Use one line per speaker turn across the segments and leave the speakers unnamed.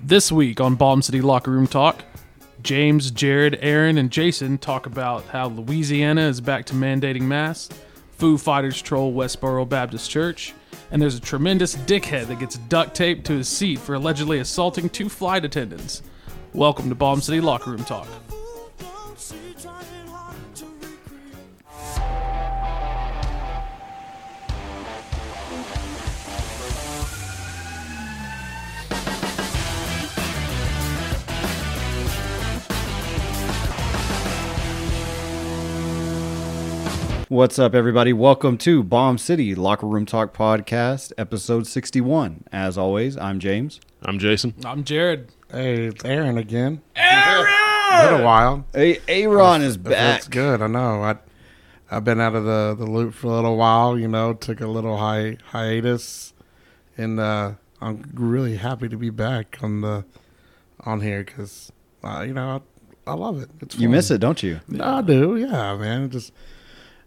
This week on Bomb City Locker Room Talk, James, Jared, Aaron, and Jason talk about how Louisiana is back to mandating masks, Foo Fighters troll Westboro Baptist Church, and there's a tremendous dickhead that gets duct taped to his seat for allegedly assaulting two flight attendants. Welcome to Bomb City Locker Room Talk.
What's up, everybody? Welcome to Bomb City Locker Room Talk Podcast, episode 61. As always, I'm James.
I'm Jason.
I'm Jared.
Hey, it's Aaron again. Aaron! Been a while.
Hey, Aaron is back.
That's good. I know. I I've been out of the, the loop for a little while. You know, took a little hi, hiatus, and uh, I'm really happy to be back on the on here because uh, you know I, I love it. It's
You
fun.
miss it, don't you?
No, I do. Yeah, man. It just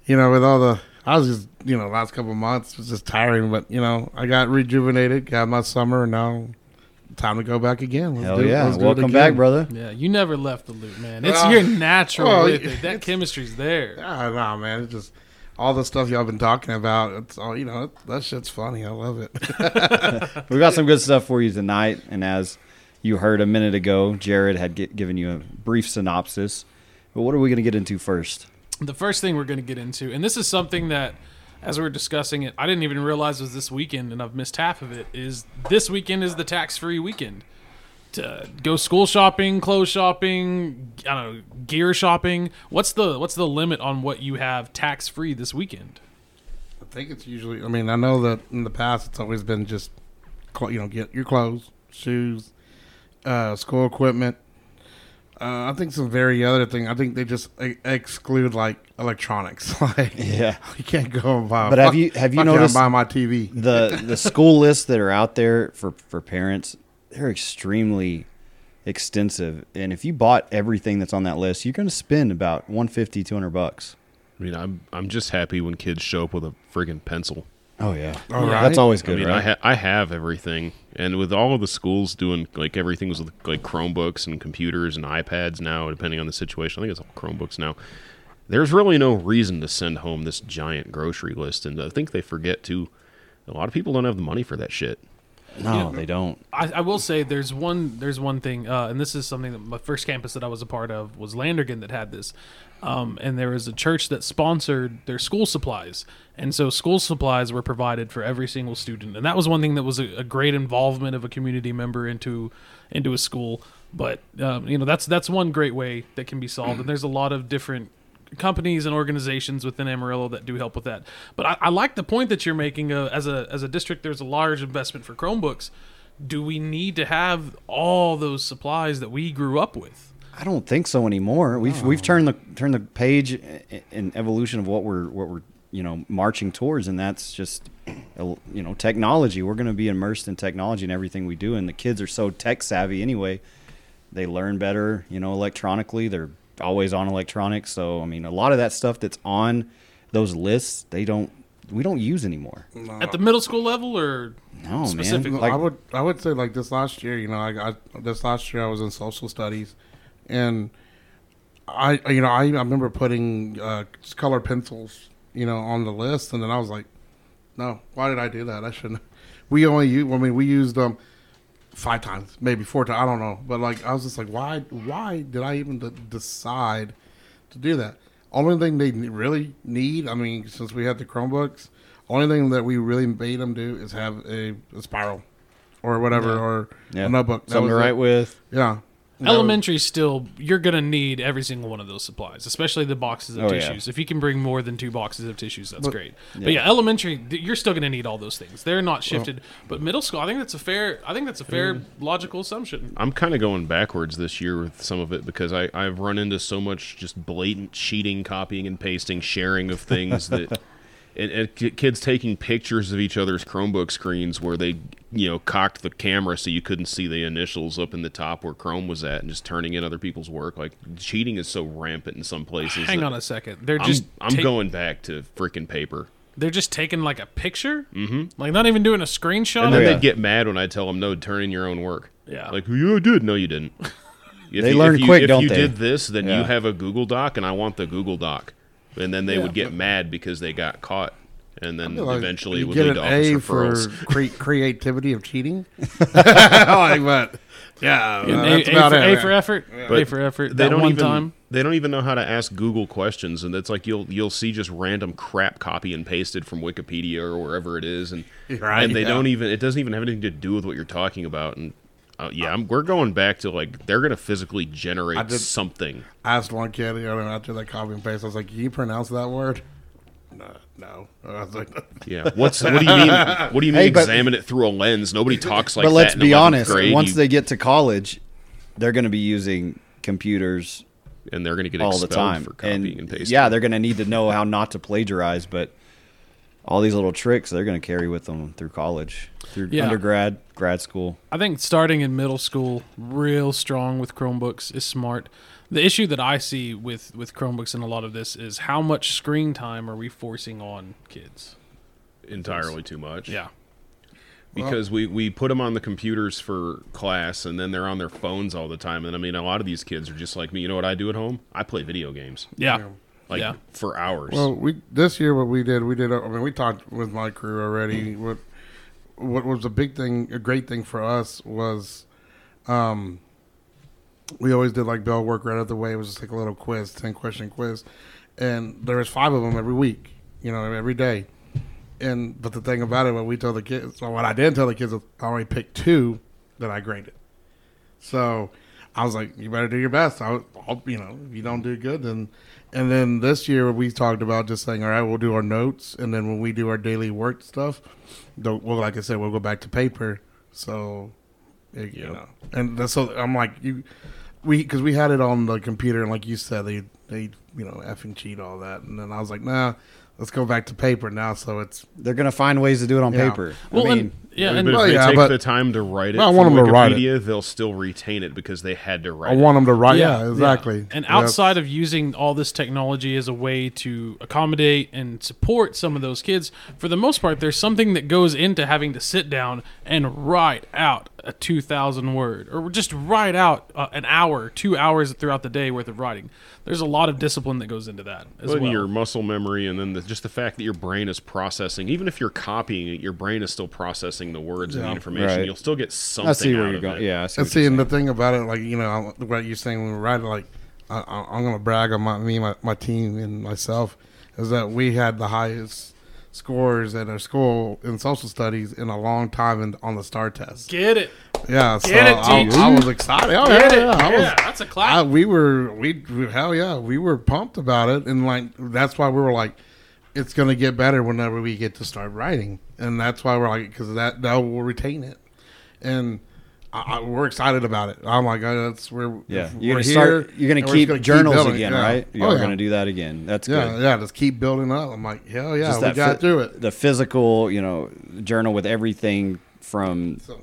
you know, with all the I was just you know last couple of months was just tiring, but you know I got rejuvenated, got my summer, and now time to go back again. Let's
Hell
do it.
yeah.
Let's do it
Welcome
again.
back, brother.
Yeah, you never left the loop, man. It's
Well,
your natural
Uh, well,
with it. That
it's-
chemistry's there.
Ah, nah, man. It's just all the stuff y'all been talking about. It's all you know. That shit's funny. I love it.
We've got some good stuff for you tonight. And as you heard a minute ago, Jared had gi- given you a brief synopsis. But what are we going to get into first?
the first thing we're going to get into, and this is something that, as we were discussing it, I didn't even realize was this weekend, and I've missed half of it. Is this weekend is the tax free weekend to go school shopping, clothes shopping, I don't know, gear shopping. What's the what's the limit on what you have tax free this weekend?
I think it's usually. I mean, I know that in the past it's always been just, cl- you know, get your clothes, shoes, uh, school equipment. Uh, I think some very other thing. I think they just e- exclude like electronics. like
Yeah.
you can't go and buy.
But have you- have you
fuck yeah,
noticed-
buy my TV?
the the school lists that are out there for for parents they're extremely extensive and if you bought everything that's on that list you're going to spend about 150 200 bucks
I mean, I'm I'm just happy when kids show up with a friggin' pencil.
oh yeah
All right.
that's always good
I mean,
right?
I ha- I have everything, and with all of the schools doing like everything was with, like Chromebooks and computers and iPads now, depending on the situation. I think it's all Chromebooks now. There's really no reason to send home this giant grocery list, and I think they forget too. A lot of people don't have the money for that shit.
no they don't
I, I will say there's one there's one thing, uh, and this is something that my first campus that I was a part of was Landergan that had this, um, and there was a church that sponsored their school supplies, and so school supplies were provided for every single student, and that was one thing that was a, a great involvement of a community member into into a school. But um, you know that's that's one great way that can be solved, and there's a lot of different companies and organizations within Amarillo that do help with that. But I, I like the point that you're making. Uh, as a as a district, there's a large investment for Chromebooks. Do we need to have all those supplies that we grew up with?
i don't think so anymore we've we've turned the turned the page i- in evolution of what we're what we're you know marching towards and that's just el- you know technology we're going to be immersed in technology and everything we do and the kids are so tech savvy anyway they learn better, you know, electronically. They're always on electronics. So I mean, a lot of that stuff that's on those lists, they don't we don't use anymore.
Uh,
At the middle school level, or
No,
Specifically.
man.
I
Like
would I would say like this last year, you know, I got this last year I was in social studies, and I you know I, I remember putting uh, color pencils you know on the list, and then I was like, no, why did I do that? I shouldn't. We only use I mean we used them five times, maybe four times. I don't know, but like I was just like, why why did I even de- decide to do that? Only thing they ne- really need, I mean, since we had the Chromebooks, only thing that we really made them do is have a, a spiral or whatever or
yeah.
a notebook. That
something to
was it.
write with.
Yeah. That was-
elementary, still you're gonna need every single one of those supplies, especially the boxes of
Oh, yeah.
tissues. If you can bring more than two boxes of tissues, that's
But-
great. But yeah, elementary, th- you're still gonna need all those things. They're not shifted. but middle school, I think that's a fair. I think that's a fair logical assumption.
I'm kind of going backwards this year with some of it because I, I've run into so much just blatant cheating, copying and pasting, sharing of things that, and, and ki- kids taking pictures of each other's Chromebook screens where they, you know, cocked the camera so you couldn't see the initials up in the top where Chrome was at, and just turning in other people's work. Like cheating is so rampant in some places.
Hang
that
on a second. They're
I'm,
just
I'm
ta-
going back to freaking paper.
They're just taking like a picture, mm-hmm. like not even doing a screenshot.
And then
of
yeah.
it?
they'd get mad when I tell them, no, turn in your own work.
Yeah.
Like, you did. No, you didn't. If
They
you,
learn
if you,
quick,
if
don't
you
they?
did this, then
Yeah.
you have a Google Doc, and I want the Google Doc. And then they
Yeah,
would get mad because they got caught, and then
Like,
eventually
you
it would
get
lead to
an
office
A
referrals.
for cre- creativity of cheating. like, but yeah, uh,
And
that's
a,
about
a, for,
it.
A for effort.
But
A for effort.
they
that
don't
one
even
time.
they don't even know how to ask Google questions, and it's like you'll you'll see just random crap copy and pasted from Wikipedia or wherever it is, and
Right,
and they
yeah.
don't even it doesn't even have anything to do with what you're talking about. And uh, yeah, I'm, we're going back to like they're gonna physically generate
did-
something.
I asked one kid, you know, after that copy and paste, I was like, "Can you pronounce that word?" No, no. I was like,
Yeah, what's what do you mean? What do you mean?
Hey, but-
examine it through a lens. Nobody talks like
but
that.
let's
in
be
11th
honest.
grade.
Once
You-
they get to college, they're going to be using computers
and they're gonna get
all the
expelled
time.
for copying and,
and
pasting.
yeah, they're going to need to know how not to plagiarize. But all these little tricks they're going to carry with them through college, through
Yeah.
undergrad, grad school.
I think starting in middle school, real strong with Chromebooks is smart. The issue that I see with with Chromebooks and a lot of this is how much screen time are we forcing on kids?
entirely too much.
Yeah.
because we, we put them on the computers for class and then they're on their phones all the time and i mean a lot of these kids are just like me you know what i do at home i play video games
Yeah.
like
yeah.
for hours
Well, we this year what we did, we did. I mean, we talked with my crew already. What what was a big thing, a great thing for us was, um, we always did like bell work right out the way. It was just like a little quiz, ten question quiz, and there was five of them every week. You know, every day. And but the thing about it, what we tell the kids, well, what I didn't tell the kids, is I only picked two that I graded. So I was like, you better do your best. I'll, I'll you know, if you don't do good, then. And then this year we talked about just saying, all right, we'll do our notes, and then when we do our daily work stuff, though, well, like I said, we'll go back to paper. So, you know, and that's, so I'm like, you, we, because we had it on the computer, and like you said, they, they, you know, effing cheat all that, and then I was like, nah, let's go back to paper now. So it's
They're going to find ways to do it on
Yeah.
paper.
Well,
I mean,
and, yeah,
but
and
if
Well,
they
yeah,
take
but-
the time to write it
I
from
want 'em to write it.
Wikipedia, they'll still retain it because they had to write
I
it.
want them to write. Yeah,
yeah.
exactly.
And outside of using all this technology as a way to accommodate and support some of those kids, for the most part, there's something that goes into having to sit down and write out a 2,000 word or just write out uh, an hour, two hours throughout the day worth of writing. There's a lot of discipline that goes into that as
Well,
well.
and your muscle memory and then the, just the fact that your brain is processing even if you're copying it your brain is still processing the words and the information
Right.
you'll still get something
I see
out
where you're
of
going.
it.
Yeah, I see. what
And
you're
see, and
saying.
the thing about it, like you know, I- what you're saying when we were riding, like I, I- I'm gonna brag on my me, my, my team, and myself, is that we had the highest scores at our school in social studies in a long time in, on the star test.
Get it.
Yeah, so
Get it,
I,
team.
I was excited. Oh
Get
yeah,
it.
yeah, I
Yeah,
was.
that's a clap.
I, we were we, we hell yeah, we were pumped about it, and like that's why we were like, it's gonna get better whenever we get to start writing, and that's why we're like because that that will retain it, and. I, I, we're excited about it. Oh my god, that's where
Yeah,
we're
you're gonna
here.
start. You're
and
gonna
we're just
keep journals
building it.
again,
Yeah.
right? You're
oh, yeah.
gonna do that again. That's
Yeah,
good.
yeah, just keep building up. I'm like, hell yeah,
Just
we
that
got
phy-
through it.
The physical, you know, journal with everything from
So,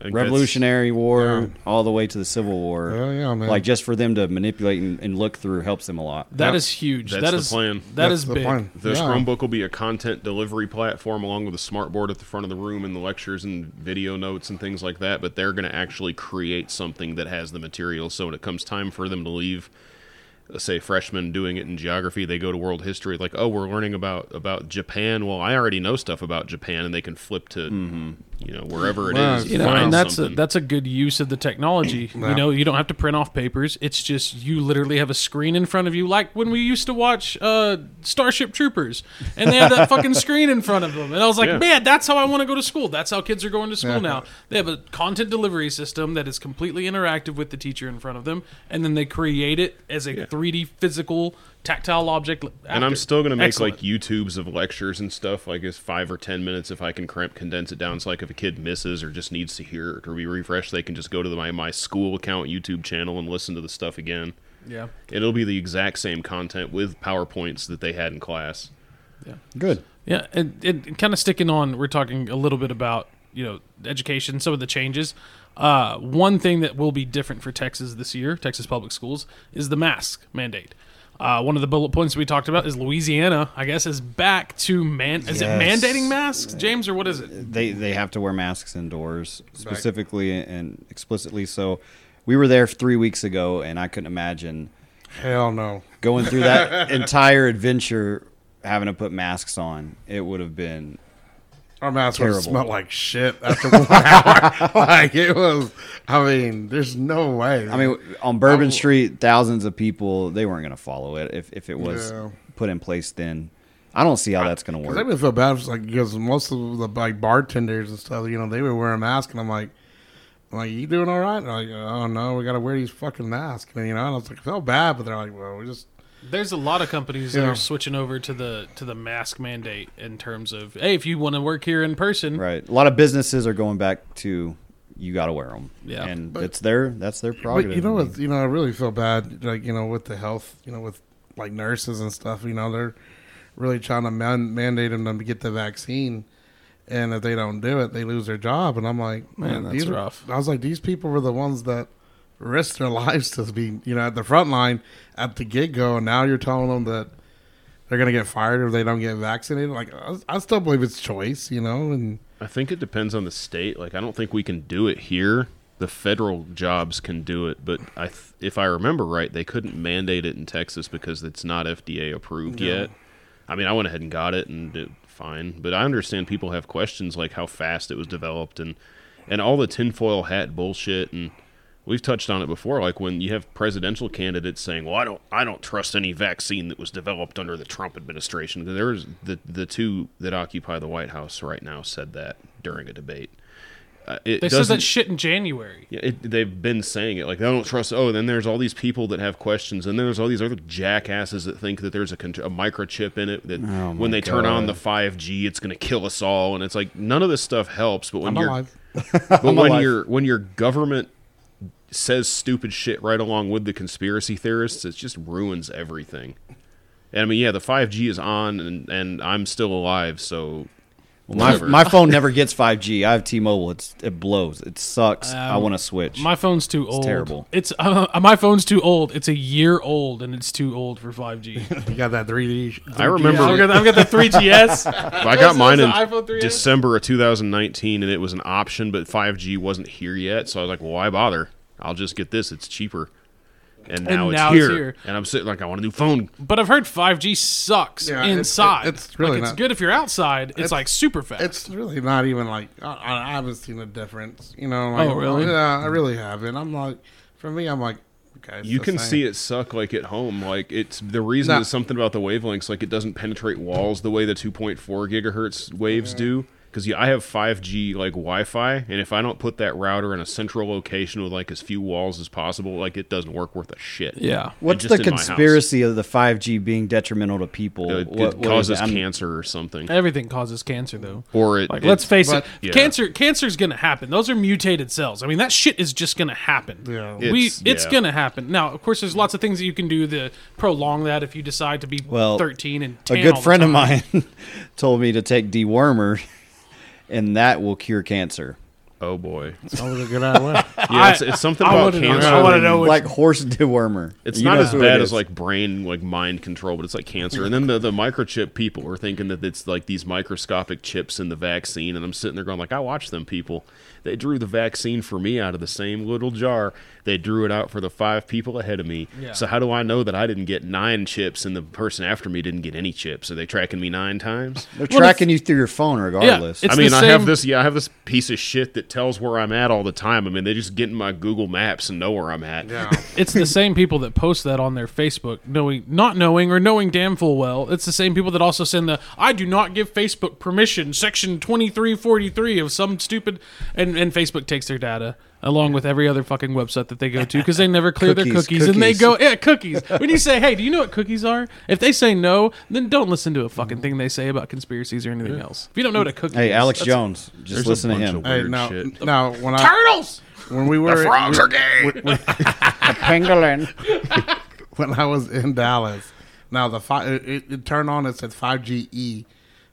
I think that's-
Revolutionary War all the way to the Civil War.
Hell Oh, yeah, man.
Like just for them to manipulate and, and look through helps them a lot.
That
Yep.
is huge.
That's
That
the
is-
plan.
That
that's
is
the
big.
plan.
The
yeah.
Chromebook will be a content delivery platform along with a smart board at the front of the room and the lectures and video notes and things like that, but they're going to actually create something that has the material. So when it comes time for them to leave, let's say freshmen doing it in geography, they go to world history like, "Oh, we're learning about about Japan." Well, I already know stuff about Japan and they can flip to you know, wherever it is.
Wow.
Mm-hmm. you know,
find
and that's a,
something.
that's a good use of the technology. You
Yeah.
know, you don't have to print off papers. It's just you literally have a screen in front of you, like when we used to watch uh, Starship Troopers, and they had that fucking screen in front of them. And I was like,
Yeah.
man, that's how I want to go to school. That's how kids are going to school
Yeah.
now. They have a content delivery system that is completely interactive with the teacher in front of them, and then they create it as a 3D physical tactile object.
and I'm
after.
still gonna make
Excellent.
like YouTubes of lectures and stuff, like it's five or ten minutes if I can cramp condense it down. So like if a kid misses or just needs to hear it or be refreshed, they can just go to the, my my school account YouTube channel and listen to the stuff again.
yeah.
It'll be the exact same content with powerpoints that they had in class.
Good.
Yeah, and, and kind of sticking on, we're talking a little bit about you know education, some of the changes. Uh, one thing that will be different for Texas this year, Texas public schools, is the mask mandate. Uh, one of the bullet points we talked about is Louisiana. I guess is back to man. Is
Yes.
it mandating masks, James, or what is it?
they they have to wear masks indoors specifically and explicitly so we were there three weeks ago and i couldn't imagine
Hell no.
going through that entire adventure having to put masks on it would have been
Our mask
Terrible.
would smell like shit after one hour. like it was. I mean, there's no way.
i mean on bourbon street thousands of people they weren't going to follow it if, if it was
Yeah.
put in place then i don't see how that's going to
Because I
work
would feel bad, for, like because most of the like bartenders and stuff, you know, they were wearing masks, and I'm like, I'm like, you doing all right? And I'm like, oh no, we got to wear these fucking masks, and you know, and I was like, I felt bad, but they're like, well, we just
There's a lot of companies that
Yeah.
are switching over to the to the mask mandate in terms of hey, if you want to work here in person,
right a lot of businesses are going back to you got to wear them
Yeah.
and it's their that's their prerogative
But you know
I mean,
what? You know, I really feel bad. Like you know, with the health, you know, with like nurses and stuff. You know, they're really trying to man- mandate them to get the vaccine, and if they don't do it, they lose their job. And I'm like,
Man,
man,
that's
these are-
rough.
I was like, these people were the ones that risked their lives to be, you know, at the front line at the get go, and now you're telling them that they're gonna get fired if they don't get vaccinated. Like, I, I still believe it's choice, you know, and.
I think it depends on the state. Like, I don't think we can do it here. The federal jobs can do it, but I, th- if I remember right, they couldn't mandate it in Texas because it's not FDA approved yet. I mean, I went ahead and got it and it, fine, but I understand people have questions like how fast it was developed and and all the tinfoil hat bullshit and we've touched on it before. Like when you have presidential candidates saying, "Well, I don't, I don't trust any vaccine that was developed under the Trump administration." There's the the two that occupy the White House right now said that during a debate. Uh, it
They said
doesn't-
that shit in January.
yeah, it, they've been saying it like they don't trust. Oh, then there's all these people that have questions, and there's all these other jackasses that think that there's a, contr- a microchip in it that when they turn on the 5G, it's going to kill us all. And it's like none of this stuff helps. But when
I'm
you're,
alive.
but when
alive.
your when your government says stupid shit right along with the conspiracy theorists, it just ruins everything. And I mean, yeah, the 5G is on, and and I'm still alive, so.
My,
whatever.
my phone never gets 5G. I have T-Mobile. It's it blows. It sucks. I
Um,
want to switch.
My phone's too old.
terrible.
It's uh, my phone's too old. It's a year old and it's too old for 5G.
You got that 3D.
I remember
I've got, I've got the 3GS.
I got
Is-
mine
is
in
the iPhone 3S?
December of 2019, and it was an option, but 5G wasn't here yet. So I was like, well, why bother? I'll just get this. It's cheaper. And now, it's,
now it's
here.
here.
And I'm sitting like, I want a new phone.
But I've heard 5G sucks
Yeah, it's-
inside.
it- it's really
like, it's
not-
good if you're outside. It's,
It's-
like super fast.
It's really not even like I, I I haven't seen a difference. You know? Like,
Oh, really?
Yeah, I really haven't. I'm like, for me, I'm like, okay.
You can see it suck like at home. Like it's the reason
No.
is something about the wavelengths. Like it doesn't penetrate walls the way the 2.4 gigahertz waves do. Because yeah, I have 5G like Wi-Fi, and if I don't put that router in a central location with like as few walls as possible, like it doesn't work worth a shit.
yeah.
What's
just
the
in my house.
conspiracy of the 5G being detrimental to people? What-
It, it
what is
causes
it? I'm-
cancer or something.
Everything causes cancer though.
Or it,
Like,
it-
let's face
but-
it,
Yeah.
cancer cancer's gonna happen. Those are mutated cells. I mean, that shit is just gonna happen.
Yeah.
we
It's-
it's
yeah.
gonna happen. Now, of course, there's lots of things that you can do to prolong that if you decide to be
Well,
13 and 10
A
all
good
the
friend of
time.
mine told me to take dewormer, and that will cure cancer.
Oh boy.
I was a good idea.
Yeah, it's, it's something
I
about
wanna know-
cancer.
I wanna
and-
know- Which-
Like horse dewormer.
Oh, It's
You
not
know
as
who it
bad
is.
as like brain, like mind control, but it's like cancer. And then the, the microchip people are thinking that it's like these microscopic chips in the vaccine. And I'm sitting there going, like, I watch them people. They drew the vaccine for me out of the same little jar. They drew it out for the five people ahead of me.
Yeah.
So how do I know that I didn't get nine chips and the person after me didn't get any chips? Are they tracking me nine times?
they're
Well,
tracking you through your phone regardless.
it's-
I mean,
the
I have
same-
this. Yeah, I have this piece of shit that tells where I'm at all the time. I mean, they just get in my Google Maps and know where I'm at.
Yeah.
It's the same people that post that on their Facebook, knowing not knowing or knowing damn full well. It's the same people that also send the "I do not give Facebook permission" section twenty three forty three of some stupid, and and Facebook takes their data along with every other fucking website that they go to because they never clear their
Cookies,
cookies, and they
cookies.
go yeah cookies. when you say hey, do you know what cookies are? If they say no, then don't listen to a fucking thing they say about conspiracies or anything else. If you don't know what a cookie,
hey,
is,
Alex
that's-
Jones, just
There's a
listen to
bunch
him.
of
Hey,
Weird
now,
shit.
now when I
turtles.
when we were
Frogs are gay.
Pangolin.
when I was in Dallas, now the five it, it turned on. It said 5G E,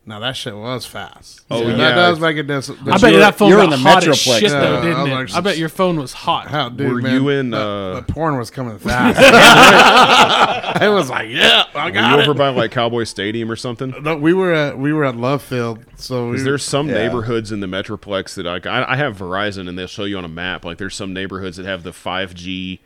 Now that shit was fast.
Oh, yeah.
that does make a difference.
I bet
you're-
that phone
you're
got
in the
hot as
Metroplex,
shit though,
though.
didn't
Yeah, I
it?
was
I bet your phone was hot.
How dude,
Were
man,
you in,
The,
uh,
the porn was coming fast. it was like, yeah, I
Were
got
you
it.
over by like Cowboy Stadium or something?
No, we were at we were at Love Field, so we,
Because there's some
Yeah.
neighborhoods in the Metroplex that like, I, I have Verizon and they'll show you on a map. Like there's some neighborhoods that have the 5G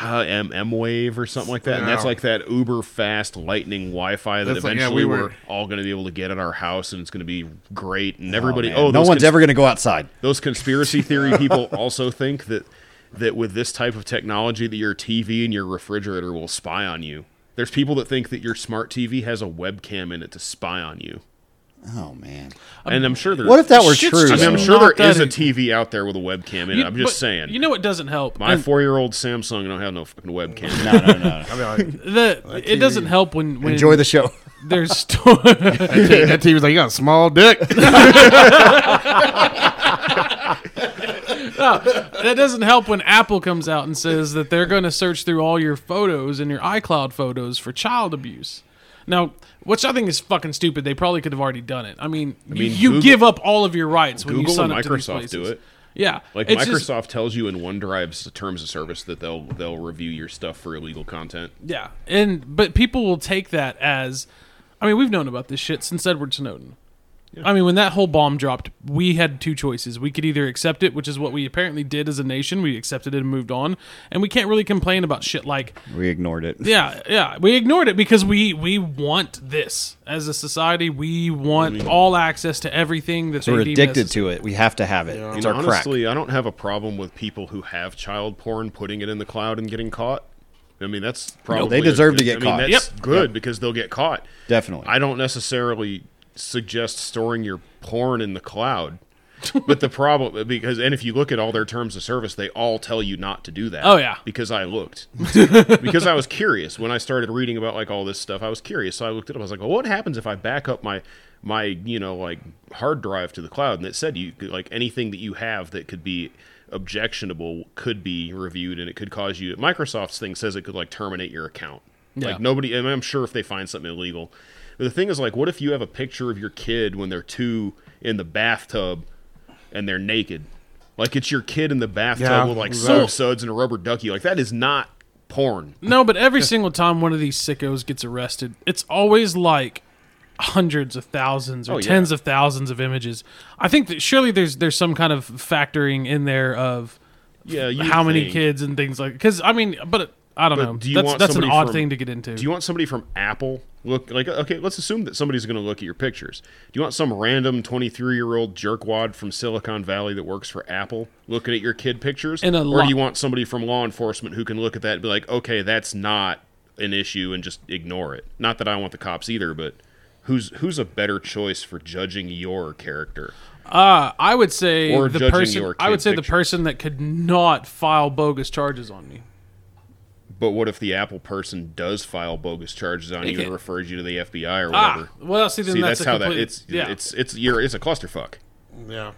uh, M M wave or something like that, and that's
Yeah.
like that uber fast lightning Wi-Fi that
That's like- yeah,
eventually
we
we
were-
are all going to be able to get at our house, and it's going to be great. And everybody, oh,
Man, no
those
one's
cons-
ever going to go outside.
Those conspiracy theory people also think that that with this type of technology that your TV and your refrigerator will spy on you. There's people that think that your smart TV has a webcam in it to spy on you.
Oh man,
Um,
and I'm sure there
what if that were
Shit's
true?
I mean, I'm
So-
sure
Not
there is a
that
TV out there with a webcam in it.
You-
I'm just
but
saying.
You know what doesn't help?
my
And
four-year-old Samsung don't have no fucking webcam.
though? no, no, no.
I mean, like,
the, it doesn't help when, when
Enjoy the show.
there's sto-
that TV was like, you got a small dick.
that doesn't help when Apple comes out and says that they're going to search through all your photos and your iCloud photos for child abuse. Now, which I think is fucking stupid. They probably could have already done it. I mean, you,
mean,
you
Google-
give up all of your rights when you
Google
sign
and
up to these
Microsoft
places.
do it.
Yeah,
Like
it's
Microsoft
just-
tells you in OneDrive's terms of service that they'll they'll review your stuff for illegal content.
Yeah, and but people will take that as, I mean, we've known about this shit since Edward Snowden. I mean, when that whole bomb dropped, we had two choices. We could either accept it, which is what we apparently did as a nation. We accepted it and moved on, and we can't really complain about shit like
We ignored it.
yeah, yeah. We ignored it because we we want this as a society. We want all access to everything that they
We're
deem
addicted
necessary.
to it. We have to have it. It's
And
our crack.
honestly, I don't have a problem with people who have child porn putting it in the cloud and getting caught. I mean, that's probably
they deserve to get
I mean,
caught.
That's
Yep.
good because they'll get caught.
Definitely.
I don't necessarily suggest storing your porn in the cloud. but the problem because and if you look at all their terms of service, they all tell you not to do that.
Oh, yeah.
Because I looked. because I was curious when I started reading about like all this stuff. I was curious, so I looked it up. I was like, "Well, what happens if I back up my my you know like hard drive to the cloud?" And it said you like anything that you have that could be objectionable could be reviewed, and it could cause you. Microsoft's thing says it could like terminate your account.
Yeah.
Like nobody, and I'm sure if they find something illegal. But the thing is, like, what if you have a picture of your kid when they're two in the bathtub and they're naked? Like it's your kid in the bathtub
Yeah.
with like
So-
soap suds and a rubber ducky. Like that is not porn.
No, but every single time one of these sickos gets arrested, it's always like hundreds of thousands or
Oh, yeah.
tens of thousands of images. I think that surely there's there's some kind of factoring in there of
Yeah, you
how many
think.
kids and things like because I mean, but I don't
But
know.
do you
that's
want
that's an
somebody
odd
from-
thing to get into.
Do you want somebody from Apple look like okay? Let's assume that somebody's going to look at your pictures. Do you want some random twenty-three-year-old jerkwad from Silicon Valley that works for Apple looking at your kid pictures,
And a
or
lot-
do you want somebody from law enforcement who can look at that and be like, okay, that's not an issue, and just ignore it? Not that I want the cops either, but who's who's a better choice for judging your character?
uh, I would say
Or
the
judging
person
your
I would
kid
say the
pictures.
person that could not file bogus charges on me.
But what if the Apple person does file bogus charges on you
can-
and refers you to the FBI or
Ah,
whatever?
well, see, then
See,
that's,
that's,
a
how
complete,
that it's
yeah.
it's it's you're it's a clusterfuck.
yeah.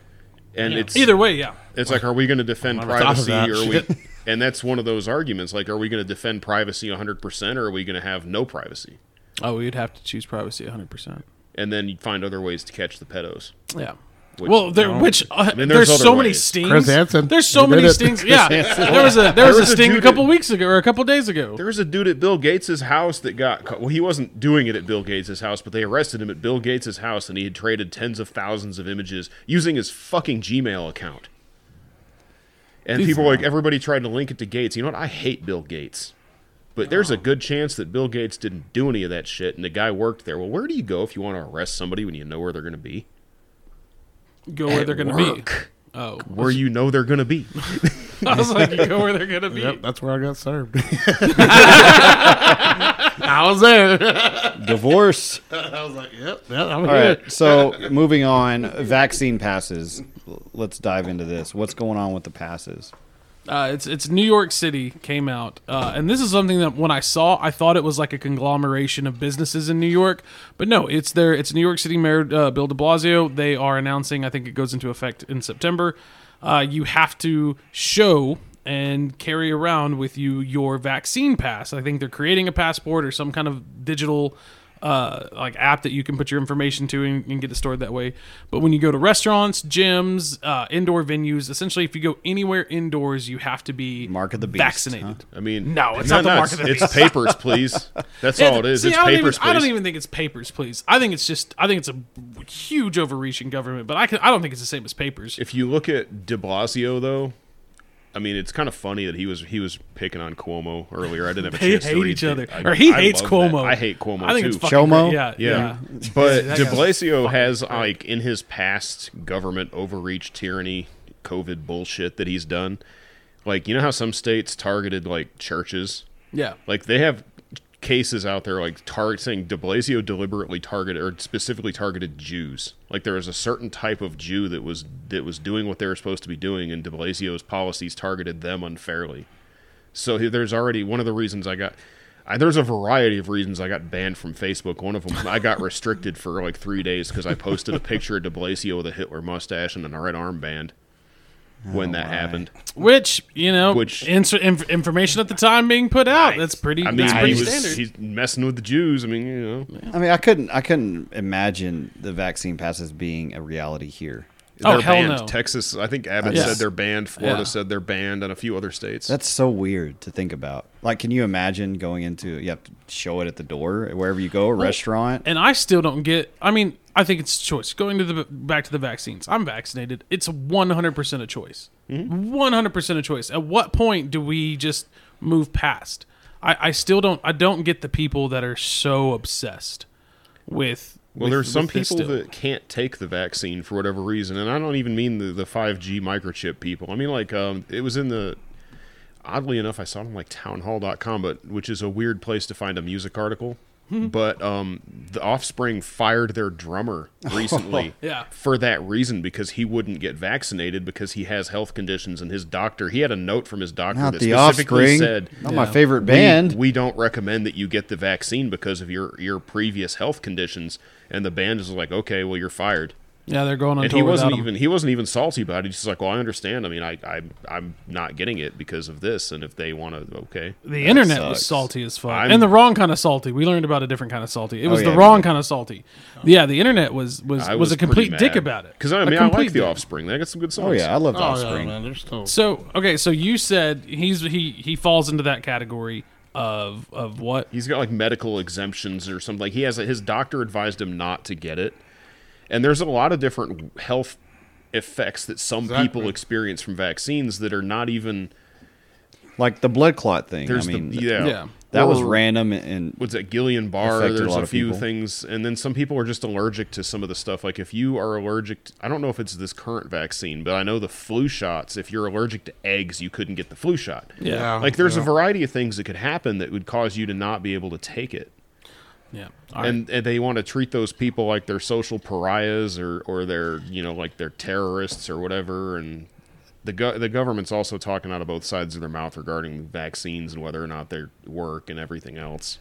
And it's
Either way, yeah.
It's like, are we going to defend
never thought of
privacy?
that.
Or are we? And that's one of those arguments. Like, are we going to defend privacy 100%, or are we going to have no privacy?
Oh, we'd have to choose privacy 100%.
And then you find other ways to catch the pedos.
Yeah.
Which-
well, there, which uh,
mean,
there's,
there's
so
other
many
ways.
stings.
Chris Hansen.
There's so
He did
many
it.
stings. Yeah, there was a there was a
was a
sting a,
dude
couple
that-
weeks ago or a couple days ago.
There was a dude at Bill Gates' house that got caught. Well, he wasn't doing it at Bill Gates' house, but they arrested him at Bill Gates' house, and he had traded tens of thousands of images using his fucking Gmail account. And people were like, everybody tried to link it to Gates. You know what? I hate Bill Gates. But there's a good chance that Bill Gates didn't do any of that shit, and the guy worked there. Well, where do you go if you want to arrest somebody when you know where they're going to be?
Go where they're gonna
Work.
be. Oh,
Where you know they're going to be.
I was like, you go where they're gonna be.
Yep, that's where I got served. I was there.
Divorce.
I was like, yep, yeah, I'm
All
here.
right. So moving on, vaccine passes. L- Let's dive into this. What's going on with the passes?
Uh, it's it's New York City came out, uh, and this is something that when I saw, I thought it was like a conglomeration of businesses in New York, but no, it's their it's New York City Mayor uh, Bill De Blasio. They are announcing, I think it goes into effect in September. Uh, you have to show and carry around with you your vaccine pass. I think they're creating a passport or some kind of digital uh, like app that you can put your information to and, and get it stored that way. But when you go to restaurants, gyms, uh, indoor venues, essentially, if you go anywhere indoors, you have to be
Mark of the beast,
vaccinated.
I mean,
No, it's not the mark of the
it's,
beast.
it's papers, please. That's
Yeah,
all it is.
see,
it's
I don't,
papers,
even, I don't
please.
even think it's papers, please. I think it's just I think it's a huge overreach in government, but I can, I don't think it's the same as papers.
If you look at De Blasio, though, I mean, it's kind of funny that he was he was picking on Cuomo earlier. I didn't have a
They
chance to
hate
read
each
the-
other,
I-
or he
I
hates
love
Cuomo.
that. I hate Cuomo
I think
too.
it's fucking
Chomo?
great. Yeah, yeah.
yeah. But
That
De
guy's
Blasio has like in his past government overreach, tyranny, COVID bullshit that he's done. Like you know how some states targeted like churches,
yeah.
like they have cases out there like target saying De Blasio deliberately targeted or specifically targeted Jews. Like there was a certain type of Jew that was that was doing what they were supposed to be doing, and De Blasio's policies targeted them unfairly. So he- there's already one of the reasons I got. I, there's a variety of reasons I got banned from Facebook. One of them, I got restricted for like three days because I posted a picture of De Blasio with a Hitler mustache and a red armband when that happened.
Which you know,
Which-
ins- inf- information at the time being put out. That's pretty.
I mean,
that's
he
pretty
was,
standard.
he's messing with the Jews. I mean, you know.
I mean, I couldn't, I couldn't imagine the vaccine passes being a reality here.
Oh,
they're
hell
banned.
no.
Texas, I think Abbott
Yes.
said they're banned. Florida
Yeah.
said they're banned, and a few other states.
That's so weird to think about. Like, can you imagine going into? You have to show it at the door wherever you go, a restaurant.
and I still don't get. I mean, I think it's a choice. Going to the back to the vaccines. I'm vaccinated. It's 100 percent a choice.
Mm-hmm.
100 percent a choice. At what point do we just move past? I, I still don't. I don't get the people that are so obsessed with.
well,
with-
there's some
with this
people
still.
that can't take the vaccine for whatever reason, and I don't even mean the the five G microchip people. I mean like um, it was in the. Oddly enough, I saw it on like townhall.com, but which is a weird place to find a music article.
Hmm.
But um, the Offspring fired their drummer recently
Oh, Yeah.
for that reason because he wouldn't get vaccinated because he has health conditions and his doctor he had a note from his doctor
Not
that
the
specifically
offspring.
said
Not my favorite
we-
band.
We, don't recommend that you get the vaccine because of your your previous health conditions. And the band is like, okay, well, you're fired.
yeah, they're going on
And
tour
he wasn't
without 'em.
even he wasn't even salty about it. He's just like, well, I understand. I mean, I, I I'm not getting it because of this. And if they want to, okay.
The internet was
sucks.
salty as fuck,
I'm- Oh,
and the wrong kind of salty. We learned about a different kind of salty. It was the
yeah, we
wrong
did.
kind of salty. Yeah, the internet was was
I
was, a complete dick about it.
because I
A
mean I like
complete
the
dick.
Offspring. They got some good songs.
oh yeah, I love
Oh yeah,
Offspring.
man, they're still.
So okay, so you said he's he he falls into that category of of what?
He's got like medical exemptions or something. Like he has his doctor advised him not to get it. And there's a lot of different health effects that some
Exactly.
people experience from vaccines that are not even
like the blood clot thing.
there's
I mean,
the
th-
yeah.
Yeah.
that was
Or-
random and
What's that Gillian Barr?
Affected a
There's
lot
a
of
few
people.
things, and then some people are just allergic to some of the stuff. Like if you are allergic, to, I don't know if it's this current vaccine, but I know the flu shots. If you're allergic to eggs, you couldn't get the flu shot.
Yeah.
Yeah.
Like there's
yeah.
a variety of things that could happen that would cause you to not be able to take it.
Yeah. All right.
and, and they want to treat those people like they're social pariahs or or they're you know like they're terrorists or whatever and the go- the government's also talking out of both sides of their mouth regarding vaccines and whether or not they work and everything else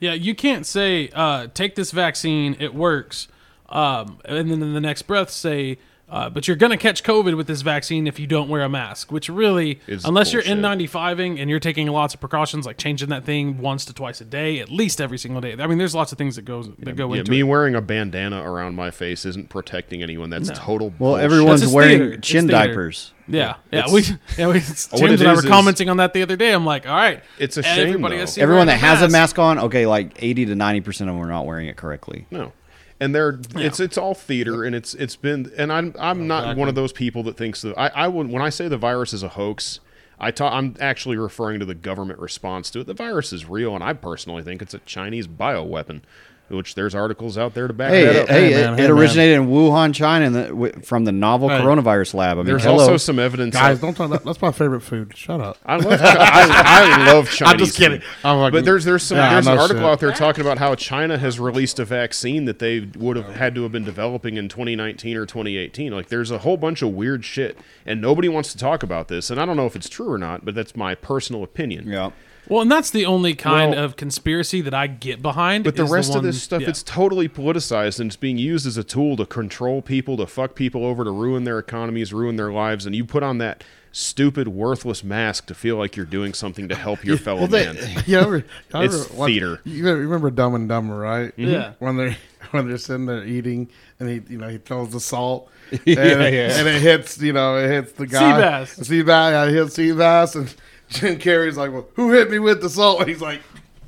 yeah, you can't say uh, take this vaccine, it works, um, and then in the next breath say. Uh, but you're gonna catch COVID with this vaccine if you don't wear a mask, which really,
Is
unless you're
bullshit.
N95ing and you're taking lots of precautions, like changing that thing once to twice a day, at least every single day. I mean, there's lots of things that goes that go
Um, yeah,
into
me
it.
wearing a bandana around my face isn't protecting anyone that's total
well,
bullshit.
everyone's
That's just
wearing
theater. It's
chin
theater.
diapers.
Yeah, yeah, we, yeah. We, James
it
and I
is
were
is-
commenting on that the other day. I'm like, all right,
It's a shame,
everybody
though.
I see
Everyone that
wearing
has a mask on, okay, like eighty to ninety percent of them are not wearing it correctly.
No, and they're it's it's all theater, and it's it's been. And I'm I'm not one of those people that thinks that I I would when I say the virus is a hoax. I ta- I'm actually referring to the government response to it. The virus is real, and I personally think it's a Chinese bioweapon, which there's articles out there to back
Hey, uh,
that
hey,
up.
hey,
it-
man,
it,
hey, man.
originated in Wuhan, China, and the, w- from the novel
Hey.
coronavirus lab. I mean,
There's
hello.
also some evidence.
Guys,
of-
don't talk. That. That's my favorite food. Shut up.
I love I, I love Chinese.
I'm just kidding.
food.
I'm like-
but there's there's some
Yeah,
there's an
no
article
shit.
out there talking about how China has released a vaccine that they would have had to have been developing in 2019 or 2018. Like there's a whole bunch of weird shit, and nobody wants to talk about this. And I don't know if it's true or not, but that's my personal opinion.
Yeah.
Well, and that's the only kind
Well-
of conspiracy that I get behind.
But the
is
rest of
one-
this stuff,
yeah.
it's totally politicized and it's being used as a tool to control people, to fuck people over, to ruin their economies, ruin their lives. And you put on that stupid, worthless mask to feel like you're doing something to help your fellow man.
Yeah, I re- I
It's
re- what-
theater.
You re- remember Dumb and Dumber, right?
Yeah.
When they're when they're sitting there eating, and he you know he throws the salt, and, and it hits you know it hits the guy
bass.
sea bass, yeah, it hits sea bass, and Jim Carrey's like, well, who hit me with the salt? And he's like.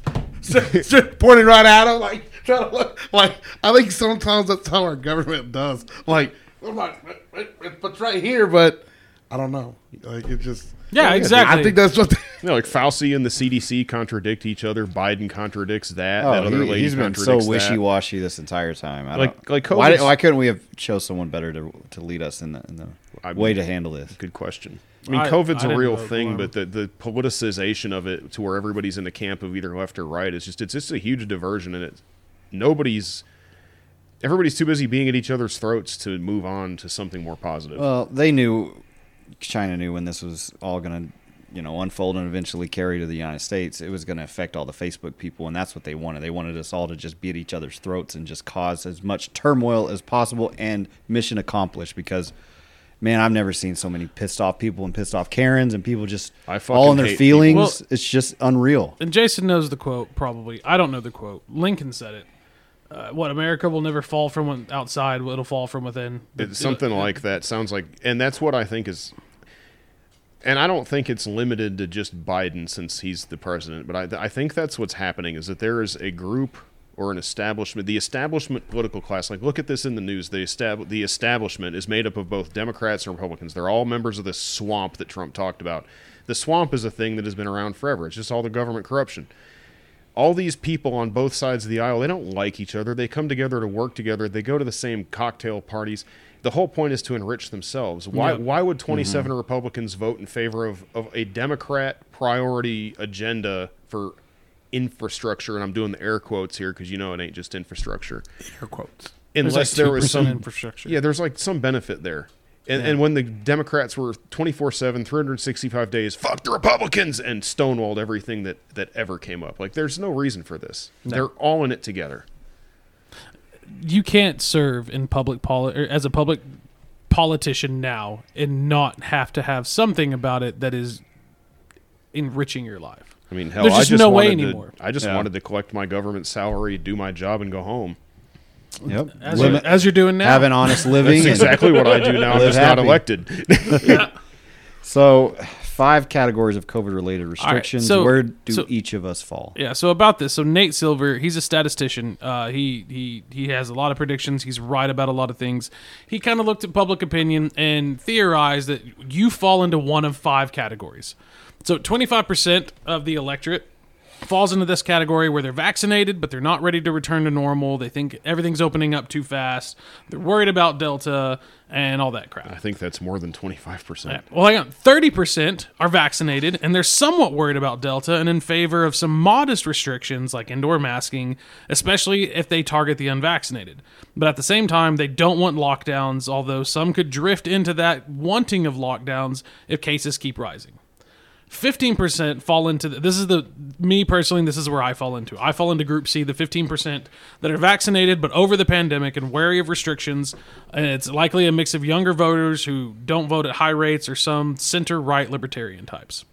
pointing right at him, like trying to look. Like I think sometimes that's how our government does. Like, I'm like, "It- it- it- it's right here, but I don't know. Like it just,
Yeah, exactly.
I think that's what.
You know, like Fauci and the CDC contradict each other. Biden contradicts that. that other
Oh,
lady
he, has been so
contradicts that.
wishy washy this entire time. I
Like-
don't,
like
why,
COVID's-
did- why couldn't we have chose someone better to to lead us in the, in the
I
way
mean-
to handle this?
Good question. I mean,
I-
COVID's
I
a
didn't
real
vote
thing,
for
but the, the politicization of it to where everybody's in the camp of either left or right is just it's just a huge diversion, and it nobody's everybody's too busy being at each other's throats to move on to something more positive.
Well, they knew China knew when this was all going to, you know, unfold and eventually carry to the United States. It was going to affect all the Facebook people, and that's what they wanted. They wanted us all to just be at each other's throats and just cause as much turmoil as possible and mission accomplished. Because, man, I've never seen so many pissed off people and pissed off Karens and people just
I fucking
all in their
hate people.
feelings.
Well-
it's just unreal.
and Jason knows the quote probably. I don't know the quote. Lincoln said it. Uh, what America will never fall from wi- outside, it'll fall from within.
It's something like that sounds like, and that's what I think is. And I don't think it's limited to just Biden since he's the president, but I, I think that's what's happening is that there is a group or an establishment, the establishment political class. Like, look at this in the news. The, estab- the establishment is made up of both Democrats and Republicans. They're all members of this swamp that Trump talked about. The swamp is a thing that has been around forever. It's just all the government corruption all these people on both sides of the aisle, they don't like each other. They come together to work together. They go to the same cocktail parties. The whole point is to enrich themselves. Why,
Yeah.
why would 27 Republicans vote in favor of, of a Democrat priority agenda for infrastructure? And I'm doing the air quotes here because you know it ain't just infrastructure.
Air quotes.
There's
Unless
like
there was some
infrastructure.
yeah, there's like some benefit there. And, and when the Democrats were 24 7, 365 days, fuck the Republicans, and stonewalled everything that, that ever came up. Like, there's no reason for this. They're all in it together.
you can't serve in public poli- or as a public politician now and not have to have something about it that is enriching your life.
I mean, hell,
There's
I
just
just
no way
wanted to-
anymore.
I just
Yeah.
wanted to collect my government salary, do my job, and go home.
Yep.
As,
Live-
you're, as you're doing now.
have an honest living.
That's
and-
exactly what I do now. I'm
Live
just
happy.
not elected.
So, five categories of COVID related restrictions.
so-
Where do
so-
each of us fall?
Yeah. So about this, so Nate Silver, he's a statistician. Uh, he he he has a lot of predictions. He's right about a lot of things. He kind of looked at public opinion and theorized that you fall into one of five categories. So 25% of the electorate falls into this category where they're vaccinated, but they're not ready to return to normal. They think everything's opening up too fast. They're worried about Delta and all that crap.
I think that's more than 25%.
Well, hang on. Thirty percent are vaccinated, and they're somewhat worried about Delta and in favor of some modest restrictions like indoor masking, especially if they target the unvaccinated. But at the same time, they don't want lockdowns, although some could drift into that wanting of lockdowns if cases keep rising. 15% fall into the, this is the me personally this is where i fall into i fall into group c the 15% that are vaccinated but over the pandemic and wary of restrictions and it's likely a mix of younger voters who don't vote at high rates or some center right libertarian types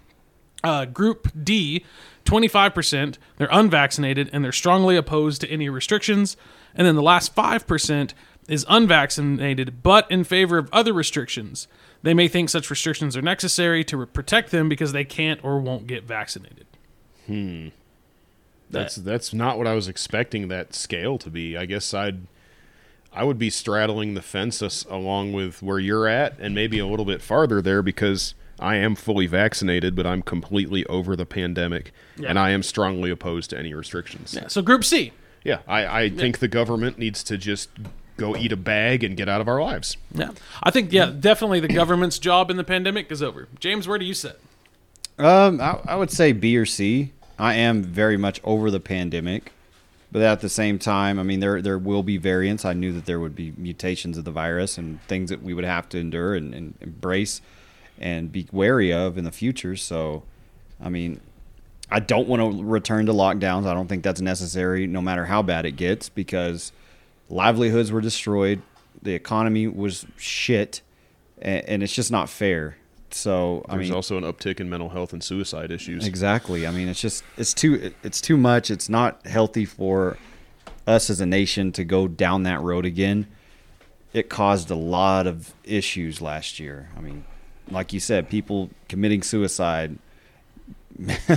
uh, group D, 25%, they're unvaccinated and they're strongly opposed to any restrictions. And then the last 5% is unvaccinated but in favor of other restrictions. They may think such restrictions are necessary to re- protect them because they can't or won't get vaccinated.
That's that's not what I was expecting that scale to be. I guess I'd I would be straddling the fence as, along with where you're at and maybe a little bit farther there because I am fully vaccinated, but I'm completely over the pandemic and I am strongly opposed to any restrictions. Yeah,
So, Group C.
I, I think the government needs to just go eat a bag and get out of our lives.
Yeah. I think, yeah, definitely the government's job in the pandemic is over. James, where do you sit?
Um, I, I would say B or C. I am very much over the pandemic, but at the same time, I mean there there will be variants. I knew that there would be mutations of the virus and things that we would have to endure and, and embrace and be wary of in the future. So, I mean, I don't want to return to lockdowns. I don't think that's necessary, no matter how bad it gets, because livelihoods were destroyed, the economy was shit, and, and it's just not fair. So I
There's
mean,
also an uptick in mental health and suicide issues.
Exactly. I mean, it's just it's too it's too much. It's not healthy for us as a nation to go down that road again. It caused a lot of issues last year. I mean, like you said, people committing suicide,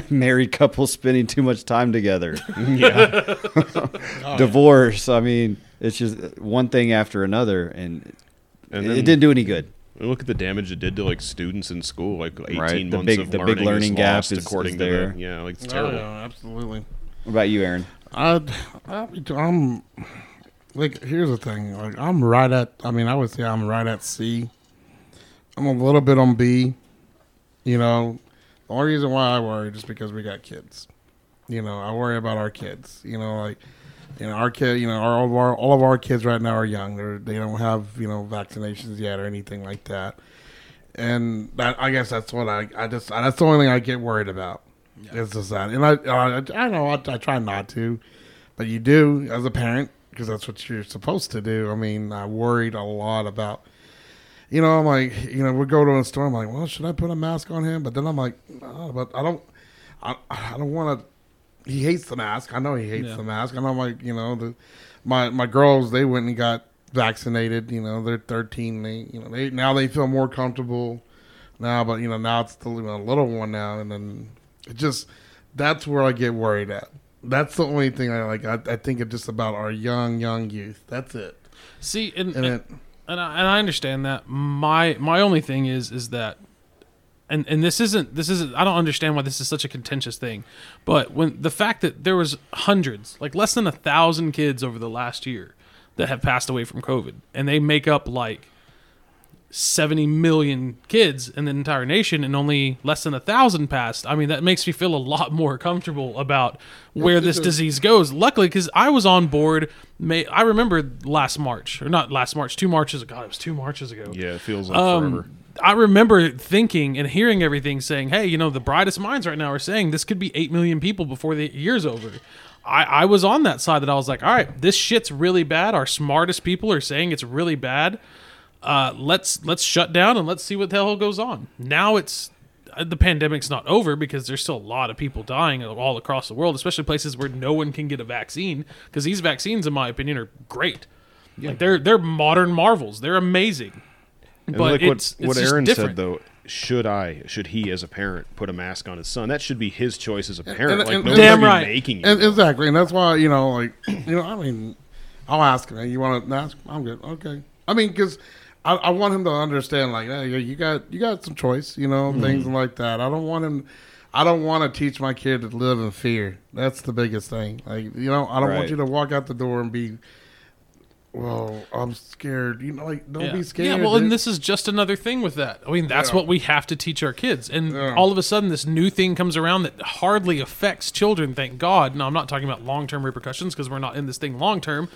married couples spending too much time together,
Yeah,
divorce. I mean, it's just one thing after another, and,
and
it,
then
it didn't do any good.
we look at the damage it did to like students in school. Like eighteen
Right. The
months
big-
of
the big
learning,
learning
is
gap
lost
is- is
according
there.
to the yeah, like it's
Oh,
terrible.
yeah, absolutely.
What about you, Aaron?
I'd, I'd, I'm like, here's the thing. Like, I'm right at. I mean, I would say I'm right at C. I'm a little bit on B. You know, the only reason why I worry is because we got kids. You know, I worry about our kids. You know, like, you know, our kid. You know, our all of our, all of our kids right now are young. They're they don't have you know vaccinations yet or anything like that. And that, I guess that's what I, I just that's the only thing I get worried about. It's just that, and I I, I know I, I try not to, but you do as a parent because that's what you're supposed to do. I mean, I worried a lot about, you know, I'm like, you know, we go to a store. I'm like, well, should I put a mask on him? But then I'm like, no, but I don't, I, I don't want to. He hates the mask. I know he hates
Yeah.
the mask. And I'm like, you know, the, my my girls they went and got vaccinated. You know, they're 13. They you know they now they feel more comfortable now, but you know now it's the you know, little one now, and then it just that's where I get worried at. That's the only thing I like. I, I think it's just about our young young youth. That's it.
See, and,
And
and,
it,
and, I, and I understand that. My my only thing is is that, and and this isn't this isn't. I don't understand why this is such a contentious thing, but when the fact that there was hundreds, like less than a thousand kids over the last year, that have passed away from COVID, and they make up like 70 million kids in the entire nation and only less than a thousand passed i mean that makes me feel a lot more comfortable about where this disease goes luckily because i was on board may i remember last march or not last march two marches ago god it was two marches ago
Yeah, it feels like
Um,
forever.
I remember thinking and hearing everything saying, hey, you know, the brightest minds right now are saying this could be 8 million people before the year's over. I, I was on that side that I was like, all right, this shit's really bad. Our smartest people are saying it's really bad. Uh, let's let's shut down and let's see what the hell goes on. Now it's uh, the pandemic's not over because there's still a lot of people dying all across the world, especially places where no one can get a vaccine. Because these vaccines, in my opinion, are great. Like they're they're modern marvels. They're amazing.
And
but
like
it's- it's
what, what
just
Aaron
different.
said though, should I, should he as a parent put a mask on his son? That should be his choice as a parent.
and-
like
and-
nobody's
Damn right.
making you.
and, exactly, and that's why you know, like you know, I mean, I'll ask him. "Hey, You want to ask? I'm good. Okay. I mean, because I, I want him to understand, like, hey, you got you got some choice, you know, things
Mm-hmm.
like that. I don't want him. I don't want to teach my kid to live in fear. That's the biggest thing. Like, you know, I don't
Right.
want you to walk out the door and be, well, I'm scared. You know, like, don't
yeah.
be scared.
Yeah, well, and
dude.
this is just another thing with that. I mean, that's
Yeah.
what we have to teach our kids. And
Yeah.
all of a sudden, this new thing comes around that hardly affects children, thank God. Now, I'm not talking about long term repercussions because we're not in this thing long term,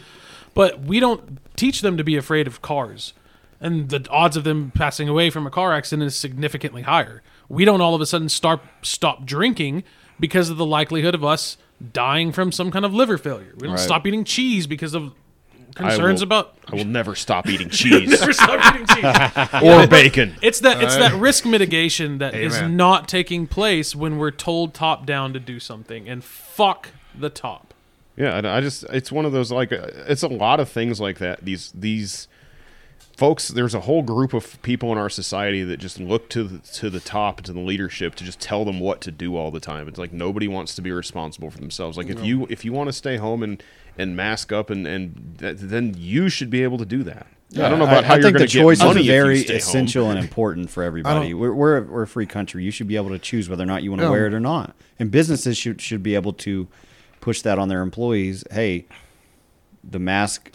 but we don't teach them to be afraid of cars. And the odds of them passing away from a car accident is significantly higher. We don't all of a sudden start, stop drinking because of the likelihood of us dying from some kind of liver failure. We don't
Right.
stop eating cheese because of
I will-
concerns about
I will never stop eating cheese
for stop eating cheese.
or bacon.
It's that it's that risk mitigation that is
Amen.
not taking place when we're told top down to do something and fuck the top.
Yeah, I, I just it's one of those like uh, it's a lot of things like that. These these folks, there's a whole group of people in our society that just look to the, to the top to the leadership to just tell them what to do all the time. It's like nobody wants to be responsible for themselves. Like if you if you want to stay home and and mask up and and th- then you should be able to do that. I don't know about how
I
you're
think
going
the
to get
choice
money
is
if
very
you stay
essential and important for everybody. We're, we're, a, we're a free country. You should be able to choose whether or not you want to
Yeah.
wear it or not. And businesses should should be able to push that on their employees. Hey, the mask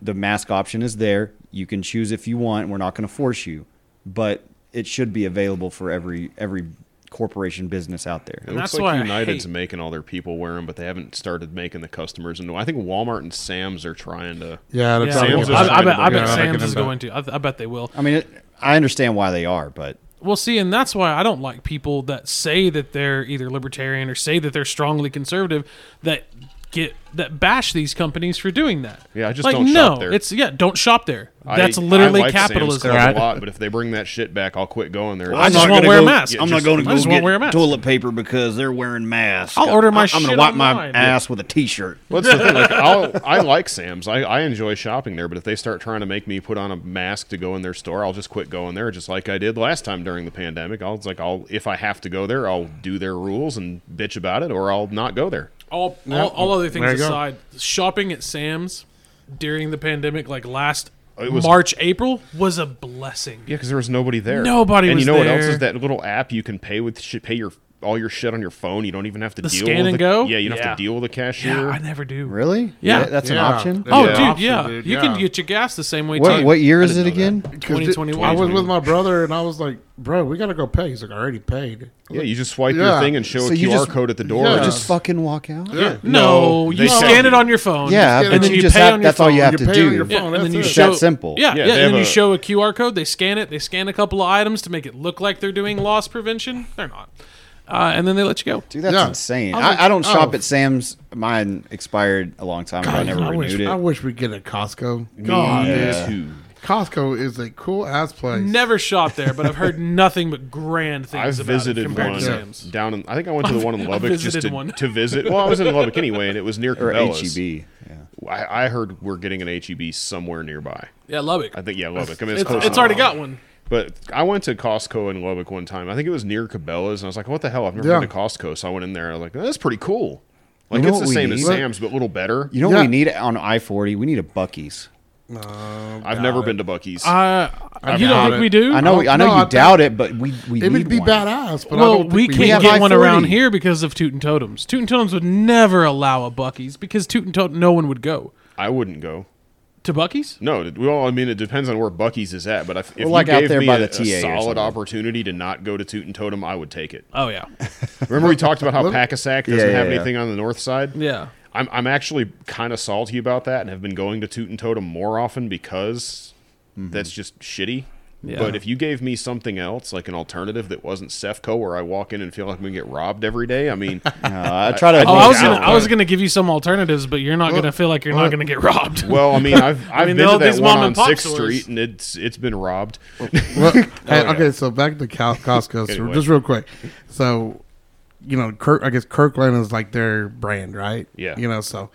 the mask option is there. You can choose if you want. We're not going to force you, but it should be available for every every corporation business out there.
It
And
looks
that's
like
why I
United's
hate-
making all their people wear them, but they haven't started making the customers. And I think Walmart and Sam's are trying to.
yeah, that's
Yeah,
Sam's
I,
is
I,
trying to
bet, I
bring
bet
it back.
Sam's
Yeah,
is
back.
going to. I, I bet they will.
I mean, it, I understand why they are, but
Well, see, and that's why I don't like people that say that they're either libertarian or say that they're strongly conservative that get that bash these companies for doing that.
Yeah, I just
like,
don't
no,
shop there.
It's yeah, don't shop there.
I-
That's
I
literally
like Sam's
capitalism.
Club
Right.
a lot, but if they bring that shit back, I'll quit going there.
I
I'm
just
not
won't
gonna
wear a
go-
mask.
I'm
Just-
not going
I
to
just
go
won't
get
wear a mask.
toilet paper because they're wearing masks.
I'll order my
I'm gonna
shit
wipe my
online.
ass with a T-shirt.
What's the thing? Like, I'll, I like Sam's. I, I enjoy shopping there, but if they start trying to make me put on a mask to go in their store, I'll just quit going there, just like I did last time during the pandemic. I'll it's like I'll if I have to go there, I'll do their rules and bitch about it, or I'll not go there.
all, all, all other things
There you go.
aside, shopping at Sam's during the pandemic, like last
It was-
March, April, was a blessing.
Yeah, because there was nobody there.
Nobody
And
was
you know what else
there.
is that little app you can pay with shit, pay your all your shit on your phone. You don't even have to
The
deal
scan
with
and
the,
go?
Yeah, you don't have to
Yeah.
deal with a
Yeah,
cashier.
I never do.
Really?
Yeah.
that's
Yeah.
an option.
Yeah.
Oh,
Yeah.
dude,
Option,
yeah.
dude,
you
yeah.
can get your gas the same way.
What
too.
what year is it
didn't know
again?
'Cause it-
2021.
I was with my brother, and I was like, "Bro, we gotta go pay." He's like, "I already paid."
Yeah, you just swipe your
Yeah.
thing and show
So
a
you
QR
just-
code at the door.
yeah,
and
just
Just fucking walk out.
Yeah,
No,
No,
you
they
scan
sell-
it on your phone.
Yeah,
get
but
it.
then
you
you
just
pay
have,
on your
that's all you
phone.
have
You
to
pay
do.
on your phone.
Yeah, and then you
That's
it.
show
It's that simple.
Yeah,
Yeah,
yeah, and
they
then
have
you
a-
show a QR code. They scan it. They scan a couple of items to make it look like they're doing loss prevention. They're not, uh, and then they let you go.
Dude, that's
Yeah.
insane.
I was like,
I, I don't shop
oh.
at Sam's. Mine expired a long time ago. I never
I wish,
renewed
I
it.
wish we'd get a
Oh,
Costco.
God,
Yeah.
Costco is a cool ass place.
Never shot there, but I've heard nothing but grand
I
things. about it
visited
compared
one
to Sam's.
down in. I think I went to the one in Lubbock just
visited
to,
one.
to visit. Well, I was in Lubbock anyway, and it was near
Or E
Cabela's.
HEB. Yeah.
I, I heard we're getting an HEB somewhere nearby.
Yeah, Lubbock.
I think yeah, Lubbock. I mean, it's,
It's,
close
it's
enough.
already got one.
But I went to Costco in Lubbock one time. I think it was near Cabela's, and I was like, "What the hell? I've never
Yeah.
been to Costco." So I went in there. I was like, "That's pretty cool. Like
know
it's the
what we
same as
need?
Sam's, but a little better."
You know what
Yeah.
we need on I forty? We need a Bucky's.
I've never been to Bucky's.
Uh, you don't
doubt
think
it.
we do?
I know.
Oh,
I know
no, I
you
think-
doubt it, but we we need
It would be
one.
badass, but I
well,
don't think
we
we
can't
have
need
get one
I-40.
around here because of Toot and Totems. Toot and Totems would never allow a Bucky's because Toot and Totem, no one would go
I wouldn't go.
to Bucky's.
No, well, I mean, it depends on where Bucky's is at. But if, if
Well, like
you
out
gave
there
me
by the
a, a
TA or
solid
something.
opportunity to not go to Toot and Totem, I would take it.
Oh yeah,
Remember we talked about how Packasack doesn't
Yeah, yeah,
have
yeah.
anything on the north side.
yeah.
I'm I'm actually kind of salty about that, and have been going to Toot and Totem more often because
Mm-hmm.
that's just shitty.
Yeah.
But if you gave me something else, like an alternative that wasn't Sefco, where I walk in and feel like I'm gonna get robbed every day, I mean,
Uh, I try to.
Oh, I was
doubt
gonna, I was
it.
gonna give you some alternatives, but you're not gonna feel like you're not gonna get robbed.
well, I mean, I've I've
mean,
been
all
to that
these
one
mom
on
and pop
Sixth
stores.
Street, and it's it's been robbed.
Look, hey,
yeah.
okay, so back to Cal- Costco, so
Anyway.
just real quick. So, you know, Kirk, I guess Kirkland is like their brand, right?
Yeah.
You know, so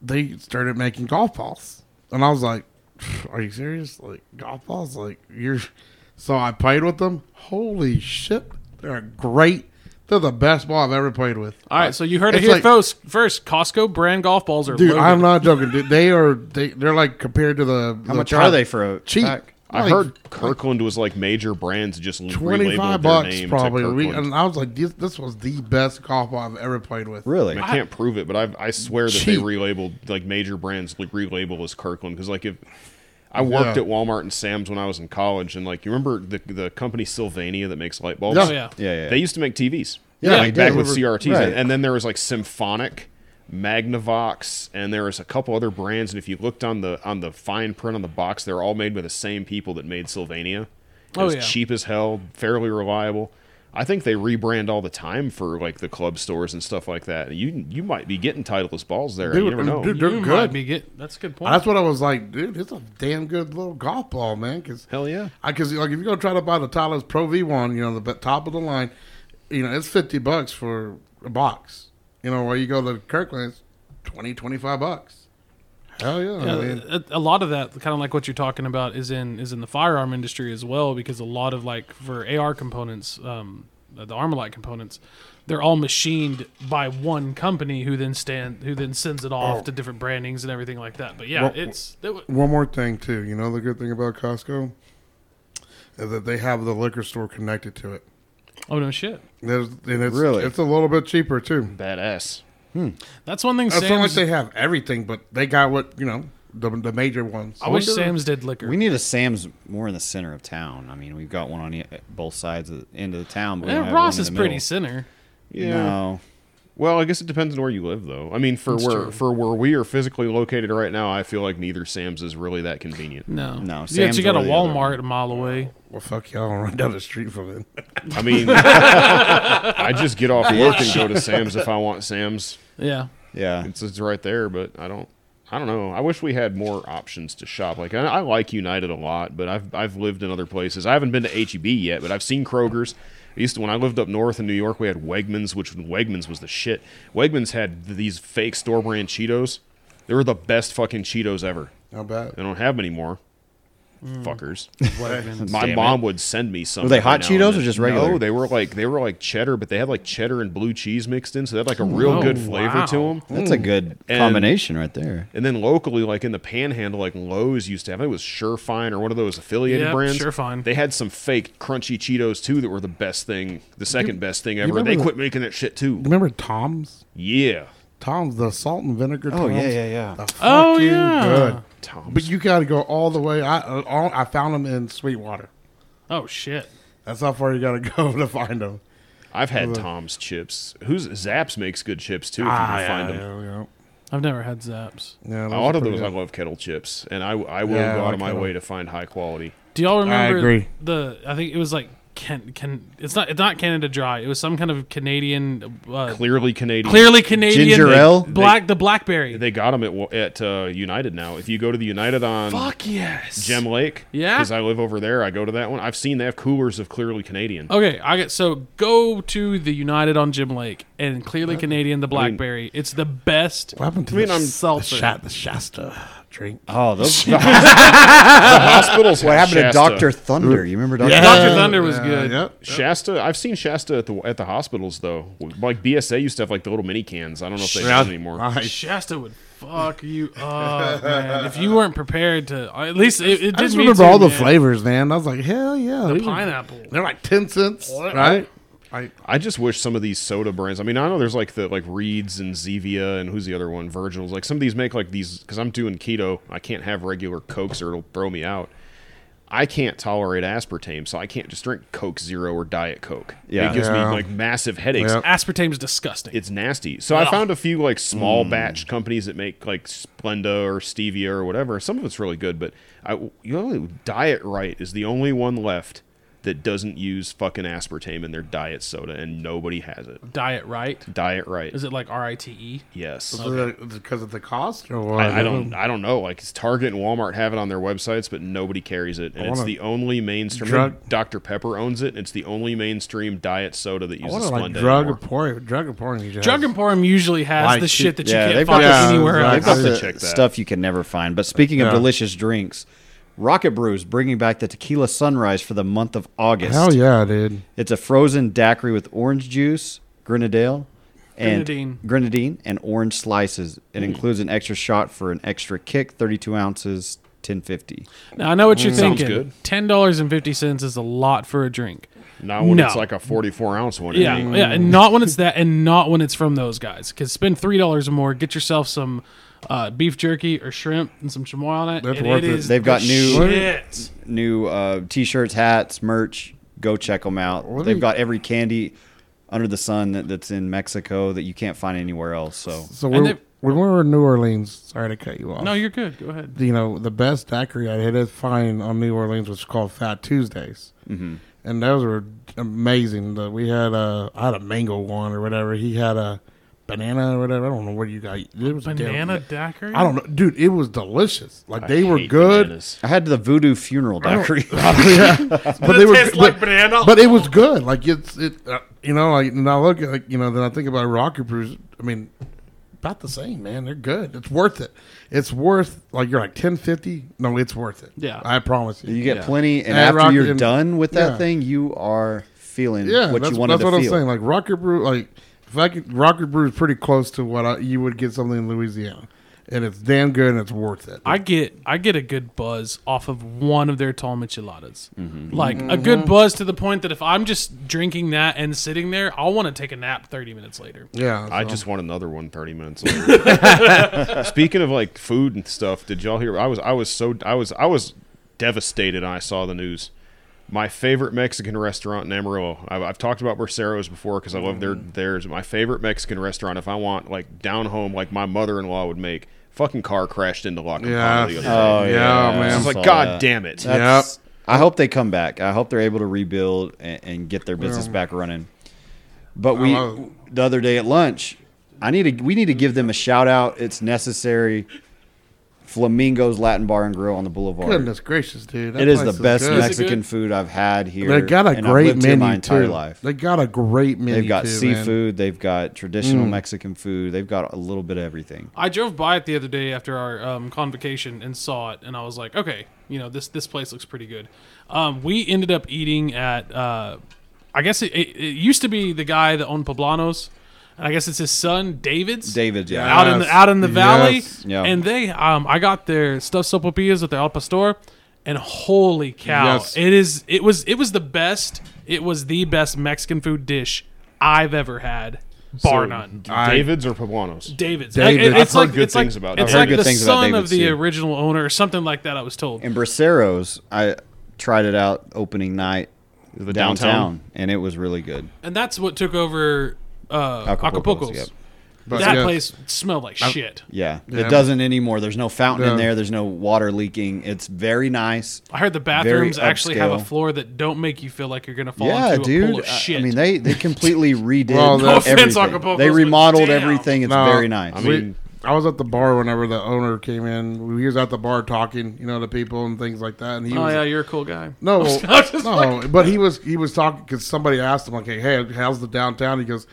they started making golf balls, and I was like, "Are you serious? Like golf balls? Like you're?" So I played with them. Holy shit, they're great. They're the best ball I've ever played with.
All right, so you heard it
It's
here
like-
first. First, Costco brand golf balls are
Dude,
loaded.
I'm not joking. Dude, they are they they're like compared to the
How much are they for a
cheap?
pack?
I
Like,
heard Kirkland was like major brands just
twenty
relabeled
five
their
bucks
name
probably.
to
We,
Kirkland.
and I was like, this, this was the best golf ball I've ever played with.
Really?
I can't prove it, but I've, I swear that they
Cheap.
relabeled like major brands like relabel as Kirkland because like if I worked
Yeah.
at Walmart and Sam's when I was in college and like you remember the the company Sylvania that makes light bulbs?
Yeah.
Oh yeah.
Yeah, yeah.
They used to make TVs.
Yeah,
like
they
back
did.
with CRTs,
Right.
and then there was like Symphonic, Magnavox, and there was a couple other brands. And if you looked on the on the fine print on the box, they're all made by the same people that made Sylvania. It
Oh,
was
yeah.
cheap as hell, fairly reliable. I think they rebrand all the time for like the club stores and stuff like that. You you might be getting Titleist balls there. you
Dude,
never know.
dude, they're
You might
good.
be get- that's a good point.
That's what I was like, dude. It's a damn good little golf ball, man. Because
Hell yeah.
because like if you're gonna try to buy the Tyler's Pro V one, you know the be- top of the line, you know it's fifty bucks for a box. You know where you go to Kirkland's, 20, 25 bucks. Hell yeah,
Yeah,
man.
a, a lot of that, kind of like what you're talking about, is in is in the firearm industry as well, because a lot of like for AR components, um, the Armalite components, they're all machined by one company who then stand who then sends it off to different brandings and everything like that. But yeah,
Well,
it's it, wa-
One more thing too. You know the good thing about Costco is that they have the liquor store connected to it.
oh no shit.
There's, and it's,
Really?
it's a little bit cheaper too.
Badass.
That's one thing.
It's not like
Sam's,
they have everything, but they got what you know the, the major ones.
I wish
wonder-
Sam's did liquor.
We need a Sam's more in the center of town. I mean, we've got one on e- both sides of the end of the town. But we don't
Eh,
have
Ross
one in
is
the
pretty
middle.
center.
No.
Well, I guess it depends on where you live, though. I mean, for where for where we are physically located right now, I feel like neither Sam's is really that convenient.
No,
No,
Yeah,
Sam's
you got a
over the other
Walmart a mile away.
Well, fuck y'all, I'll run down the street from it.
I mean, I just get off work and go to Sam's if I want Sam's.
Yeah.
Yeah.
It's, it's right there, but I don't. I don't know. I wish we had more options to shop. Like I, I like United a lot, but I've I've lived in other places. I haven't been to HEB yet, but I've seen Kroger's. I used to when I lived up north in New York, we had Wegmans, which Wegmans was the shit. Wegmans had these fake store brand Cheetos. They were the best fucking Cheetos ever.
How bad?
They don't have them anymore. Fuckers.
Wegmans.
My
Damn
mom would send me some.
Were they
every
hot
now and
Cheetos
then.
or just regular?
No, they were like they were like cheddar, but they had like cheddar and blue cheese mixed in, so they had like a real good
Oh,
flavor to
wow.
'em. to them.
That's a good
And-
combination right there.
And then locally, like in the Panhandle, like Lowe's used to have, I think it was Surefine or one of those affiliated
Yep,
brands.
Surefine.
They had some fake crunchy Cheetos too that were the best thing, the second best thing ever. And they
remember
quit making that shit too.
Remember Tom's?
Yeah,
Tom's the salt and vinegar.
Oh,
Tom's?
yeah, yeah, yeah.
The
Oh,
fucking
yeah.
good.
Tom.
But you got to go all the way. I uh, all, I found them in Sweetwater.
Oh shit.
That's how far you got to go to find them.
I've had
uh,
Tom's chips. Who's Zaps makes good chips too if
Ah,
Ah,
you can find them.
yeah,
I've never had Zaps.
A
yeah.
lot of those I love kettle chips, and I, I will
Yeah, I
go out
like
of my
kettle.
way to find high quality.
Do y'all remember
agree.
the? I think it was like Ken. Ken. It's not. It's not Canada Dry. It was some kind of Canadian. Uh,
Clearly Canadian.
clearly Canadian
Ginger ale?
Black the blackberry.
They got them at at uh, United now. If you go to the United on
Fuck yes.
Gem Lake,
Yeah?
because I live over there, I go to that one. I've seen they have coolers of clearly Canadian.
Okay, I get so go to the United on Jim Lake and clearly Canadian the blackberry. it's the best.
What happened to
I mean,
the,
I'm-
the
Seltzer.
Sha- the Shasta drink?
Uh,
Oh, those.
The hospitals.
what
have
happened to
Shasta.
Doctor Thunder? You remember Doctor?
Dr. Thunder was good.
Uh, Yep.
Shasta? I've seen Shasta at the at the hospitals though. Like BSA used to have like the little mini cans. I don't know if they have them
Uh-huh.
anymore.
Nice.
Shasta would fuck you up, man. If you weren't prepared to, at least it, it did
I just
me
remember
too,
all the
man.
flavors, man. I was like, hell yeah. These are-
Pineapple.
They're like ten cents, right? I,
I just wish some of these soda brands. I mean, I know there's like the like Reeds and Zevia and who's the other one? Virgil's. Like some of these make like these because I'm doing keto. I can't have regular cokes or it'll throw me out. I can't tolerate aspartame, so I can't just drink Coke Zero or Diet Coke.
Yeah.
it gives
Yeah.
me like massive headaches.
Yeah.
Aspartame's disgusting.
It's nasty. So I
Ugh.
found a few like small batch companies that make like Splenda or Stevia or whatever. Some of it's really good, but I you know Diet Right is the only one left that doesn't use fucking aspartame in their diet soda, and nobody has it.
Diet right.
Diet right.
Is it like R I T E?
yes.
because of the cost or what?
I, I don't. I don't know. Like, it's Target and Walmart have it on their websites, but nobody carries it, and it's
wanna-
the only mainstream.
Drug-
Dr Pepper owns it. And it's the only mainstream diet soda that
I
uses
want to like
Splenda.
drug
anymore.
emporium. Drug emporium. you just-
Drug Emporium usually has
Like
the
she-
shit that you
yeah,
can't
they've
find
got- Yeah,
anywhere
exactly.
else.
They've got
I'll
the
have to check that.
stuff you can never find. But speaking of
Yeah.
delicious drinks, Rocket Brews bringing back the tequila sunrise for the month of August.
Hell yeah, dude.
It's a frozen daiquiri with orange juice, grenadale, and
Grenadine.
grenadine and orange slices. It
Mm.
includes an extra shot for an extra kick, 32 ounces, 1050.
Now I know what you're
Sounds
thinking.
good.
Ten dollars and fifty cents is a lot for a drink.
Not when
No.
it's like a forty-four ounce one.
Yeah,
It ain't.
yeah, and not when it's that, and not when it's from those guys. Because spend three dollars or more, get yourself some uh, beef jerky or shrimp and some chamois on it.
That's
and
worth
it
it.
is
They've got
the
new-
shit.
New uh, t-shirts, hats, merch. Go check them out.
What
They've
are you-
got every candy under the sun that, that's in Mexico that you can't find anywhere else. So
So
And
when,
they-
when we were in New Orleans, sorry to cut you off.
No, you're good. Go ahead.
you know the best daiquiri I had to find on New Orleans was called Fat Tuesdays, mm-hmm. and those were amazing. The, we had a I had a mango one or whatever. He had a banana or whatever. I don't know what you got. It was a damn-
Banana daiquiri.
I don't know, dude. It was delicious. Like they
I
were
hate
good,
bananas.
I had the voodoo funeral daiquiri.
but they were
taste
but,
like banana?
But it was good. Like it's it. Uh, you know, like and I look at like you know. Then I think about Rocket Brews. I mean, about the same, man. They're good. It's worth it. It's worth like you're like ten fifty. No, it's worth it.
Yeah.
I promise
You get plenty, and
And
after
rock-
you're
and-
done with that
yeah.
thing, you are feeling
Yeah,
what
that's,
you wanted
that's what
to
I'm
feel.
saying. Like Rocket Brew, like if I could, Rocket Brew is pretty close to what I, you would get something in Louisiana, and it's damn good and it's worth it.
I get I get a good buzz off of one of their tall micheladas. Like a good buzz to the point that if I'm just drinking that and sitting there, I'll want to take a nap 30 minutes later.
yeah,
I
so-
just want another one 30 minutes later. Speaking of like food and stuff, did y'all hear I was I was so I was I was devastated I saw the news. My favorite Mexican restaurant in Amarillo. I've, I've talked about Barceros before because I love their theirs. My favorite Mexican restaurant, if I want like down home, like my mother in law would make. Fucking car crashed into La Campana
yeah,
the other day.
Oh,
yeah,
yeah.
I
man.
was
I
like,
saw
God
that.
damn it!
That's- I hope they come back. I hope they're able to rebuild and, and get their business
Yeah.
back running. But we
love-
the other day at lunch, I need to we need to give them a shout out. It's necessary. Flamingos Latin Bar and Grill on the Boulevard.
Goodness gracious, dude! that
It is
place
the best
good.
Mexican food I've had here.
They got a
and I've
great
lived here
menu
my entire
too.
life.
They got a great menu.
They've got
too, man. Mm.
seafood. They've got traditional Mexican food. They've got a little bit of everything.
I drove by it the other day after our um, convocation and saw it, and I was like, okay, you know this this place looks pretty good. Um, we ended up eating at, uh, I guess it, it, it used to be the guy that owned Poblanos, and I guess it's his son David's.
David, yeah.
Yeah.
out in the
Yes.
out in the valley,
Yes.
Yeah.
and they um I got their stuffed sopapillas with their al pastor, and holy cow,
Yes.
it is it was it was the best it was the best Mexican food dish I've ever had, bar
So,
none.
D- Davids or Poblanos?
David's.
David.
Like, it-
I've
it's
heard
like
good
it's like,
things about
it's
I've heard
like
good
the
things about
son of
David's,
the
too.
original owner or something like that. I was told.
And Braceros, I tried it out opening night
The
downtown,
downtown?
and it was really good.
and that's what took over uh,
Acapulco's,
Acapulco's.
yep.
But
That
yes.
place smelled like shit.
Yeah,
Yeah.
it doesn't anymore. There's no fountain in
No.
there. There's no water leaking. It's very nice.
I heard the
Very
bathrooms actually have a
upscale.
floor that don't make you feel like you're gonna fall
yeah,
into a
dude.
pool of
I-
shit.
I, mean, they they completely redid
Well, no
offense,
everything.
Acapulco's,
They
but
remodeled
damn.
everything. It's
No,
very nice.
I
we-
mean-
I was at the bar whenever the owner came in. We was at the bar talking, you know, to people and things like that. And he
oh
was
yeah, you're a cool guy.
No,
I'm just
no, but he was he was talking because somebody asked him like, "Hey, how's the downtown?" He goes,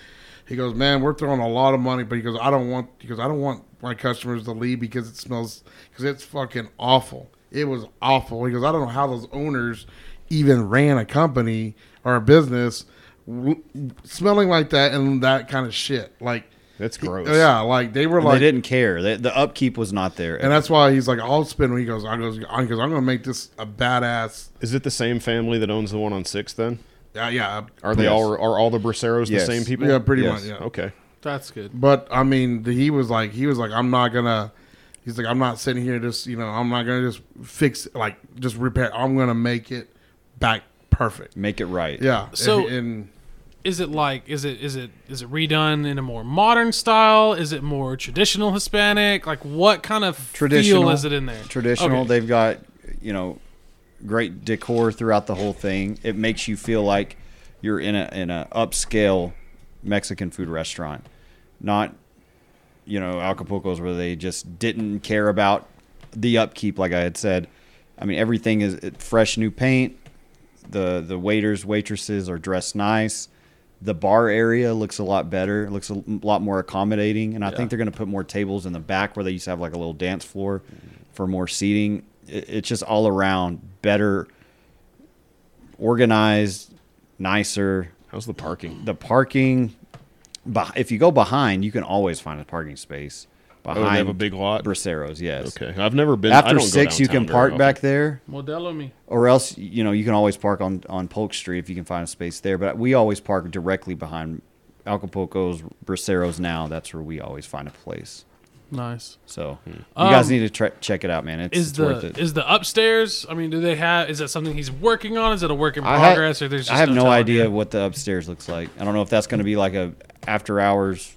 he goes, "Man, we're throwing a lot of money," but he goes, "I don't want because I don't want my customers to leave because it smells because it's fucking awful. It was awful." He goes, "I don't know how those owners even ran a company or a business w- smelling like that and that kind of shit." Like
That's
he-
gross.
yeah, like they were
And
like
they didn't care. They, the upkeep was not there.
and that's why he's like, "I'll spend." He goes, "I goes, I goes, I'm gonna make this a badass."
Is it the same family that owns the one on Sixth? Then
Yeah, yeah,
are they
Yes.
all are all the Braceros
Yes.
the same people?
yeah, pretty
Yes.
much. Yeah.
Okay.
That's good.
But I mean, the, he was like, he was like, I'm not gonna. He's like, I'm not sitting here just, you know, I'm not gonna just fix, like, just repair. I'm gonna make it back perfect.
Make it right.
Yeah.
So-
and, and
Is it like is it is it is it redone in a more modern style? Is it more traditional Hispanic? Like what kind of
Traditional.
feel is it in there?
traditional.
Okay.
They've got you know great decor throughout the whole thing. It makes you feel like you're in a in a upscale Mexican food restaurant, not you know Acapulco's where they just didn't care about the upkeep. Like I had said, I mean everything is it- fresh new paint. The the waiters waitresses are dressed nice. The bar area looks a lot better. It looks a lot more accommodating, and I think they're going to put more tables in the back where they used to have like a little dance floor for more seating. It, it's just all around better, organized, nicer.
How's the parking?
The parking, beh- if you go behind, you can always find a parking space.
Oh,
Behind
they have a big lot.
Braceros, yes.
Okay, I've never been. I
After
don't go
six, you
downtown
can
very
park
often.
back there
Modelo me.
or else you know you can always park on on Polk Street if you can find a space there. But we always park directly behind Acapulco's Braceros. Now that's where we always find a place.
Nice.
So you guys
Um,
need to tra- check it out, man. It's,
Is
it's worth
the
it.
is the upstairs? I mean, do they have? Is that something he's working on? Is it a work in
I ha-
progress? or there's just
I have no
telling
idea
you?
what the upstairs looks like. I don't know if that's going to be like a after hours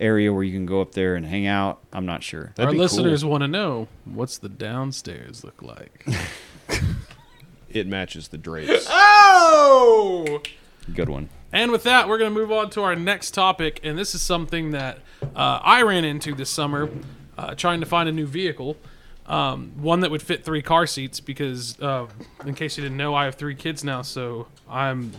area where you can go up there and hang out. I'm not sure.
That'd
Our
be cool.
listeners want to know what's the downstairs look like.
It matches the drapes.
oh.
Good one.
And with that, we're going to move on to our next topic. And this is something that uh, I ran into this summer uh, trying to find a new vehicle, um, one that would fit three car seats. Because, uh, in case you didn't know, I have three kids now, so I'm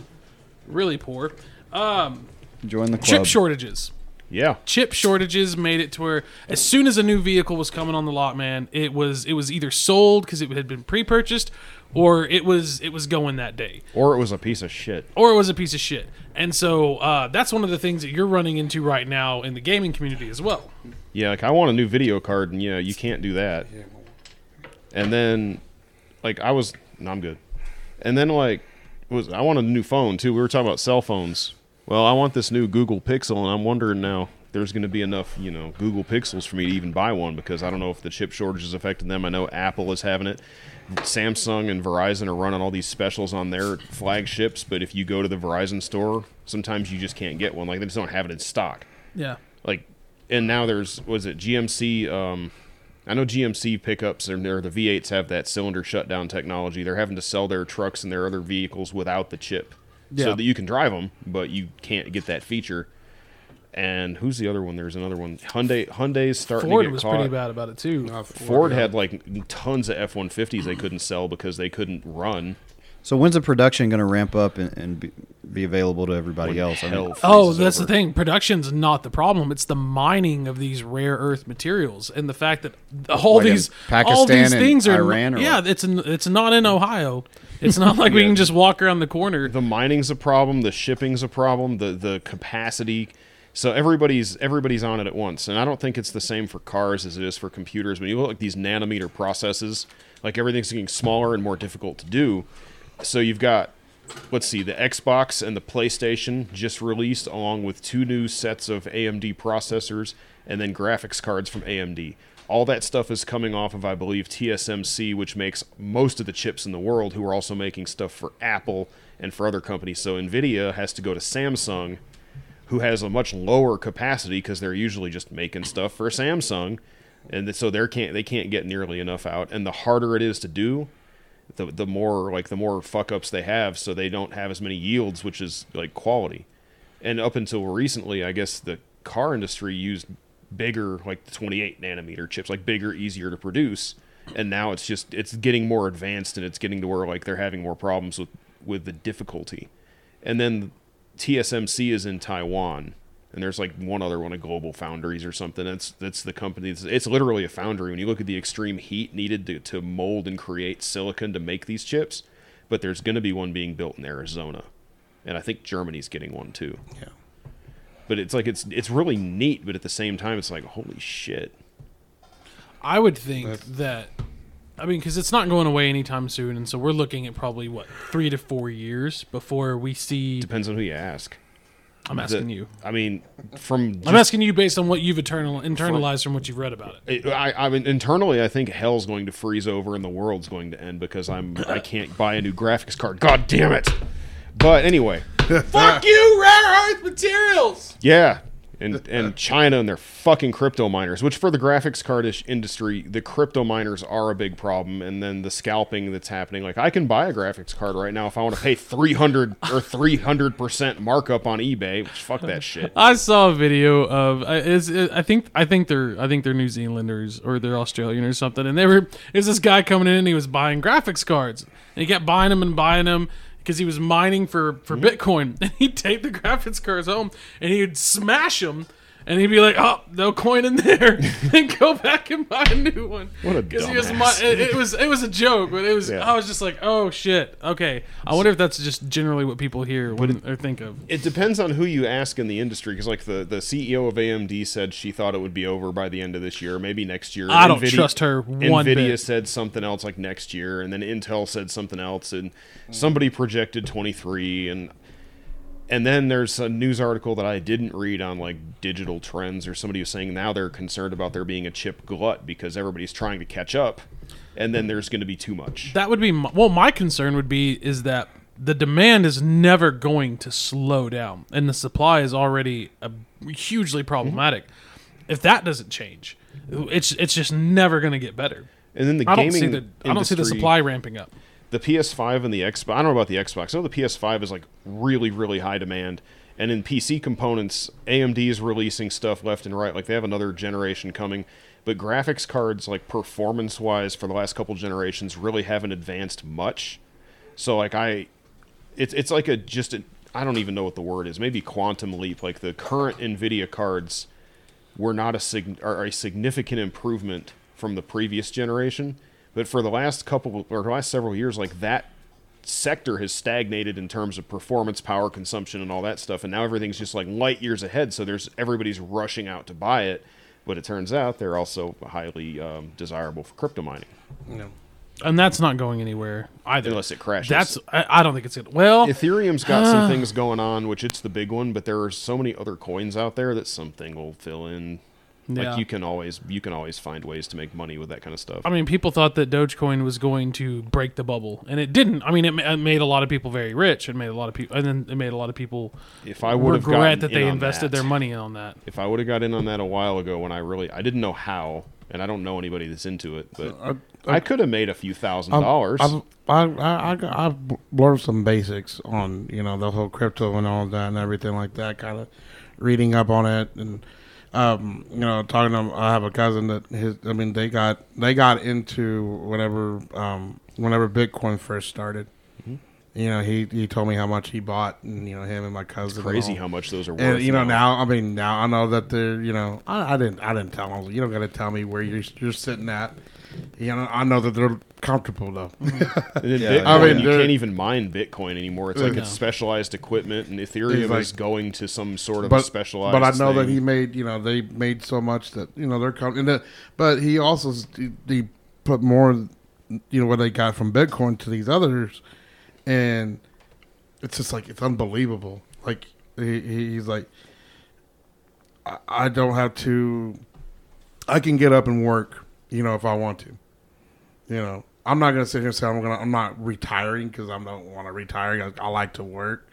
really poor.
Join the club.
Chip shortages.
yeah.
Chip shortages made it to where as soon as a new vehicle was coming on the lot, man, it was it was either sold because it had been pre-purchased, or it was it was going that day.
Or it was a piece of shit.
or it was a piece of shit. And so uh, that's one of the things that you're running into right now in the gaming community as well.
Yeah, like I want a new video card, and you know you can't do that. And then, like I was, no, I'm good. And then like was I want a new phone too. We were talking about cell phones. Well, I want this new Google Pixel, and I'm wondering now if there's going to be enough, you know, Google Pixels for me to even buy one because I don't know if the chip shortage is affecting them. I know Apple is having it. Samsung and Verizon are running all these specials on their flagships, but if you go to the Verizon store, sometimes you just can't get one. Like they just don't have it in stock
Yeah.
like and now there's was it GMC um I know GMC pickups and their the V8s have that cylinder shutdown technology. They're having to sell their trucks and their other vehicles without the chip,
Yeah.
so that you can drive them, but you can't get that feature. And who's the other one? There's another one. Hyundai Hyundai's starting to
Ford
get
was
caught.
pretty bad about it too.
Uh,
Ford
yeah.
had like tons of F150s they couldn't sell because they couldn't run.
So when's the production going to ramp up and, and be, be available to everybody
When
else? I mean,
hell
Oh,
freezes
that's
over.
the thing. Production's not the problem. It's the mining of these rare earth materials and the fact that all
Like in
these all
Pakistan
these
and
things are
Iran or
yeah,
what?
it's in, it's not in Ohio. It's not like we
Yeah.
can just walk around the corner.
The mining's a problem. The shipping's a problem. The the capacity. So everybody's everybody's on it at once, and I don't think it's the same for cars as it is for computers. When you look at these nanometer processes, like everything's getting smaller and more difficult to do. So you've got, let's see, the Xbox and the PlayStation just released along with two new sets of AMD processors and then graphics cards from AMD. All that stuff is coming off of, I believe, TSMC, which makes most of the chips in the world, who are also making stuff for Apple and for other companies. So NVIDIA has to go to Samsung, who has a much lower capacity because they're usually just making stuff for Samsung, and th- so they can't they can't get nearly enough out. And the harder it is to do, the the more like the more fuck ups they have, so they don't have as many yields, which is like quality. And up until recently, I guess the car industry used bigger like 28 nanometer chips, like bigger, easier to produce. And now it's just it's getting more advanced, and it's getting to where like they're having more problems with with the difficulty. And then TSMC is in Taiwan, and there's like one other one, a Global Foundries or something. That's that's the company. It's, it's literally a foundry. When you look at the extreme heat needed to, to mold and create silicon to make these chips, but there's going to be one being built in Arizona, and I think Germany's getting one too.
Yeah.
But it's like it's it's really neat, but at the same time, it's like holy shit.
I would think that I mean cuz it's not going away anytime soon and so we're looking at probably what 3 to 4 years before we see
Depends on who you ask.
I'm
The-
asking you.
I mean, from
I'm asking you based on what you've internal, internalized from what you've read about it.
It- I, I mean, internally, I think hell's going to freeze over and the world's going to end because I'm I can't buy a new graphics card. God damn it! But anyway,
Fuck you, rare earth materials.
yeah, and and China and their fucking crypto miners, which for the graphics card ish industry, the crypto miners are a big problem, and then the scalping that's happening. Like I can buy a graphics card right now if I want to pay three hundred or three hundred percent markup on eBay. Which fuck that shit.
I saw a video of I- it's, it, I think I think they're I think they're New Zealanders or they're Australian or something, and they were is this guy coming in and he was buying graphics cards and he kept buying them and buying them because he was mining for for
Hmm?
Bitcoin and he'd take the graphics cards home and he'd smash them. And he'd be like, "Oh, no coin in there," and go back and buy a new one.
What a
he was
dumbass.
mi- it, it was it was a joke, but it was
Yeah.
I was just like, "Oh shit, okay." I wonder if that's just generally what people hear when, or think of.
It depends on who you ask in the industry, because like the, the CEO of AMD said she thought it would be over by the end of this year, maybe next year.
I don't trust her one
Nvidia
bit.
said something else like next year, and then Intel said something else, and somebody projected twenty three, and and then there's a news article that I didn't read on like digital trends, or somebody was saying now they're concerned about there being a chip glut because everybody's trying to catch up, and then there's going to be too much.
That would be my, well. My concern would be is that the demand is never going to slow down, and the supply is already a,
Hmm?
hugely problematic. If that doesn't change, it's it's just never going to get better.
And then the
I don't
gaming
see the I don't see the
industry-
supply ramping up.
the PS5 and the Xbox. I don't know about the Xbox. I know the PS5 is like really, really high demand. And in PC components, AMD is releasing stuff left and right. Like they have another generation coming. But graphics cards, like performance wise, for the last couple generations, really haven't advanced much. So like I, it's it's like a just a, I don't even know what the word is. Maybe quantum leap. Like the current Nvidia cards were not a sig- are a significant improvement from the previous generation. But for the last couple or the last several years, like that sector has stagnated in terms of performance, power consumption, and all that stuff. And now everything's just like light years ahead. So there's everybody's rushing out to buy it. But it turns out they're also highly um, desirable for crypto mining,
You know.
And that's not going anywhere either.
unless it crashes.
That's I, I don't think it's gonna. Well,
Ethereum's got some things going on, which it's the big one, but there are so many other coins out there that something will fill in.
Yeah.
Like you can always you can always find ways to make money with that kind of stuff.
I mean, people thought that Dogecoin was going to break the bubble, and it didn't. I mean, it, ma- it made a lot of people very rich. It made a lot of people, and then it made a lot of people
if I would have
regret
gotten
that
in
they
on
invested
that-
their money in on that.
if I would have got in on that a while ago when I really I didn't know how and I don't know anybody that's into it, but I, could have made a few 1000
I've-
dollars.
I've, I, I, I, I've learned some basics on you know the whole crypto and all that and everything like that. Kind of reading up on it and um, you know talking to. I have a cousin that his. I mean, they got they got into whenever um, whenever Bitcoin first started. You know, he, he told me how much he bought, and you know him and my cousin. and
Crazy
all.
how much those are worth.
And you know now, I mean now I know that they're you know I, I didn't I didn't tell them you don't got to tell me where you're you're sitting at. You know I know that they're comfortable though.
And then
Yeah,
Bitcoin,
I
mean,
you
they're-
can't even mine Bitcoin anymore. It's like
Yeah.
it's specialized equipment, and Ethereum
like-
is going to some sort of
but
specialized.
but I know that
thing.
he made you know they made so much that you know they're coming. The, but he also s- he- he put more you know what they got from Bitcoin to these others, and it's just like it's unbelievable. Like he, he- he's like, I, I don't have to. I can get up and work, you know, if I want to. You know, I'm not gonna sit here and say I'm gonna. I'm not retiring because I don't want to retire. I, I like to work,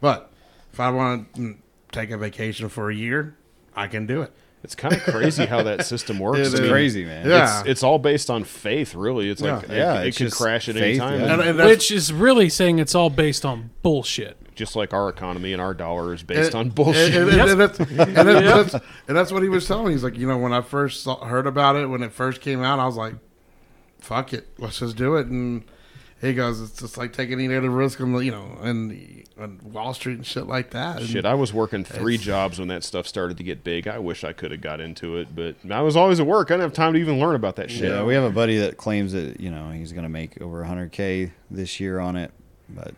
but if I want to take a vacation for a year, I can do it.
It's kind of crazy how that system works.
It
I
is.
mean,
crazy, man.
Yeah.
It's, it's all based on faith, really. It's like
Yeah.
it-
Yeah,
it,
it's
can
just
crash at any
faith,
time,
yeah.
And, and that's,
Which is really saying it's all based on bullshit.
just like our economy and our dollar is based on
and-
bullshit.
And, and- and that's, and that's- that's- and that's what he was telling me. He's like, you know, when I first saw, heard about it, when it first came out, I was like, fuck it, let's just do it. And he goes, it's just like taking any other risk on the, you know, and on Wall Street and shit like that. And
Shit, I was working three jobs when that stuff started to get big. I wish I could have got into it, but I was always at work. I didn't have time to even learn about that shit.
Yeah, we have a buddy that claims that you know he's going to make over 100k this year on it, but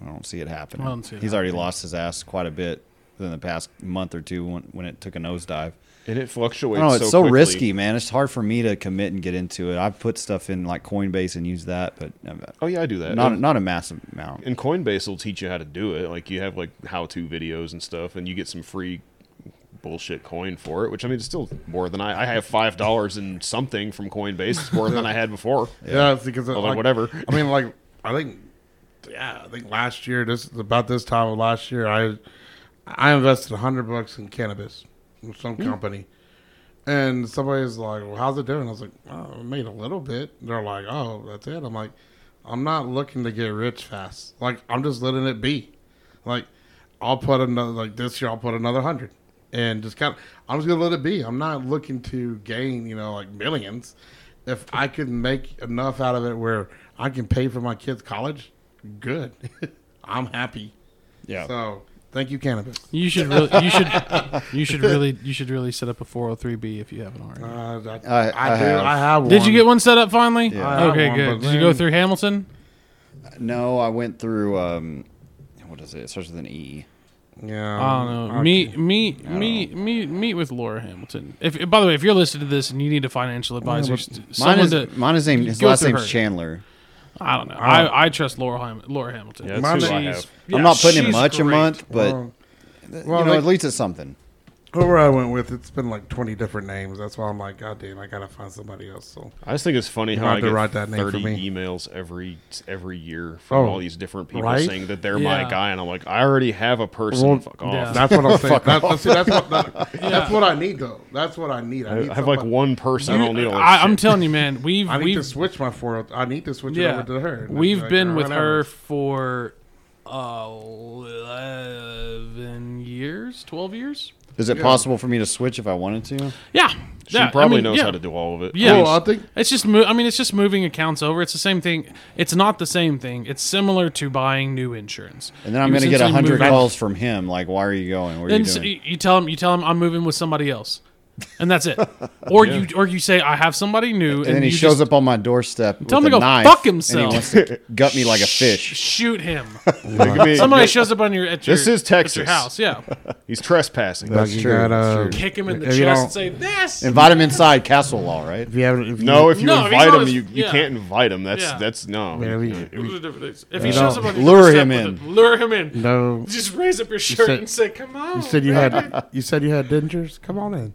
I don't see it happening.
I don't see it
he's already lost his ass quite a bit in the past month or two when, when it took a nosedive.
and it
I
fluctuates.
don't know. It's so,
quickly.
risky, man. It's hard for me to commit and get into it. I've put stuff in like Coinbase and use that, but um,
Oh yeah, I do that.
not
And-
not a massive amount.
and Coinbase will teach you how to do it. Like you have like how to videos and stuff, and you get some free bullshit coin for it. Which I mean, it's still more than I. I have five dollars and something from Coinbase. It's more than I had before.
yeah, it's because
Well, then
like,
whatever.
I mean, like, I think, yeah, I think last year, this about this time of last year, I, I invested hundred bucks in cannabis, in some company, and somebody's like, "Well, how's it doing?" I was like, "Oh, I made a little bit." They're like, "Oh, that's it." I'm like, "I'm not looking to get rich fast. Like, I'm just letting it be. Like, I'll put another like this year. I'll put another hundred, and just kind of I'm just gonna let it be. I'm not looking to gain you know like millions. If I can make enough out of it where I can pay for my kids' college, good. I'm happy.
Yeah.
So thank you, cannabis.
You should really, you should, you should really, you should really set up a 403b if you haven't already.
Uh, I,
I-
I
I
do.
have.
I have.
Did
one.
you get one set up finally?
Yeah.
I have
Okay,
one,
good.
but
Did you go
then-
through Hamilton?
No, I went through um, what is it? It starts with an E.
Yeah.
I don't know.
okay.
Uh, Meet, meet, meet, meet, meet with Laura Hamilton. If, by the way, if you're listening to this and you need a financial advisor, s- someone
Mine is,
to,
mine is named. His
go
last
through
name's
her.
Chandler.
I don't know. I, I trust Laura Ham- Laura Hamilton.
Yeah, that's
Mine who I
She's-
have.
yeah,
I'm not putting in
she's
much a
great.
month, but
Well,
you
well,
know,
like-
at least it's something.
whoever I went with, it's been like 20 different names. That's why I'm like, God damn, I gotta find somebody else. So
I just think it's funny how
might
I
have to
get
write that name for
thirty
me.
emails every every year from
Oh,
all these different people
right?
saying that they're
Yeah.
my guy, and I'm like, I already have a person.
Well,
Fuck off.
yeah.
that's what I'm saying. that's, see, that's, what, that- that's what I need, though. That's what I need. I,
I
need
have like
somebody-
one person. I don't need all that
I, I'm
shit.
telling you, man. We've
I need
we've
to switch my four. I need to switch it
yeah,
over to her.
we've
Like,
been
or
with
whatever.
her for uh, eleven years, twelve years.
Is it possible for me to switch if I wanted to?
Yeah,
she
yeah, I
probably
mean,
knows
yeah.
how to do all of it.
Yeah.
Well, I think
It's just, mo- I mean, it's just moving accounts over. It's the same thing. It's not the same thing. It's similar to buying new insurance.
And then I'm
You
going to get
essentially
hundred
move-
calls from him. Like, why are you going? Where are
Then
you
s-
doing?
you, you tell him, you tell him, I'm moving with somebody else, and that's it. Or you, or you say, I have somebody new, and,
and then he
you
shows
just
up on my doorstep
Tell him
with a
to go
knife,
fuck
And
himself.
he wants to gut me like a fish.
Shoot him.
Like, I mean,
Somebody shows up on your at your,
This is
at your
Texas.
house. Yeah,
he's trespassing.
you
true,
got,
that's
uh,
true.
kick him in the
If you
chest
don't-
and say this.
Invite him inside castle law, right?
If you haven't, if you-
No, if you
No, if he's
invite him,
always-
you, you
yeah.
can't invite him. That's
Yeah.
that's no.
Yeah, we-
It was-
If he shows up on your
Lure
doorstep
him
with
in.
a- lure him in.
no.
Just raise up your shirt
said-
and say, "Come on."
You said you had. You said you had dentures. Come on in.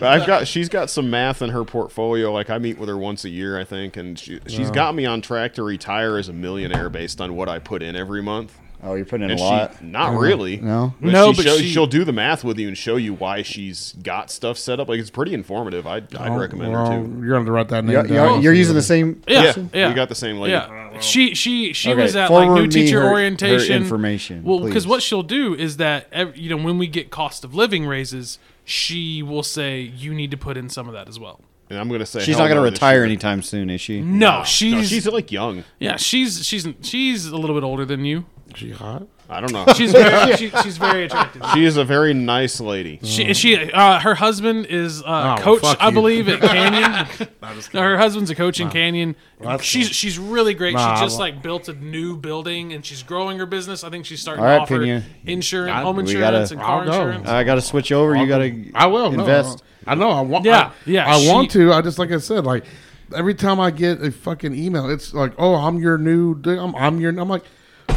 But I've got she's got some math in her portfolio. Like I meet with her once a year, I think, and she, she's got me on track to retire as a millionaire based on what I put in every month.
Oh, you're putting in
And
a
she,
lot.
not really.
No?
but
No,
she
but
shows,
she-
she'll do the math with you and show you why she's got stuff set up. Like it's pretty informative. I'd,
Oh,
I'd recommend her too.
You're going to write that name
You're,
down.
you're, you're using the same.
Yeah,
Yeah,
yeah,
we got the same lady.
Yeah, she she she
Okay,
was at like
forward
new
me
teacher
her- her
orientation
information,
Well, because
please.
what she'll do is that ev- you know when we get cost of living raises, she will say you need to put in some of that as well.
And I'm gonna say
She's
hell
not going
no
to
this
retire
year.
anytime soon, is she?
No,
No,
she's
she's like young.
yeah she's she's she's a little bit older than you.
She hot?
I don't know.
She's very, she, she's very attractive.
she is a very nice lady.
She, she uh, her husband is uh,
Oh,
coach,
fuck
I
you.
believe, at Canyon. No, her husband's a coach in Canyon.
that's
she's
cool.
she's really great.
Nah, I
she just
want-
like built a new building and she's growing her business. I think she's starting
All right, Uh,
to offer
Pena.
insurance,
I-
home
we
insurance,
gotta-
and car
I'll go.
insurance.
I got to swch over. You got to.
I will no,
invest.
no. I know. I want.
Yeah,
I,
yeah,
I want
she-
to. I just like I said. Like every time I get a fucking email, it's like, oh, I'm your new. di- I'm, I'm your. I'm like,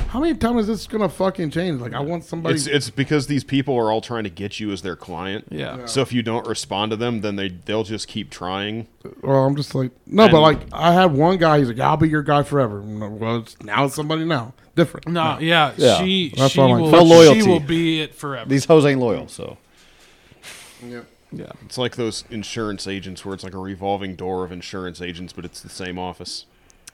how many times is this gonna fucking change? Like I want somebody.
It's it's because these people are all trying to get you as their client.
Yeah. Yeah.
So if you don't respond to them, then they they'll just keep trying.
well, I'm just like no, but
And-
like I had one guy. He's like, I'll be your guy forever. I'm like, Well, it's now it's somebody now different.
no, yeah,
Yeah.
she
That's
she
what I'm
will,
No
like.
loyalty.
she will be it forever.
These hoes ain't loyal, so.
Yeah.
yeah.
It's like those insurance agents where it's like a revolving door of insurance agents, but it's the same office.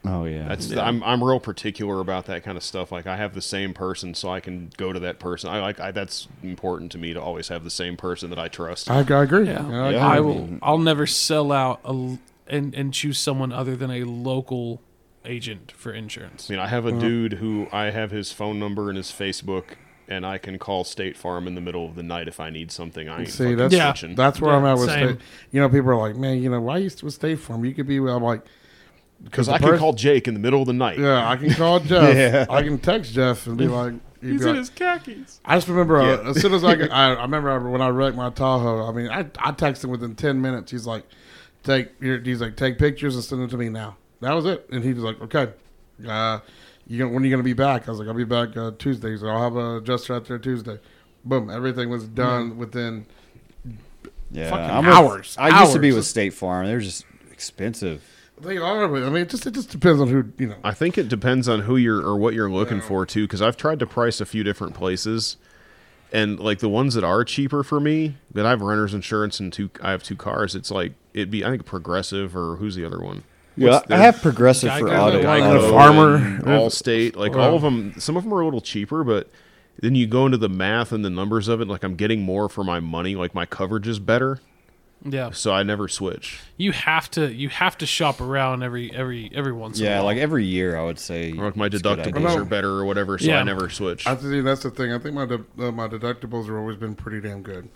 Oh, yeah.
That's I'm I'm real particular about that kind of stuff. Like I have the same person, so I can go to that person. I like I, that's important to me to always have the same person that I trust.
I, I agree.
Yeah.
I agree.
Yeah.
I will. I'll never sell out a l and and choose someone other than a local agent for insurance.
I mean, I have a
Uh-huh.
dude who I have his phone number and his Facebook, and I can call State Farm in the middle of the night if I need something. I ain't
See,
fucking
that's
Yeah.
snitching.
that's where
Yeah,
I'm at with
same.
state. You know, people are like, man, you know, why you with State Farm? You could be. I'm like,
because
the
I can
pers-
call Jake in the middle of the night.
Yeah, I can call Jeff.
Yeah.
I can text Jeff and be like, he'd be like-
khakis.
I just remember uh,
Yeah.
as soon as I, got- I, I remember when I wrecked my Tahoe. I mean, I, I texted him within ten minutes. He's like, take your, he's like take pictures and send them to me now. That was it. And he was like, okay, uh, you gonna- when are you gonna be back? I was like, I'll be back uh, Tuesday. He's like, I'll have a adjuster out there Tuesday. Boom, everything was done within.
Yeah,
Fucking
I'm with-
hours,
I used to be
hours.
with State Farm. They're just expensive.
They are. but I mean, it just it just depends on who you know.
I think it depends on who you're or what you're looking for too. Because I've tried to price a few different places, and like the ones that are cheaper for me, that I have renter's insurance and two, I have two cars. It's like it'd be I think Progressive or who's the other one?
Yeah, I have Progressive for
Geico,
auto.
like
auto.
the farm- Farmer.
Farmer, Allstate, like all of them. Some of them are a little cheaper, but then you go into the math and the numbers of it. Like I'm getting more for my money. Like my coverage is better,
Yeah,
so I never switch.
you have to you have to shop around every every every once. in a
Yeah,
while.
like every year, I would say.
Or like my
it's a good idea.
deductibles are better or whatever, so
Yeah.
I never switch.
I think that's the thing. I think my de- uh, my deductibles have always been pretty damn good.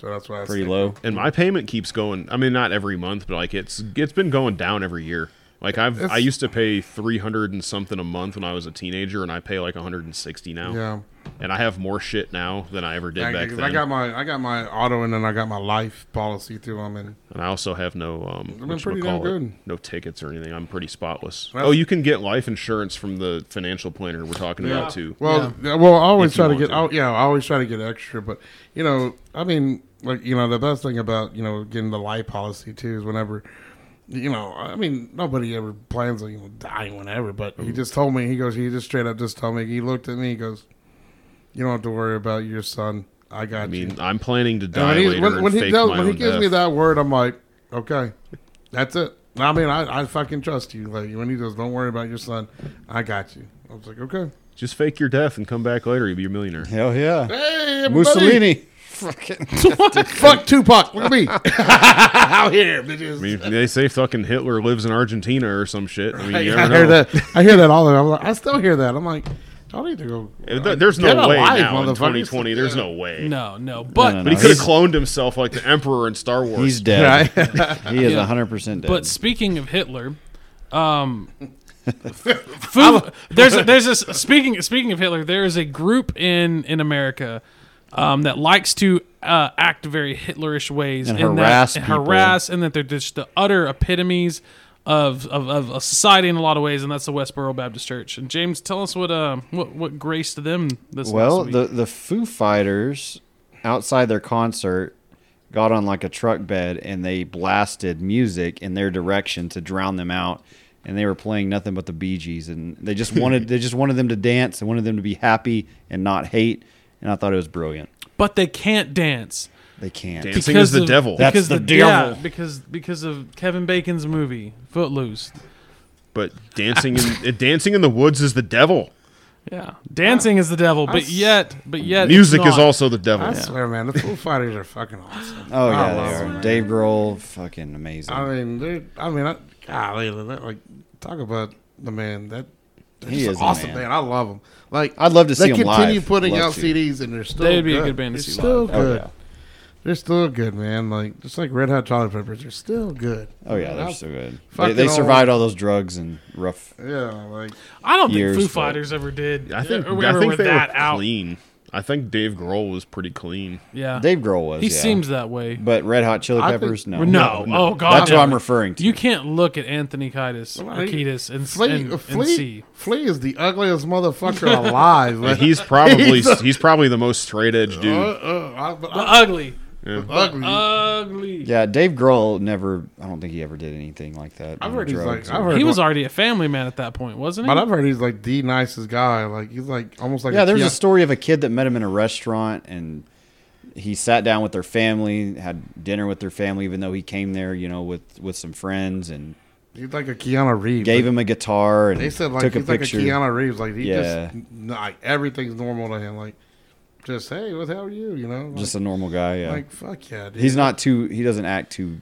So that's why I
Pretty
stay-
low.
and my payment keeps going. I mean, not every month, but like it's it's been going down every year. Like I've I
It's-
used to pay three hundred and something a month when I was a teenager, and I pay like one hundred and sixty now.
Yeah.
and I have more shit now than I ever did
I,
back
'cause
then.
I got my I got my auto and then I got my life policy through them and
and I also have no um
been
whatchamacallit,
pretty damn good.
no tickets or anything. I'm pretty spotless.
Well-
oh, you can get life insurance from the financial planner we're talking about too.
well yeah, well I always
If you
try to
want
get
to.
oh yeah I always try to get extra but you know I mean like you know the best thing about you know getting the life policy too is whenever you know I mean nobody ever plans on you know, dying whenever but
Mm-hmm.
he just told me he goes he just straight up just told me he looked at me he goes you don't have to worry about your son I got
I mean,
you
I'm planning to
And
die later and
when he
fake
does,
my
when he
own
gives me
death.
that word, I'm like, okay, that's it. I mean, I, I fucking trust you. Like when he goes, don't worry about your son. I got you. I was like, okay.
Just fake your death and come back later. You'll be a millionaire.
Hell yeah.
Eh,
Hey, everybody.
Mussolini.
Fuck Tupac. Look at me. Out here,
I
bitches.
mean, they say fucking Hitler lives in Argentina or some shit. I mean, you
I
never
hear
know.
that. I hear that all the time. I'm like, I still hear that. I'm like, y'all need to go.
If th- There's
Get
no way
alive,
now in
motherfuckers.
2020. There's no way.
no, no, but
no,
But he
no.
could have
He's-
cloned himself like the Emperor in Star Wars.
He's dead. He is 100% dead.
But speaking of Hitler, um, food, there's a, there's this speaking speaking of Hitler, there is a group in in America um, that likes to uh, act very Hitlerish ways
And
in
harass
that, and
people.
harass, and that they're just the utter epitomes of, of of a society in a lot of ways, and that's the Westboro Baptist Church. And James, tell us what uh, what what graced them this
well,
last week.
the, the Foo Fighters outside their concert, got on like a truck bed, and they blasted music in their direction to drown them out. And they were playing nothing but the Bee Gees, and they just wanted they just wanted them to dance. They wanted them to be happy and not hate. And I thought it was brilliant.
but they can't dance
They can't.
Damn. Dancing is the
of,
devil.
That's
because
the
yeah,
devil.
because because of Kevin Bacon's movie Footloose.
But dancing in dancing in the woods is the devil.
Yeah, dancing is the devil, but
s-
yet, but yet, it's
Music is
not.
also the devil.
I swear, man, the Foo Fighters are fucking awesome.
Oh
I
yeah,
love
they are.
them.
Dave Grohl, fucking amazing.
I mean, they're. I mean, I, golly, that- like talk about the man that. That's
He
just
is
an
the
awesome
man.
man. I love him. Like
I'd love to see
they
'em
continue
live.
putting
Love
out
to.
CDs, and they're still.
They'd be a
good.
good band to
They're
see
Still
live.
Oh,
good.
yeah.
They're still good, man. Like just like Red Hot Chili Peppers, they're still good.
Oh yeah,
I-
they're so good. They,
fucking
they
all-
survived all those drugs and rough.
Yeah, like
I don't think
years,
Foo
but-
Fighters ever did.
I think
or
I
whatever
think
with
they
that
were
out.
clean. I think Dave Grohl was pretty clean.
Yeah,
Dave Grohl was.
Uh, he
yeah.
seems that way.
But Red Hot Chili
I think-
Peppers, no.
no. oh god,
That's
no.
what I'm referring to.
You can't look at Anthony Kiedis or
Right.
Kiedis and,
Flea,
and, and
Flea,
see.
Flea is the ugliest motherfucker alive. man.
He's probably
He's
he's,
a-
probably the most straight edge
uh,
dude.
uh, I, but
The
I,
ugly, Uh,
ugly.
ugly.
Yeah, Dave Grohl never. I don't think he ever did anything like that.
I've
on
heard he's
drugs
like-
or-
I've heard-
He was already a family man at that point, wasn't he?
but I've heard he's like the nicest guy. Like he's like almost like
yeah, there's
Keanu-
a story of a kid that met him in a restaurant and he sat down with their family, had dinner with their family, even though he came there, you know, with with some friends and
he's like a Keanu Reeves.
gave him a guitar and
They said like
took a
he's like a
picture.
Keanu Reeves. Like he
Yeah.
just n- like everything's normal to him. Like just hey, what the hell are you? You know, like,
just a normal guy. Yeah.
like fuck yeah, dude.
he's not too he doesn't act too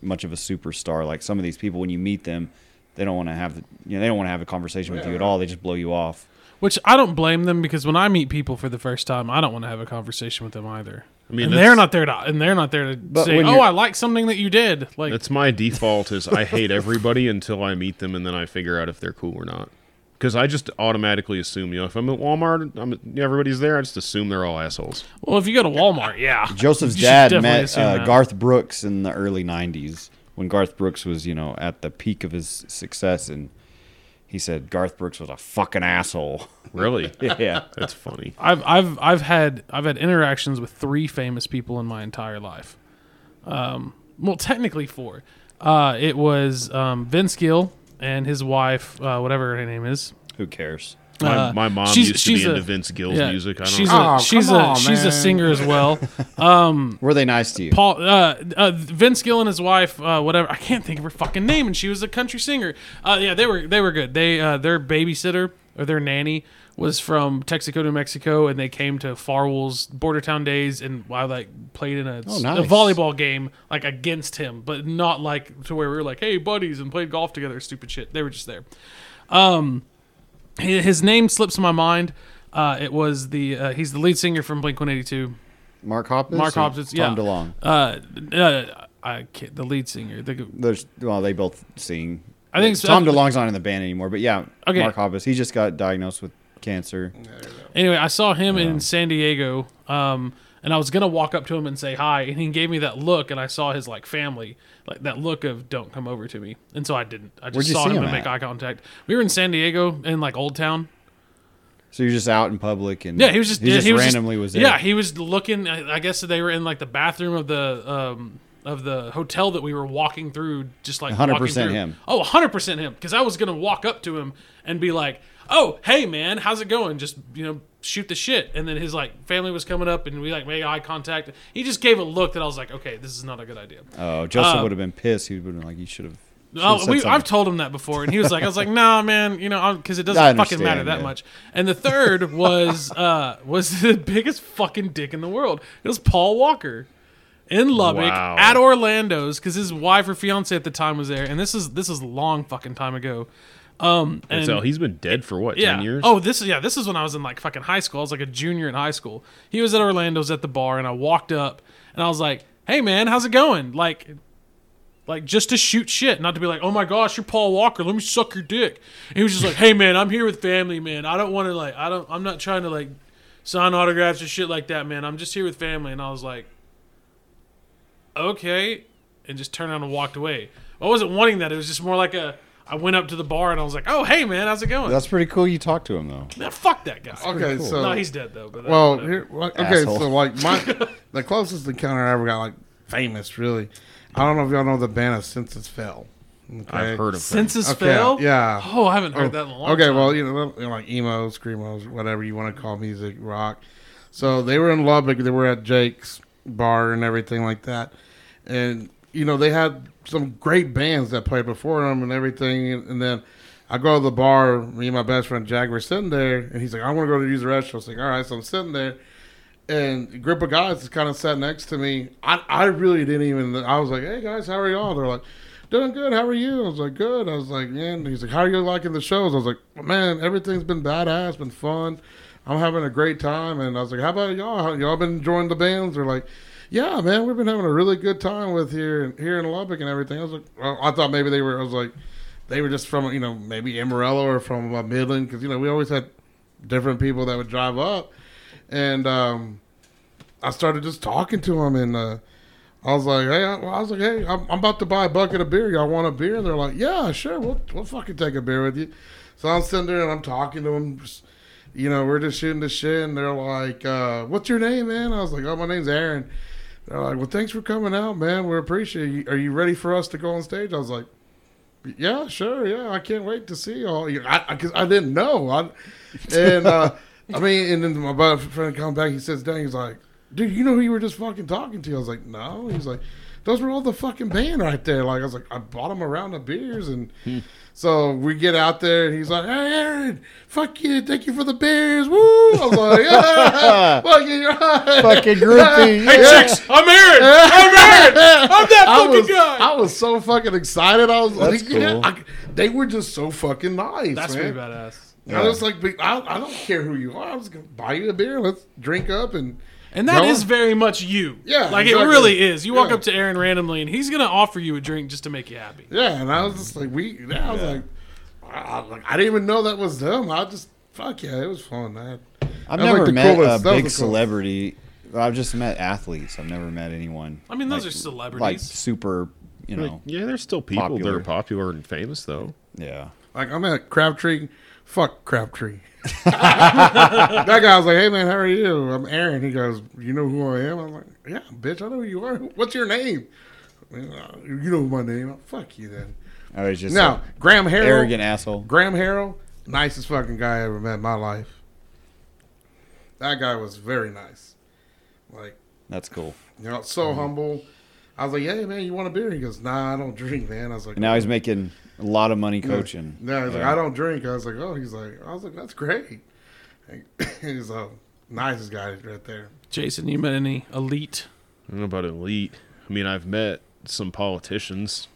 much of a superstar like some of these people when you meet them they don't want to have you know they don't want to have a conversation with you at all they just blow you off
Which I don't blame them because when I meet people for the first time, I don't want to have a conversation with them either. I
mean,
mean, and
that's-
they're not there to, and they're not there to say,
when
"Oh,
you're-
I like something that you did." Like,
That's my default is I hate everybody until I meet them and then I figure out if they're cool or not. Because I just automatically assume, you know, if I'm at Walmart, I'm at, everybody's there. I just assume they're all assholes.
well, if you go to Walmart, yeah,
joseph's
You should
dad
definitely
met
assume
uh,
that.
garth brooks in the early 90s when garth brooks was you know at the peak of his success and he said garth brooks was a fucking asshole
Really,
yeah
that's funny.
I've I've I've had I've had interactions with three famous people in my entire life. Um, well, technically four. Uh, it was um, Vince Gill and his wife, uh, whatever her name is.
who cares
My,
Uh,
my mom
she's-
used to
she's
be into
a-
Vince Gill's
yeah,
music. I don't
she's
know.
a
Oh,
she's a
come on,
she's a
man.
singer as well.
were they nice to you
Paul, uh, uh, Vince Gill and his wife, uh, whatever. I can't think of her fucking name, and she was a country singer. Uh, yeah, they were they were good. They uh, their babysitter or their nanny was from Texaco, New Mexico, and they came to Farwell's Border Town Days, and I like played in a,
Oh,
a
nice.
volleyball game like against him, but not like to where we were like hey buddies and played golf together, stupid shit. They were just there. Um, hi- his name slips my mind. Uh, it was the uh, he's the lead singer from Blink One Eighty Two.
mark hoppus
Mark
or
Hoppus, yeah.
tom delong
Uh, uh, I can't, the lead singer. The,
there's well they both sing
I think so-
tom delong's not in the band anymore but yeah
Okay.
mark hoppus he just got diagnosed with cancer
anyway, I saw him in San Diego, um, and I was gonna walk up to him and say hi, and he gave me that look, and I saw his like family, like that look of "Don't come over to me," and so I didn't. I
Where'd
just
you
saw
see
him,
him
and
at?
make eye contact. We were in San Diego in like Old Town.
So you're just out in public and
Yeah, he was just
he just
he was just-
randomly was there.
Yeah, he was looking. I I guess they were in like the bathroom of the um, of the hotel that we were walking through, just like walking
100%
through.
him.
Oh, 100 percent him, because I was gonna walk up to him and be like, "Oh, hey man, how's it going?" Just you know, shoot the shit. And then his like family was coming up, and we like made eye contact. He just gave a look that I was like, "Okay, this is not a good idea."
oh, Joseph would have been pissed. He would have been like, "You should have."
uh, Oh, we, I've told him that before, and he was like, "I was like, nah, man, you know, because it
I
doesn't fucking
understand,
matter that
yeah.
much." And the third was uh, was the biggest fucking dick in the world. It was Paul Walker in Lubbock
Wow.
at Orlando's because his wife or fiance at the time was there, and this is this is a long fucking time ago. Um, and
so he's been dead for what
yeah.
ten years?
Oh, this is yeah. This is when I was in like fucking high school. I was like a junior in high school. He was at Orlando's at the bar, and I walked up and I was like, "Hey, man, how's it going?" Like, like just to shoot shit, not to be like, "Oh my gosh, you're Paul Walker. Let me suck your dick." And he was just like, "Hey, man, I'm here with family, man. I don't want to like, I don't, I'm not trying to like sign autographs or shit like that, man. I'm just here with family." And I was like, "Okay," and just turned around and walked away. I wasn't wanting that. It was just more like a. I went up to the bar and I was like, "Oh, hey man, how's it going?"
That's pretty cool. You talked to him though.
Man, fuck that guy.
Okay,
cool.
so
no, he's dead though. But uh,
well,
that-
here, well, okay,
Asshole.
so like my the closest encounter I ever got like famous, really. I don't know if y'all know the band of Census Fell. Okay?
I've heard of them.
census
Okay,
fail.
yeah.
Oh, I haven't heard that in a long
Okay,
time.
well, you know, you know, like emo, screamos, whatever you want to call music, rock. So they were in Lubbock. They were at Jake's bar and everything like that. And you know, they had some great bands that played before them and everything. And, then I go to the bar. Me and my best friend Jack were sitting there, and he's like, "I want to go to use the restroom." I was like, "All right." So I'm sitting there. And a group of guys is kind of sat next to me. I, I really didn't even. I was like, "Hey guys, how are y'all?" They're like, doing good. How are you? I was like, good. I was like, man. He's like, how are you liking the shows? I was like, man, everything's been badass, been fun. I'm having a great time. And I was like, how about y'all? How, y'all been enjoying the bands? They're like, yeah, man, we've been having a really good time with here and here in Lubbock and everything. I was like, well, I thought maybe they were. I was like, they were just from you know maybe Amarillo or from uh, Midland because you know we always had different people that would drive up, and um, I started just talking to them and. Uh, I was like, hey, I, well, I was like, hey, I'm, I'm about to buy a bucket of beer. Y'all want a beer? And they're like, yeah, sure. We'll we'll fucking take a beer with you. So I'm sitting there and I'm talking to them. Just, you know, we're just shooting the shit, and they're like, uh, what's your name, man? I was like, oh, my name's Aaron. They're like, well, thanks for coming out, man. We appreciate you. Are you ready for us to go on stage? I was like, yeah, sure, yeah. I can't wait to see all you. I because I, didn't know. I, and uh, I mean, and then my best friend come back. He sits down. He's like, dude, you know who you were just fucking talking to? I was like, no. He's like, those were all the fucking band right there. Like I was like, I bought him a round of beers, and so we get out there, and he's like, hey, Aaron, fuck you, thank you for the beers, woo. I was like, yeah, fucking right.
Fucking groupie.
hey, chicks, I'm Aaron. I'm Aaron. I'm that
I
fucking
was,
guy.
I was so fucking excited. I was
That's
like, yeah,
cool.
I- they were just so fucking nice.
That's
man.
pretty badass.
I was like, be- I, I don't care who you are. I'm just gonna buy you a beer. Let's drink up and
And that is
Go on.
very much you.
Yeah,
Like it
exactly.
really is. You walk
Yeah.
up to Aaron randomly and he's going to offer you a drink just to make you happy.
yeah. And I was just like, we. Yeah, I was like, I, I- like, I didn't even know that was them. I just fuck yeah, it was fun. I,
I've
That was,
never
like, the
met
coolest. That was
a
the
big
coolest.
celebrity. I've just met athletes. I've never met anyone.
I mean, those
like-
are celebrities.
Like super, you
Like,
know.
yeah, there's still people that
Popular.
are popular and famous though.
Yeah.
like I'm at Crabtree. Fuck Crabtree. that guy was like, hey man, how are you? I'm Aaron. He goes, you know who I am? I'm like, yeah, bitch, I know who you are. What's your name? You know my name. Fuck you then.
I was Oh, just
No,
an
Graham Harrell.
arrogant asshole.
Graham Harrell, nicest fucking guy I ever met in my life. That guy was very nice. Like,
That's cool.
you know, so humble. I was like, hey, man, you want a beer? He goes, nah, I don't drink, man. I was like,
And now he's making a lot of money coaching.
no, he's like,
Yeah.
I don't drink. I was like, oh, he's like, I was like, that's great. And he's a nicest guy right there.
Jason, you met any elite?
I don't know about elite. I mean, I've met some politicians.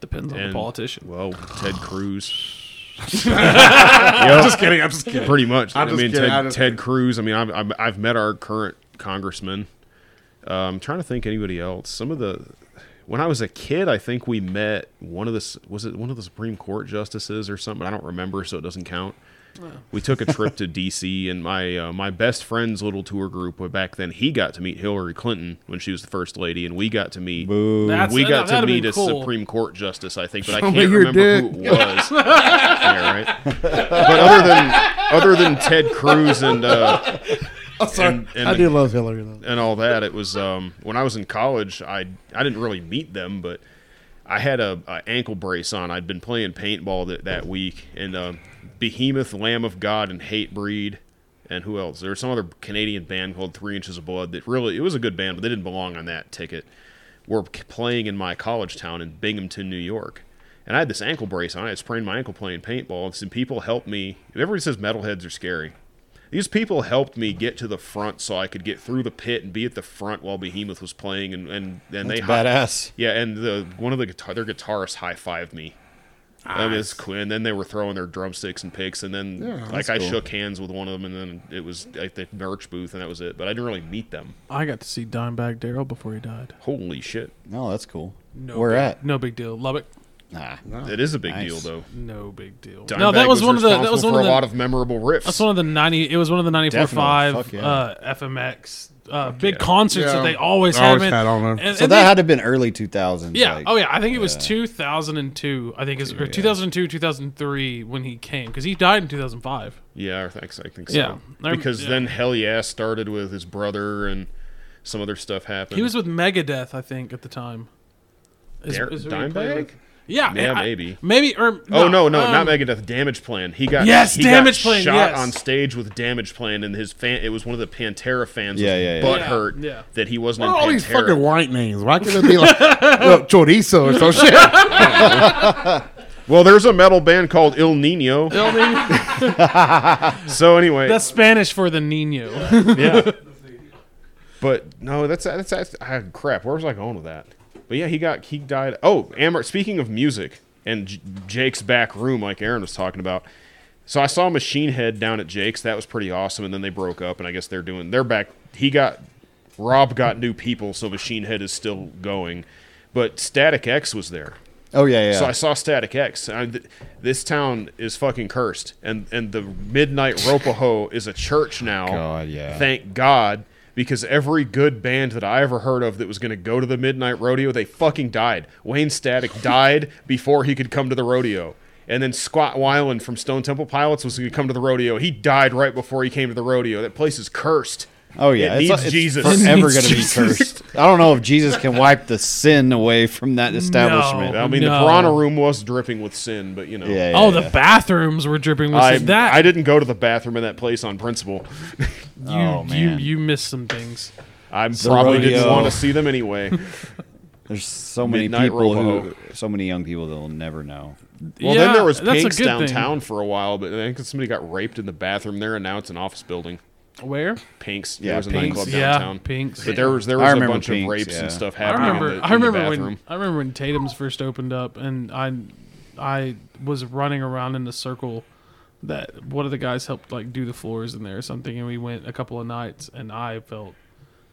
Depends on the
and-
politician.
Well, Ted Cruz.
I'm just kidding. I'm just kidding.
Pretty much. i
I'm just
mean,
kidding,
Ted,
I just-
Ted Cruz. I mean, I've, I've, I've met our current congressman. Uh, I'm trying to think anybody else. Some of the when I was a kid, I think we met one of the s- was it one of the Supreme Court justices or something. I don't remember, so it doesn't count. We took a trip to D.C. and my uh, my best friend's little tour group. uh, Back then, he got to meet Hillary Clinton when she was the first lady, and we got to meet
Boo.
That's-
we
that-
got to
that'd be
meet a
cool.
Supreme Court justice, I think, but I
Show me
can't
your
remember who it was. Yeah, right? But other than other than Ted Cruz and uh, and, and,
love Hillary, though.
and all that, it was um, when I was in college. I I didn't really meet them, but I had a, a ankle brace on. I'd been playing paintball that that week, and um, Behemoth, Lamb of God, and Hate Breed. And who else? There was some other Canadian band called Three Inches of Blood that really, it was a good band, but they didn't belong on that ticket were k- playing in my college town in Binghamton, New York. And I had this ankle brace on. I had sprained my ankle playing paintball, and some people helped me. Everybody says metalheads are scary. These people helped me get to the front so I could get through the pit and be at the front while Behemoth was playing. And and, and they
That's
hi-
badass.
yeah, and the one of the guitar their guitarists high fived me. I mean, it's cool. And then they were throwing their drumsticks and picks, and then like I shook hands with one of them, and then it was at the merch booth, and that was it. But I didn't really meet them.
I got to see Dimebag Daryl before he died.
Holy shit!
No, that's cool.
No
Where
big,
at?
No big deal. Lubbock.
Nah.
It is a big
Nice.
deal though.
No big deal.
Dimebag
Oh, no, that was, one of the that was
responsible
one
for
of the
a lot of memorable riffs.
that's one of the ninety. It was one of the ninety four
Definitely.
five
Fuck yeah.
uh, FMX uh, big concerts
Yeah.
that they always,
They always
have.
had on them.
And,
So
and
that
they-
had to have been early 2000s.
yeah.
like-
oh yeah. I think it was 2002. I think it's or 2002, 2003 when he came because he died in 2005.
Yeah, I think, I think so.
Yeah. I rem-
because
yeah.
then Hell Yeah started with his brother and some other stuff happened.
He was with Megadeth, I think, at the time. Is-
Dar-
is who he played
Dimebag?
with. Yeah.
Yeah,
I-
maybe.
Maybe or
Oh no, no,
um,
not Megadeth. Damage Plan. He got
Yes,
he got
Damage Plan,
Shot
yes.
on stage with Damage Plan, and his fan. It was one of the Pantera fans.
Yeah,
was
yeah, yeah.
Butt
Yeah,
hurt
yeah.
that he wasn't
What
in
are all
Pantera.
these fucking white names? Why can't it be like well, chorizo or some shit?
well, there's a metal band called Il Nino.
El Niño.
So anyway,
That's Spanish for the Nino.
yeah. But no, that's that's, that's ah, crap. Where was I going with that? But yeah, he got he died. Oh, Amber. Speaking of music and J- Jake's back room, like Aaron was talking about. So I saw Machine Head down at Jake's. That was pretty awesome. And then they broke up, and I guess they're doing. They're back. He got Rob got new people, so Machine Head is still going. But Static X was there.
Oh yeah, yeah.
So I saw Static X. I, th- this town is fucking cursed, and and the Midnight Ropaho is a church now.
God, yeah.
Thank God, because every good band that I ever heard of that was going to go to the Midnight Rodeo, they fucking died. Wayne Static died before he could come to the rodeo. And then Scott Weiland from Stone Temple Pilots was going to come to the rodeo. He died right before he came to the rodeo. That place is cursed.
oh yeah.
it
it's,
needs
it's
Jesus.
forever
needs
going to be
Jesus.
cursed. I don't know if Jesus can wipe the sin away from that establishment.
No.
I mean, the piranha room was dripping with sin, but you know,
Yeah, Oh, yeah,
Oh, the
yeah.
bathrooms were dripping with
I,
that.
I didn't go to the bathroom in that place on principle.
you,
Oh, man.
you you missed some things.
I
The
probably didn't
rodeo.
want to see them anyway.
There's so many
Midnight
people
Robo.
who, so many young people that will never know.
Well,
Yeah,
then there was
that's a
Pink's
good thing.
downtown for a while, but I think somebody got raped in the bathroom there, and now it's an office building.
Where?
Pink's,
Yeah,
there was a
Pink's.
nightclub
Yeah,
downtown.
Pink's.
But there was there
I
was a
remember
bunch of
Pink's,
rapes
yeah.
and stuff
I
happening.
remember.
in the,
I
in the
remember when
bathroom.
I remember when Tatum's first opened up, and I I was running around in the circle that one of the guys helped like do the floors in there or something, and we went a couple of nights, and I felt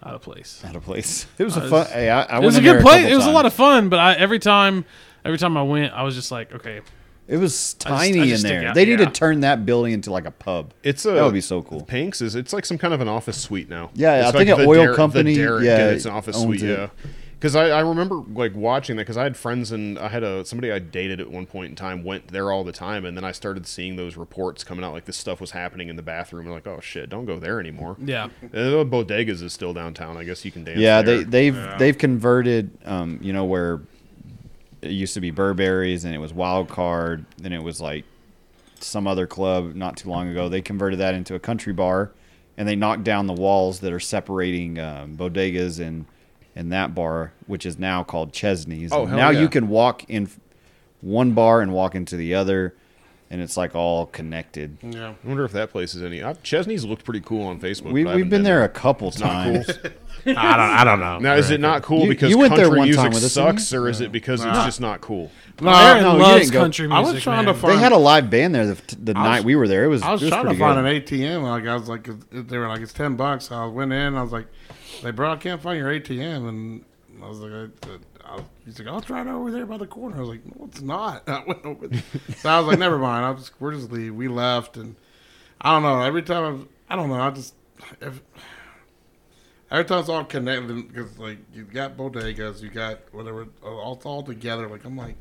out of place.
Out of place. It was
Uh,
a fun. Hey, I, I
It was
went
a
in there
good place.
couple
It was a
times.
lot of fun, but I every time. Every time I went, I was just like, okay,
It was
I
tiny
just
in
stick
there.
out-
they need
yeah.
to turn that building into like a pub.
It's a
that would be so cool.
Pink's is it's like some kind of an office suite now.
Yeah,
It's
I
like
think an
the
oil
Derrick- the
company,
Derrick, and
yeah,
it's an office
owns
suite.
it.
Yeah, because I, I remember like watching that because I had friends and I had a somebody I dated at one point in time went there all the time, and then I started seeing those reports coming out like this stuff was happening in the bathroom, and like oh shit, don't go there anymore.
yeah,
Uh, bodegas is still downtown. I guess you can dance.
Yeah,
there.
they they've they've converted. Um, you know where it used to be Burberry's and it was Wild Card, then it was like some other club not too long ago. They converted that into a country bar, and they knocked down the walls that are separating um, bodegas and and that bar, which is now called Chesney's.
Oh,
And
hell
now
yeah.
you can walk in f- one bar and walk into the other, and it's like all connected.
Yeah.
I wonder if that place is any. I, Chesney's looked pretty cool on Facebook.
We,
but I
we've
haven't
been there a couple
not cool.
times.
I don't. I don't know.
Now, is it not cool
You-
because
you went there
country
one time
music
with us, didn't
sucks, or is it because it's just not cool?
No,
Aaron
no, you
loves
didn't go-
country
I
music.
was trying to
man.
find-
They had a live band there the, the
was-
night we were there. It was.
I was,
it was
trying to
pretty
find
good.
an ATM. Like I was like, they were like, it's ten bucks. I went in. I was like, they bro, I can't find your ATM. And I was like, I, I, he's like, I'll try it over there by the corner. I was like, no, it's not. I went over. there. so I was like, never mind. I'll just we're just leave. We left, and I don't know. Every time I've, I don't know. I just if, every time it's all connected because like you got bodegas, you got whatever, all all together. Like I'm like.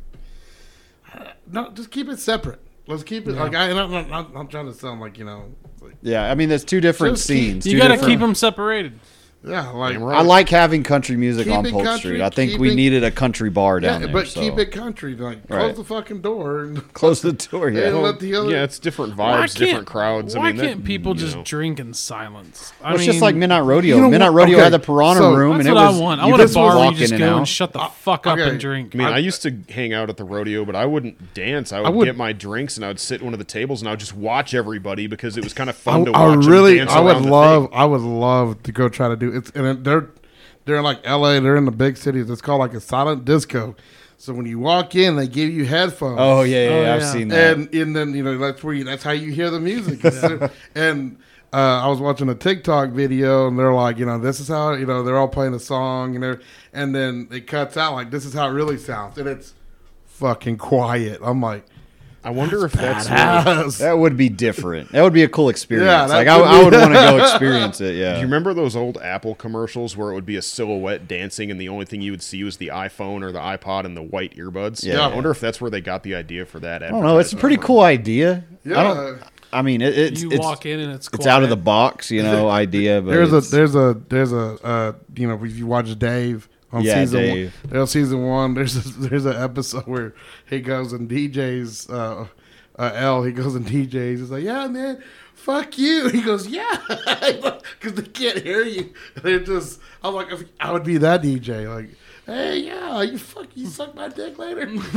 No, just keep it separate. Let's keep it like I, I'm, not, not, I'm trying to sound like you know, it's like,
Yeah, I mean, there's two different
Just keep-
scenes.
You
two
gotta
different-
keep them separated.
yeah, like
Damn right.
I like having country music
Keep
on
it
Polk
country,
Street. I think
keep
we
it-
needed a country bar
yeah,
down there.
but
so.
keep it country. Like close
Right.
the fucking door and
close the door. Yeah,
and
Well,
let the other.
yeah, it's different
Why
vibes,
can't-
different crowds.
Why
I mean, that-
can't people
you
just
know.
drink in silence? I
it's just
mean,
like Midnight Rodeo.
You know
Midnight
what?
Rodeo
Okay,
had the Piranha
so-
Room,
That's
and it
what
was.
I want. I
you
want a
could
bar where
walk
you just
in
go
and
and
out.
shut the fuck up
okay.
and drink.
I mean, I,
I-
used to hang out at the rodeo, but I wouldn't dance. I would,
would-
get my drinks and I would sit at one of the tables and I would just watch everybody because it was kind of
I,
fun to watch.
I
them
really,
dance
I would
around the
love,
thing.
I would love to go try to do it's and it- they're they're in like L.A. They're in the big cities. It's called like a silent disco. So when you walk in, they give you headphones.
Oh yeah, yeah,
Oh,
I've
yeah.
seen that.
and and then you know that's where you, that's how you hear the music. and uh, I was watching a TikTok video, and they're like, you know, this is how you know they're all playing a song, and they're and then it cuts out like this is how it really sounds, and it's fucking quiet. I'm like,
I wonder if that's
Yes.
That would be different. That would be a cool experience.
Yeah, that
like I,
would
I
be-
would want to go experience it. Yeah.
Do you remember those old Apple commercials where it would be a silhouette dancing and the only thing you would see was the iPhone or the iPod and the white earbuds?
Yeah.
I wonder if that's where they got the idea for that.
I don't know. It's a pretty cool idea. I don't.
Yeah.
I mean, it, it's
you
it's,
walk in and it's
it's out of the
quiet.
box, you know, idea. But
There's a
it's-
there's a there's a uh, you know if you watch Dave on
Yeah,
season
Dave.
one, there's season one. There's a, there's an episode where he goes and DJs uh, uh, L. He goes and DJs. He's like, yeah, man, fuck you. He goes, yeah, because they can't hear you. They're just. I'm like, if, I would be that DJ. Like, hey, yeah, you fuck, you suck my dick later.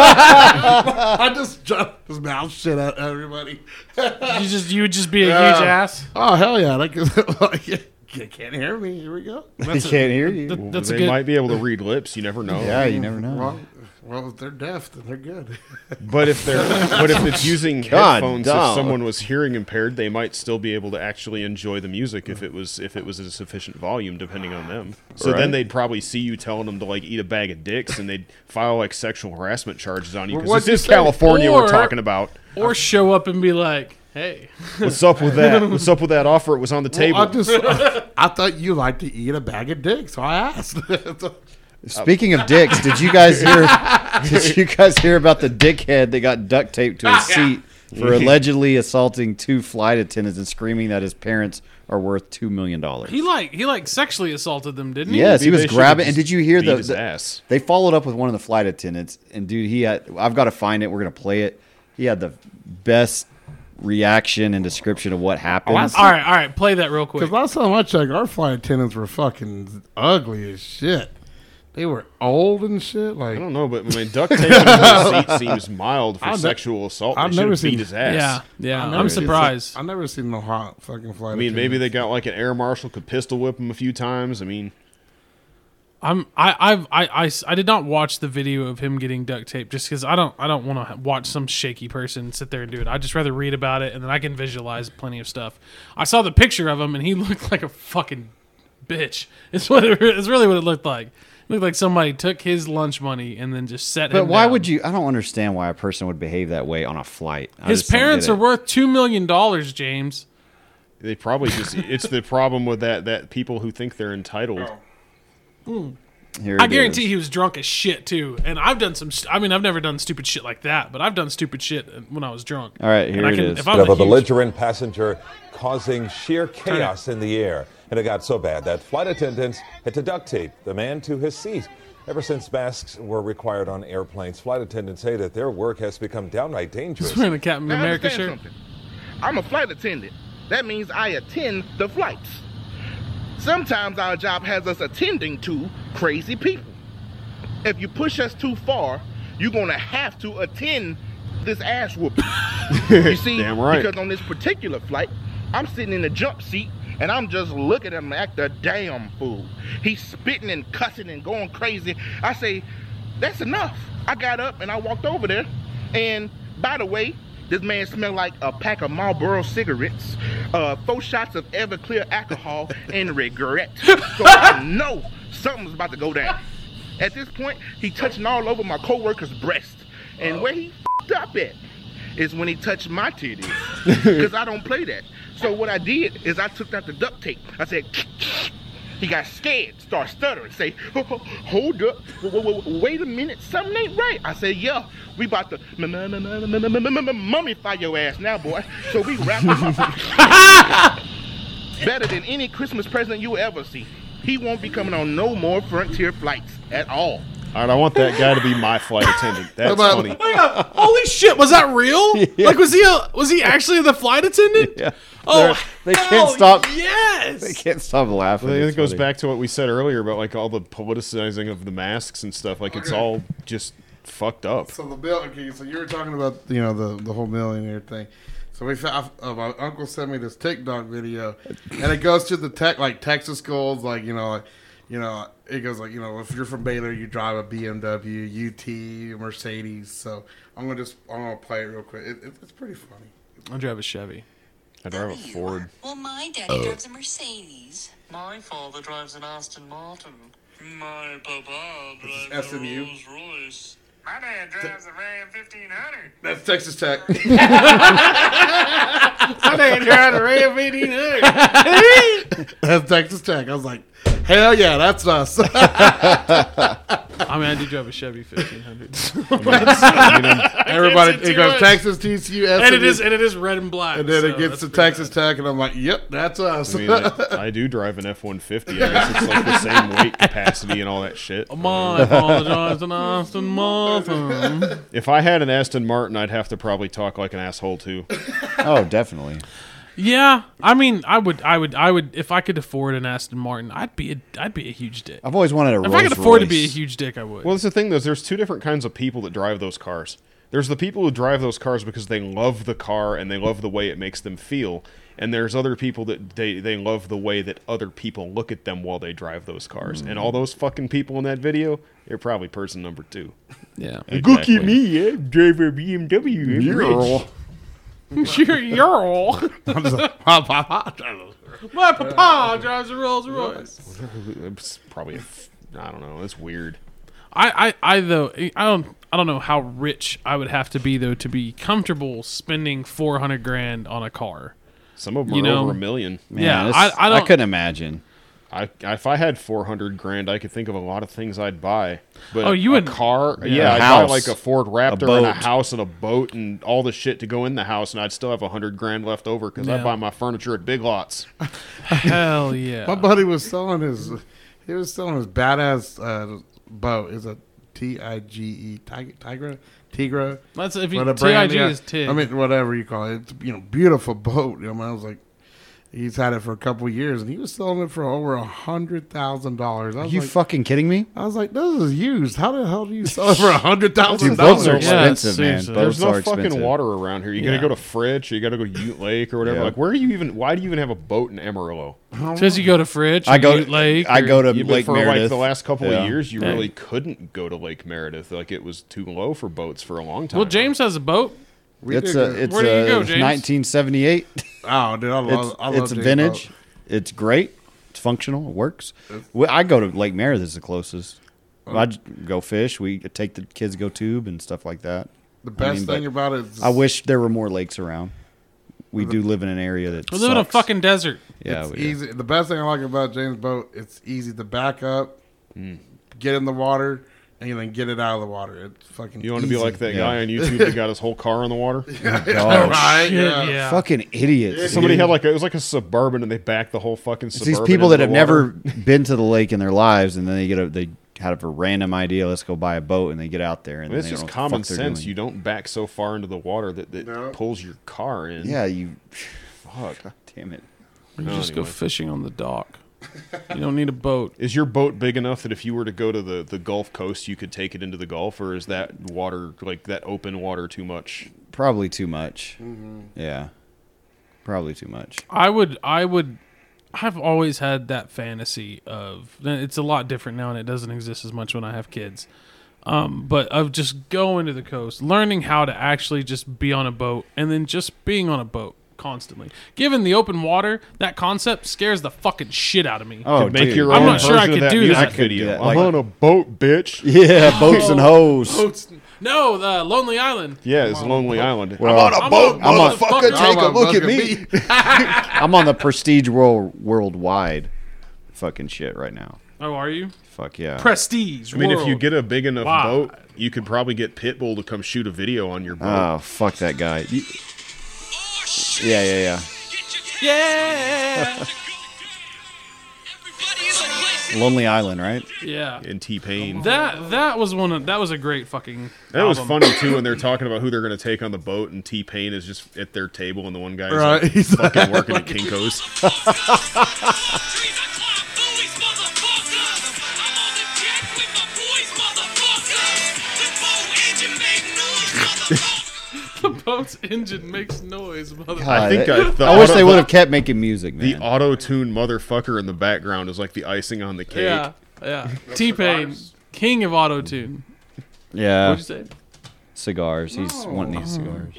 I just drop his mouth shit at everybody.
You just you would just be a
Yeah.
huge ass.
Oh hell yeah! Like, like you can't hear me. Here we go.
they
That's a,
can't hear you.
that- that's
they
a good.
might be able to read lips. You never know.
Yeah, you never know.
Well, well, if they're deaf, then they're good.
But if they're but if it's using
God,
headphones,
dog.
if someone was hearing impaired, they might still be able to actually enjoy the music if it was if it was at a sufficient volume, depending on them. So
Right.
then they'd probably see you telling them to like eat a bag of dicks, and they'd file like sexual harassment charges on you
Well, what'd
because
you
this is
say?
California
Or-
we're talking about.
or show up and be like, "Hey,
What's up with that? What's up with that offer? It was on the table.
I just, I, thought you liked to eat a bag of dicks, so I asked.
Oh.
Speaking of dicks, did you guys hear? did you guys hear about the dickhead that got duct taped to a seat for allegedly assaulting two flight attendants and screaming that his parents are worth two million dollars?
he like he like sexually assaulted them, didn't he?"
Yes, he
Maybe
was
they should've
grabbing. And
just
did you hear
beat
the,
his
the-
ass.
They followed up with one of the flight attendants, and dude, he had. I've got to find it. We're gonna play it. He had the best reaction and description of what
Oh,
happened.
All right, all right, play that real quick.
Because last time I checked, our flight attendants were fucking ugly as shit. They were old and shit. Like,
I don't know, but I mean, duct tape on a seat seems mild for
I've ne-
sexual assault.
I've
They should
never
have
seen-
beat his ass.
Yeah, yeah,
I've
I'm
never seen-
surprised.
I've never seen no hot fucking flight.
I mean, maybe they got like an air marshal could pistol whip him a few times. I mean,
I'm I I've, I I s- I did not watch the video of him getting duct taped just because I don't I don't want to watch some shaky person sit there and do it. I would just rather read about it and then I can visualize plenty of stuff. I saw the picture of him and he looked like a fucking bitch. It's what it, it's really what it looked like. It looked like somebody took his lunch money and then just set him.
But why
down.
would you? I don't understand why a person would behave that way on a flight. I
His
just don't get
parents
it.
are worth two million dollars, James.
they probably just—it's the problem with that—that people who think they're entitled.
Oh.
Here
I
it
guarantee
is.
he was drunk as shit too. And I've done some. St- I mean, I've never done stupid shit like that, but I've done stupid shit when I was drunk.
All right,
and
here
I
it
can,
is.
If I'm
of
a
a
huge
belligerent passenger causing sheer chaos in the air. And it got so bad that flight attendants had to duct tape the man to his seat. Ever since masks were required on airplanes, flight attendants say that their work has become downright dangerous.
wearing a Captain
Now,
America
understand
shirt.
something. I'm a flight attendant. That means I attend the flights. Sometimes our job has us attending to crazy people. If you push us too far, you're gonna have to attend this ass whooping. you see,
Damn right.
because on this particular flight, I'm sitting in the jump seat and I'm just looking at him act a damn fool. He's spitting and cussing and going crazy. I say, that's enough. I got up and I walked over there. And by the way, this man smelled like a pack of Marlboro cigarettes, uh, four shots of Everclear alcohol, and regret. So I know something's about to go down. At this point, he touching all over my coworker's breast. And where he fed up at is when he touched my titties because I don't play that. So what I did is I took out the duct tape. I said, he got scared, start stuttering, say, hold up, w- w- w- wait a minute, something ain't right. I said, yeah, we about to m- m- m- m- m- m- m- m- mummify your ass now, boy. So we wrapped him up. Better than any Christmas present you ever see. He won't be coming on no more frontier flights at all.
All right, I want that guy to be my flight attendant. That's
About-
funny.
Holy shit! Was that real? Like, was he a, was he actually the flight attendant?
Yeah.
Oh,
They're- they can't
hell
stop.
Yes.
I can't stop laughing.
I think
It's
it goes
funny.
back to what we said earlier about like all the politicizing of the masks and stuff. Like it's all just fucked up.
So the bill. Okay, so you were talking about you know the the whole millionaire thing. So we found, uh, my uncle sent me this TikTok video, and it goes to the tech like Texas schools, like you know, like, you know, it goes like you know, if you're from Baylor, you drive a BMW, UT, Mercedes. So I'm gonna just I'm gonna play it real quick. It, it, it's pretty funny.
I drive a Chevy.
I drive a Ford.
Well, my daddy drives a Mercedes.
My father drives an Aston Martin. My papa drives a
SMU.
Rolls Royce. My dad drives a Ram 1500.
That's Texas Tech. I ain't trying to rave meeting That's Texas Tech. I was like, hell yeah, that's us.
I mean, I do drive a Chevy 1500,
Everybody,
It's too
it goes
much.
Texas, TCU,
and it
SMU,
is and it is red and black.
and then
so
it gets
that's
to
pretty
Texas Tech, and I'm like, yep, that's us.
I mean, I, I do drive an F one fifty. I guess it's like the same weight capacity and all that shit.
bad. My apologize and Austin Martin.
If I had an Aston Martin, I'd have to probably talk like an asshole too.
Oh, definitely.
Yeah, I mean, I would, I would, I would, if I could afford an Aston Martin, I'd be, a, I'd be a huge dick.
I've always wanted a
If
Rolls
I could afford to
Royce.
be a huge dick, I would.
Well, that's the thing, though. is There's two different kinds of people that drive those cars. There's the people who drive those cars because they love the car and they love the way it makes them feel. And there's other people that they, they love the way that other people look at them while they drive those cars. And
Mm-hmm.
all those fucking people in that video, they're probably person number two.
yeah,
Look at me, I drive a BMW. I'm rich.
sure, you're all. My papa drives a Rolls Royce.
It's probably, a f- I don't know. It's weird.
I, I, I though I don't I don't know how rich I would have to be though to be comfortable spending four hundred grand on a car.
Some of them
You
are
know,
over a million.
Man,
Yeah,
this-
I- I don't-
couldn't imagine.
I, if I had four hundred grand, I could think of a lot of things I'd buy. But
Oh, you
a
would-
car, yeah,
a
I'd
house,
buy like a Ford Raptor
a
and a
boat.
house and a boat and all the shit to go in the house, and I'd still have a hundred grand left over because I
Yeah.
buy my furniture at Big Lots.
Hell
My
yeah!
buddy was selling his, he was selling his badass uh, boat. It's a T I G E Tigra Tigra. Tigra.
That's if you
With a brand-
TIG
yeah,
is TIG.
I mean, whatever you call it. It's, you know, beautiful boat. You know, I was like, he's had it for a couple of years, and he was selling it for over a hundred thousand dollars. I
Are
was
you
like,
fucking kidding me?
I was like, this is used. How the hell do you sell it for a hundred thousand
Dude, boats are
dollars?
Yeah,
expensive, man.
seriously.
Boats
There's no
are
fucking
expensive.
water around here. You
Yeah.
gotta go to Fritch, or you gotta go to Ute Lake or whatever.
Yeah.
Like, where do you even? Why do you even have a boat in Amarillo?
Says you go to Fridge.
I go.
Ute Lake.
I
or-
go to
Even
um, Lake
for
Meredith.
like the last couple
Yeah.
of years, you really couldn't go to Lake Meredith. Like, it was too low for boats for a long time.
Well, James has a boat.
It's a. It's
Where do you
a
go, James?
1978.
Oh, dude, I love.
It's,
I love
it's
James
vintage.
Boat.
It's great. It's functional. It works. Well, I go to Lake Meredith. Is the closest.
Oh.
I go fish. We take the kids go tube and stuff like that.
The
I
best
mean, but
thing about it is
I wish there were more lakes around. We do live in an area that
We live in a
sucks.
fucking desert.
yeah.
It's
we do.
easy. The best thing I like about James Boat, it's easy to back up,
Mm.
get in the water, and then get it out of the water. It's fucking.
you want to be
easy.
like that
Yeah.
guy on YouTube that got his whole car in the water?
Oh,
right? Yeah.
yeah.
Fucking idiots.
Somebody
dude.
had like a, it was like a suburban, and they backed the whole fucking.
It's
Suburban
these people that
into
have
the
never
water.
been to the lake in their lives, and then they get a they had a random idea. Let's go buy a boat, and they get out there, and
I mean, it's
then they
just
don't know what the
common
fuck they're
sense.
doing.
You don't back so far into the water that that
No.
pulls your car in.
yeah, you. Fuck, damn it.
You
No,
just go
anyway.
fishing on the dock. You don't need a boat.
Is your boat big enough that if you were to go to the, the Gulf Coast, you could take it into the Gulf, or is that water like that open water too much?
Probably too much. Yeah, probably too much.
I would, I would, I've always had that fantasy of. It's a lot different now, and it doesn't exist as much when I have kids. Um, but of just going to the coast, learning how to actually just be on a boat, and then just being on a boat constantly. Given the open water, that concept scares the fucking shit out of me.
Oh,
Make
dude.
your own
I'm not sure I
version of
could
that
do
music
that.
video.
I could do that,
I'm
like-
on a boat, bitch. Yeah,
Yeah, boats and hoes.
no, the Lonely Island.
it's Lonely Island.
Well,
I'm on a
I'm on-
motherfucker.
Come on,
look at
look
me. I'm on the prestige world worldwide, fucking shit right now.
Oh, are you?
Fuck yeah.
Prestige.
I mean, if
world.
you get a big enough
Wow.
boat, you could probably get Pitbull to come shoot a video on your boat.
oh fuck that guy. You-
Oh,
Yeah, yeah,
yeah,
yeah. Lonely Island, right?
yeah.
Oh.
and T Pain.
That that was one of that was a great fucking.
That was
album.
funny too when they're talking about who they're going to take on the boat, and T Pain is just at their table, and the one guy is
Right,
like,
he's
fucking working at Kinkos.
boat's engine makes noise, motherfucker.
God,
think
I,
I- the
I wish
auto-
they would have kept making music,
The
man.
auto tune motherfucker in the background is like the icing on the cake.
Yeah, yeah. T Pain, king of auto tune.
yeah,
What'd you say?
cigars. He's wanting these cigars.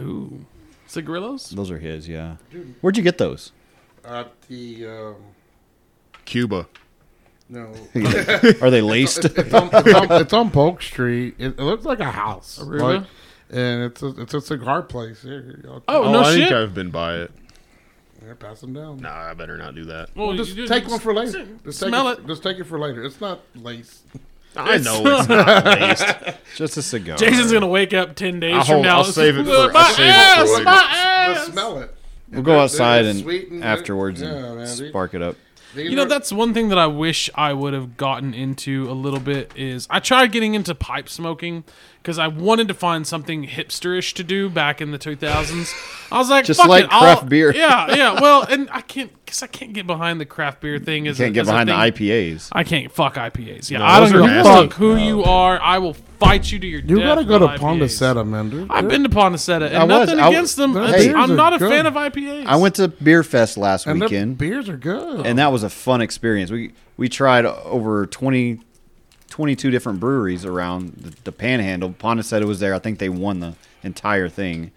Ooh, cigarillos.
Those are his. Yeah. Where'd you get those?
At the um,
Cuba.
No.
Are they laced?
It's on, it's on, it's on Polk Street. It, it looks like a house.
Aruba?
Like, and it's a, it's a cigar place. Here, you go.
Oh,
Oh,
no
I
shit.
think I've been by it.
Here, pass them down.
Nah, I better not do that.
well,
Just
you-
take one for later.
sit-
Just take
Smell
it,
it.
Just take it for later. It's not lace.
I know it's not laced.
Just a cigar.
Jason's gonna wake up ten days
I'll
from
hold-
now.
I'll save it
my
for- I'll save it
ass,
for later.
my
Just
ass.
smell it.
We'll go outside
It's
and
sweet and-
afterwards
yeah,
and
man, they-
spark it up.
These
You know,
are-
that's one thing that I wish I would have gotten into a little bit is I tried getting into pipe smoking because I wanted to find something hipsterish to do back in the 2000s. I was like,
Just
Fuck
like
it, I'll-
craft beer.
Yeah, yeah. Well, and I can't because I can't get behind the craft beer thing. As
Can't
a,
get
as a
behind the
thing.
IPAs.
I can't fuck IPAs. Yeah, I don't
those are
give a
nasty.
fuck who you are. I will fight you to your
You
death.
gotta go to
about IPAs.
Pondicetta, man. dude.
I've been to Pondicetta, and
I was.
nothing
I-
against them.
their
It's-
beers
I'm
are
not a
good.
fan of IPAs.
I went to Beer Fest last
And their
weekend,
beers are good.
and that was a fun experience. We we tried over 20, 22 different breweries around the, the Panhandle. Ponticetta was there. I think they won the entire thing,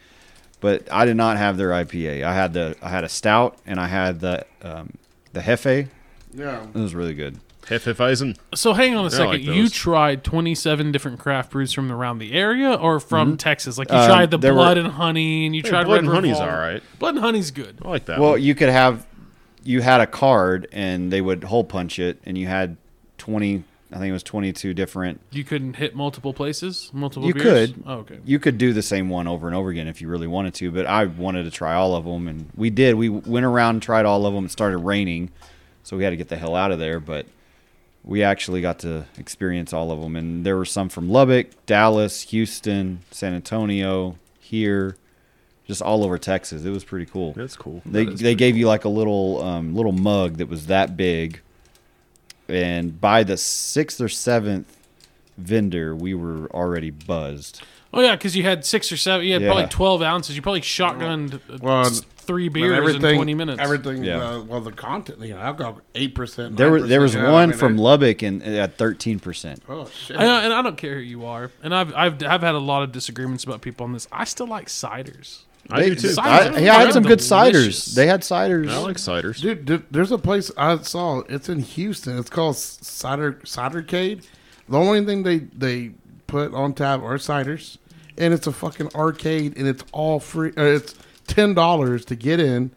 but I did not have their IPA. I had the I had a stout and I had the um, the Hefe.
yeah.
It was really good.
Hefeweizen.
So hang on a second.
like
you
those.
tried 27 different craft brews from around the area or from
Mm-hmm.
Texas? Like you
Um,
tried the
there were-
Blood and Honey and you tried
Blood
Red
and Honey's
Revolver.
all right.
Blood and Honey's good.
I like that.
Well,
one.
you could have you had a card and they would hole punch it, and you had twenty. I think it was twenty two different.
You couldn't hit multiple places, multiple
You
beers?
could,
Oh, okay.
you could do the same one over and over again if you really wanted to. But I wanted to try all of them, and we did. We went around and tried all of them. It started raining, so we had to get the hell out of there. But we actually got to experience all of them, and there were some from Lubbock, Dallas, Houston, San Antonio, here, just all over Texas. It was pretty cool.
that's cool.
They they gave you like a little um, little mug that was that big, and by the sixth or seventh vendor, we were already buzzed.
Oh, yeah, because you had six or seven. You had probably
Yeah.
12 ounces. You probably shotgunned uh,
Well,
s- three
And
beers in 20 minutes.
Everything.
Yeah.
Uh, well, the content. You know, alcohol eight percent.
There were there was one from
Love.
Lubbock and uh, at thirteen percent.
oh shit.
I know, and I don't care who you are. And I've, I've, I've had a lot of disagreements about people on this. I still like ciders.
I do too.
Cider.
I, yeah, I had some good
Delicious.
ciders. They had ciders.
I like ciders.
Dude, dude, there's a place I saw. It's in Houston. It's called Cider Cidercade. The only thing they they put on tap are ciders, and it's a fucking arcade, and it's all free. Uh, it's ten dollars to get in.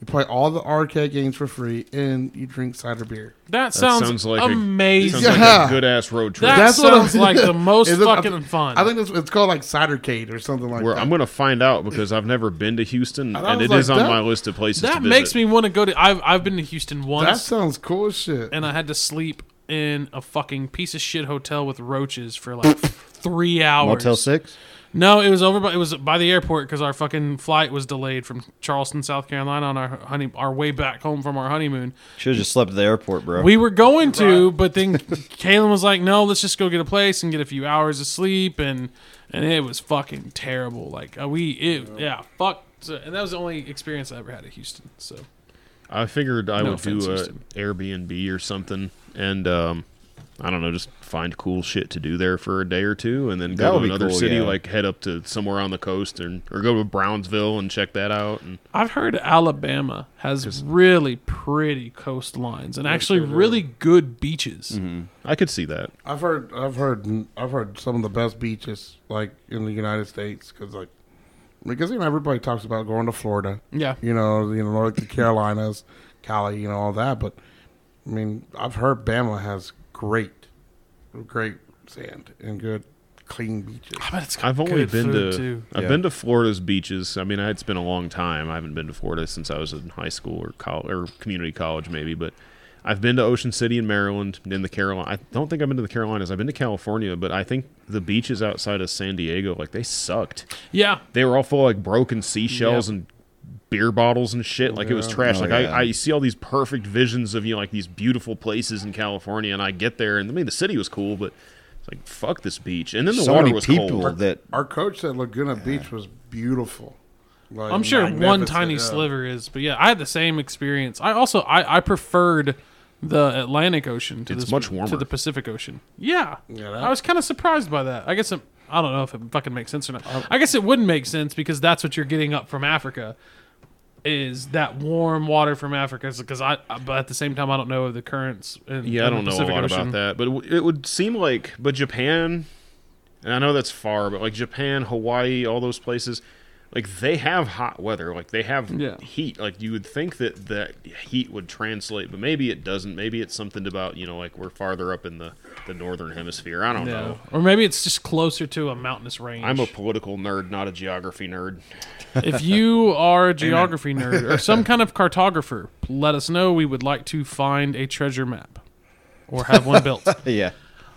You play all the arcade games for free, and you drink cider beer.
That
That
sounds,
sounds like
amazing.
A, sounds
Yeah.
like a good ass road trip.
That- sounds like the most
Is it- I-
fucking fun.
I think it's, it's called like Cidercade or something like
where
that.
I'm going to find out because I've never been to Houston,
I
and
was
it is
like,
on
that-
my list of places.
That
to visit.
makes me want to go to. I've, I've been to Houston once.
that sounds cool as shit.
and I had to sleep in a fucking piece of shit hotel with roaches for like three hours.
Motel Six.
No, it was over. By, it was by the airport because our fucking flight was delayed from Charleston, South Carolina, on our honey, our way back home from our honeymoon.
Should have just slept at the airport, bro.
We were going to, but then Kaylin was like, "No, let's just go get a place and get a few hours of sleep." And and it was fucking terrible. Like uh, we, it, yeah, fuck. So, and that was the only experience I ever had at Houston. So
I figured I
No
would do
offense,
a
Houston.
Airbnb or something, and um, I don't know, just find cool shit to do there for a day or two, and then
That
go
would
to
be
another
cool,
city,
yeah.
like head up to somewhere on the coast, and or go to Brownsville and check that out. And
I've heard Alabama has really pretty coastlines and actually really good beaches.
I could see that.
I've heard, I've heard, I've heard some of the best beaches like in the United States because like because you know everybody talks about going to Florida,
Yeah.
you know, you know like the Carolinas, Cali, you know all that, but I mean I've heard Bama has great, great sand and good clean beaches.
I bet it's got
I've only
good
been to
food, too.
I've been to Florida's beaches. I mean, I- it's been a long time. I haven't been to Florida since I was in high school or college or community college, maybe. But I've been to Ocean City in Maryland, in the Carolina. I don't think I've been to the Carolinas. I've been to California, but I think the beaches outside of San Diego, like they sucked.
Yeah.
They were all full of, like broken seashells
Yep.
and beer bottles and shit. Like it was trash.
Oh,
like
yeah.
I, I see all these perfect visions of you know, like these beautiful places in California, and I get there, and I mean the city was cool, but. it's Like fuck this beach, and then the
so
water
many
was
people
cold.
that
Our coach said Laguna Beach was beautiful. Like,
I'm sure one
magnificent,
tiny
yeah.
sliver is, but yeah, I had the same experience. I also I, I preferred the Atlantic Ocean to
It's
this,
much
to
warmer.
the Pacific Ocean. Yeah,
that-
I was kind of surprised by that. I guess it, I
Oh.
don't know if it fucking makes sense or not. I guess it wouldn't make sense because that's what you're getting up from Africa. is that warm water from Africa. Because I, I- but at the same time, I don't know the currents. In,
Yeah, I
in the
don't know a
Pacific
lot
Ocean.
about that, but it w- it would seem like, but Japan, and I know that's far, but like Japan, Hawaii, all those places, like they have hot weather, like they have
Yeah.
heat. Like you would think that that heat would translate, but maybe it doesn't. Maybe it's something about you know, like we're farther up in the the northern hemisphere. I don't
Yeah.
know.
Or maybe it's just closer to a mountainous range.
I'm a political nerd, not a geography nerd.
if you are a geography nerd or some kind of cartographer, let us know. We would like to find a treasure map or have one built.
Yeah.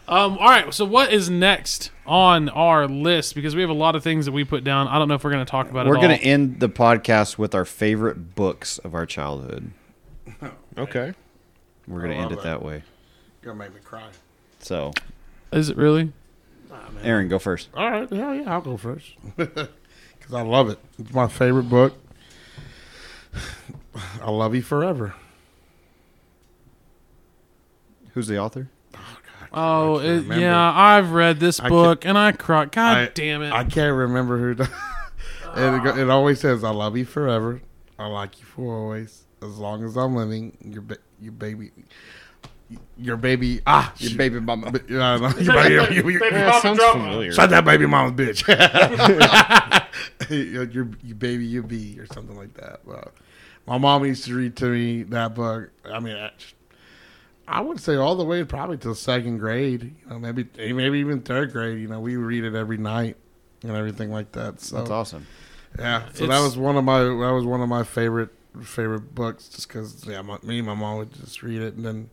Um, all right. So what is next on our list? Because we have a lot of things that we put down. I don't know if we're going to talk about it.
We're
all.
going to end the podcast with our favorite books of our childhood.
Okay.
We're going to
I love
end it
that.
that way.
You're gonna make me cry.
So,
Is it really?
Aaron, go first.
Oh.
All right, hell yeah, I'll go first because I love it. It's my favorite book. I love you forever.
Who's the author?
Oh,
can't
it,
remember.
yeah. I've read this
can't-
book and I cried. God damn it!
I can't remember who. The, and it, go- it always says, "I love you forever. I like you for always. As long as I'm living, your ba- your baby, your baby, ah, your baby mama, b- yeah, I know, your baby, your- your-
That sounds familiar.
shut that baby mama's bitch. your, your, your baby, you be or something like that. Well, my mom used to read to me that book. I mean. I, I would say all the way probably till second grade, you know, maybe maybe even third grade. You know, we read it every night and everything like that. So
Oh.
That's awesome.
yeah, so that
It's-
was one of my that was one of my favorite favorite books, just because yeah, my, me and my mom would just read it, and then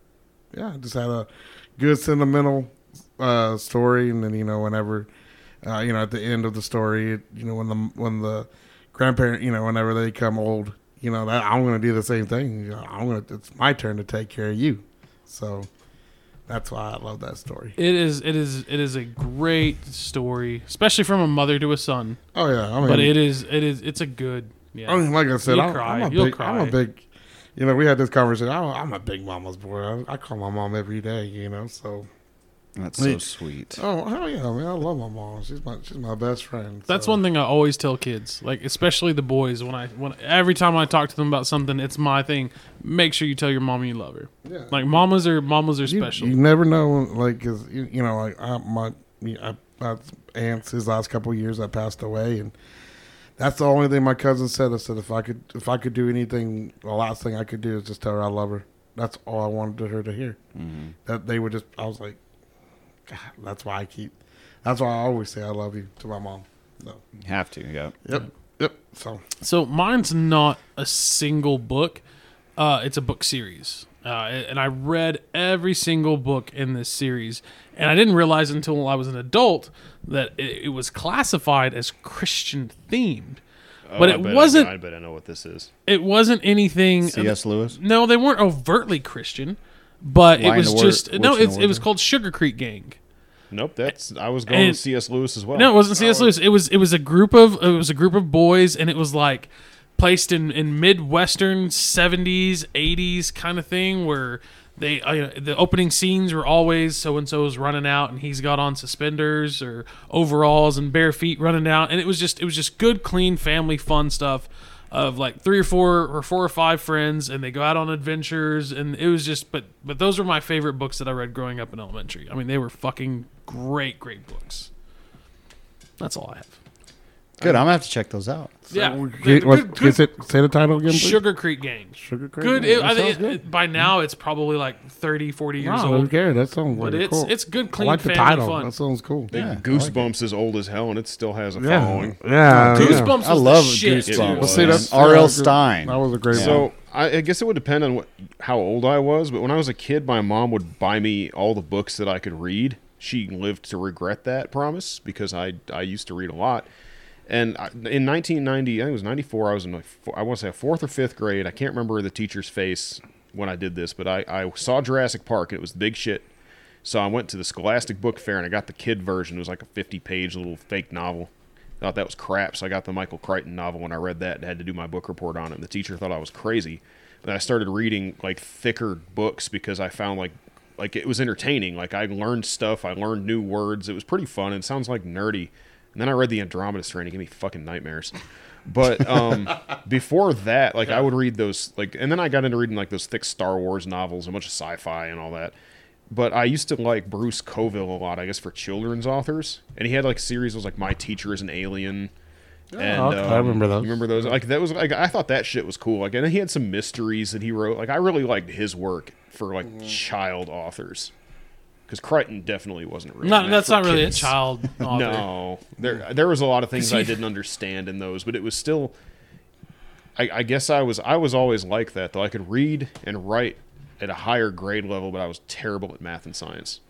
yeah, just had a good sentimental uh, story, and then you know whenever uh, you know at the end of the story, it, you know when the when the grandparent, you know whenever they come old, you know that I'm gonna do the same thing. You know, I'm gonna it's my turn to take care of you, so that's why I love that story.
it is. It is. It is a great story, especially from a mother to a son.
Oh yeah, I mean,
But it is. It is. It's a good. Yeah.
I mean, like I said,
You'll
I'm,
cry.
I'm a
You'll
big, I'm
cry.
a big, you know, we had this conversation. I'm, I'm a big mama's boy. I, I call my mom every day, you know. So,
That's so
Wait.
sweet.
oh hell yeah, man, I love my mom. She's my, she's my best friend.
That's
so.
one thing I always tell kids, like especially the boys. When I when every time I talk to them about something, it's my thing. Make sure you tell your mom you love her.
Yeah.
Like mamas are mamas are
You-
special.
You, never know, like, 'cause, you, you know, like I, my, I, my aunt's his last couple of years, I passed away, and that's the only thing my cousin said. I said if I could, if I could do anything, the last thing I could do is just tell her I love her. That's all I wanted her to hear.
Mm-hmm.
That they were just, I was like, God, that's why I keep, that's why I always say I love you to my mom. So,
Have to, yeah.
yep, yep. So
So mine's not a single book. Uh, it's a book series. Uh, and I read every single book in this series. And I didn't realize until I was an adult that it, it was classified as Christian themed. but
Oh, I
it
bet I-
wasn't
I bet I know what this is.
it wasn't anything
C.S. Lewis?
No, they weren't overtly Christian, but
Why in
it was
the wor-
just
which in
no,
the
it's, it
order?
was called Sugar Creek Gang.
Nope, that's. I was going
And-
with C.S. Lewis as well.
No, it wasn't C.S. Lewis. It was it was a group of it was a group of boys, and it was like placed in in midwestern seventies eighties kind of thing where they uh, the opening scenes were always so and so is running out and he's got on suspenders or overalls and bare feet running out, and it was just it was just good clean family fun stuff of like three or four or four or five friends and they go out on adventures and it was just but but those were my favorite books that I read growing up in elementary. I mean they were fucking great great books. That's all I have.
Good. I'm going to have to check those out.
yeah,
Get-
The-
what-
good-
is
good
it- say the title again. please?
Sugar Creek Gang.
Sugar Creek
Good.
Gang.
It,
That
I think
sounds good.
it- by now it's probably like 30, 40 years
Wow, I don't
old.
care. That sounds
But
really
it's-
cool.
it's good, clean
I like the
family
title.
fun.
That sounds cool.
They- Goosebumps is old as hell, and it still has a
Yeah,
following.
yeah.
Goosebumps. Was
I love
the shit,
Goosebumps.
too.
Well,
Well, see, that's
R.L.
that was a-
Stein.
That was a great one.
So I, I guess it would depend on what how old I was, but when I was a kid, my mom would buy me all the books that I could read. She lived to regret that promise because I I used to read a lot. And I, in 1990, I think it was 94, I was in like four, I want to say fourth or fifth grade. I can't remember the teacher's face when I did this, but I, I saw Jurassic Park and it was the big shit. So I went to the Scholastic Book Fair and I got the kid version. It was like a 50 page little fake novel. Thought that was crap. So I got the Michael Crichton novel and I read that and had to do my book report on it. And the teacher thought I was crazy. But I started reading like thicker books because I found like like it was entertaining. Like I learned stuff. I learned new words. It was pretty fun. It sounds like nerdy. And then I read the Andromeda Strain. It gave me fucking nightmares. But um, before that, like I would read those like, and then I got into reading like those thick Star Wars novels, a bunch of sci-fi and all that. But I used to like Bruce Coville a lot, I guess, for children's authors, and he had like series that was like My Teacher is an Alien. And,
Oh,
um,
okay. I remember those.
you Remember those? Like that was like I thought that shit was cool. Like, and he had some mysteries that he wrote. Like I really liked his work for like child authors, because Crichton definitely wasn't really.
Not,
meant
that's
for
not really
kids.
a child author.
No, there there was a lot of things
See-
I didn't understand in those, but it was still. I, I guess I was I was always like that though. I could read and write at a higher grade level, but I was terrible at math and science.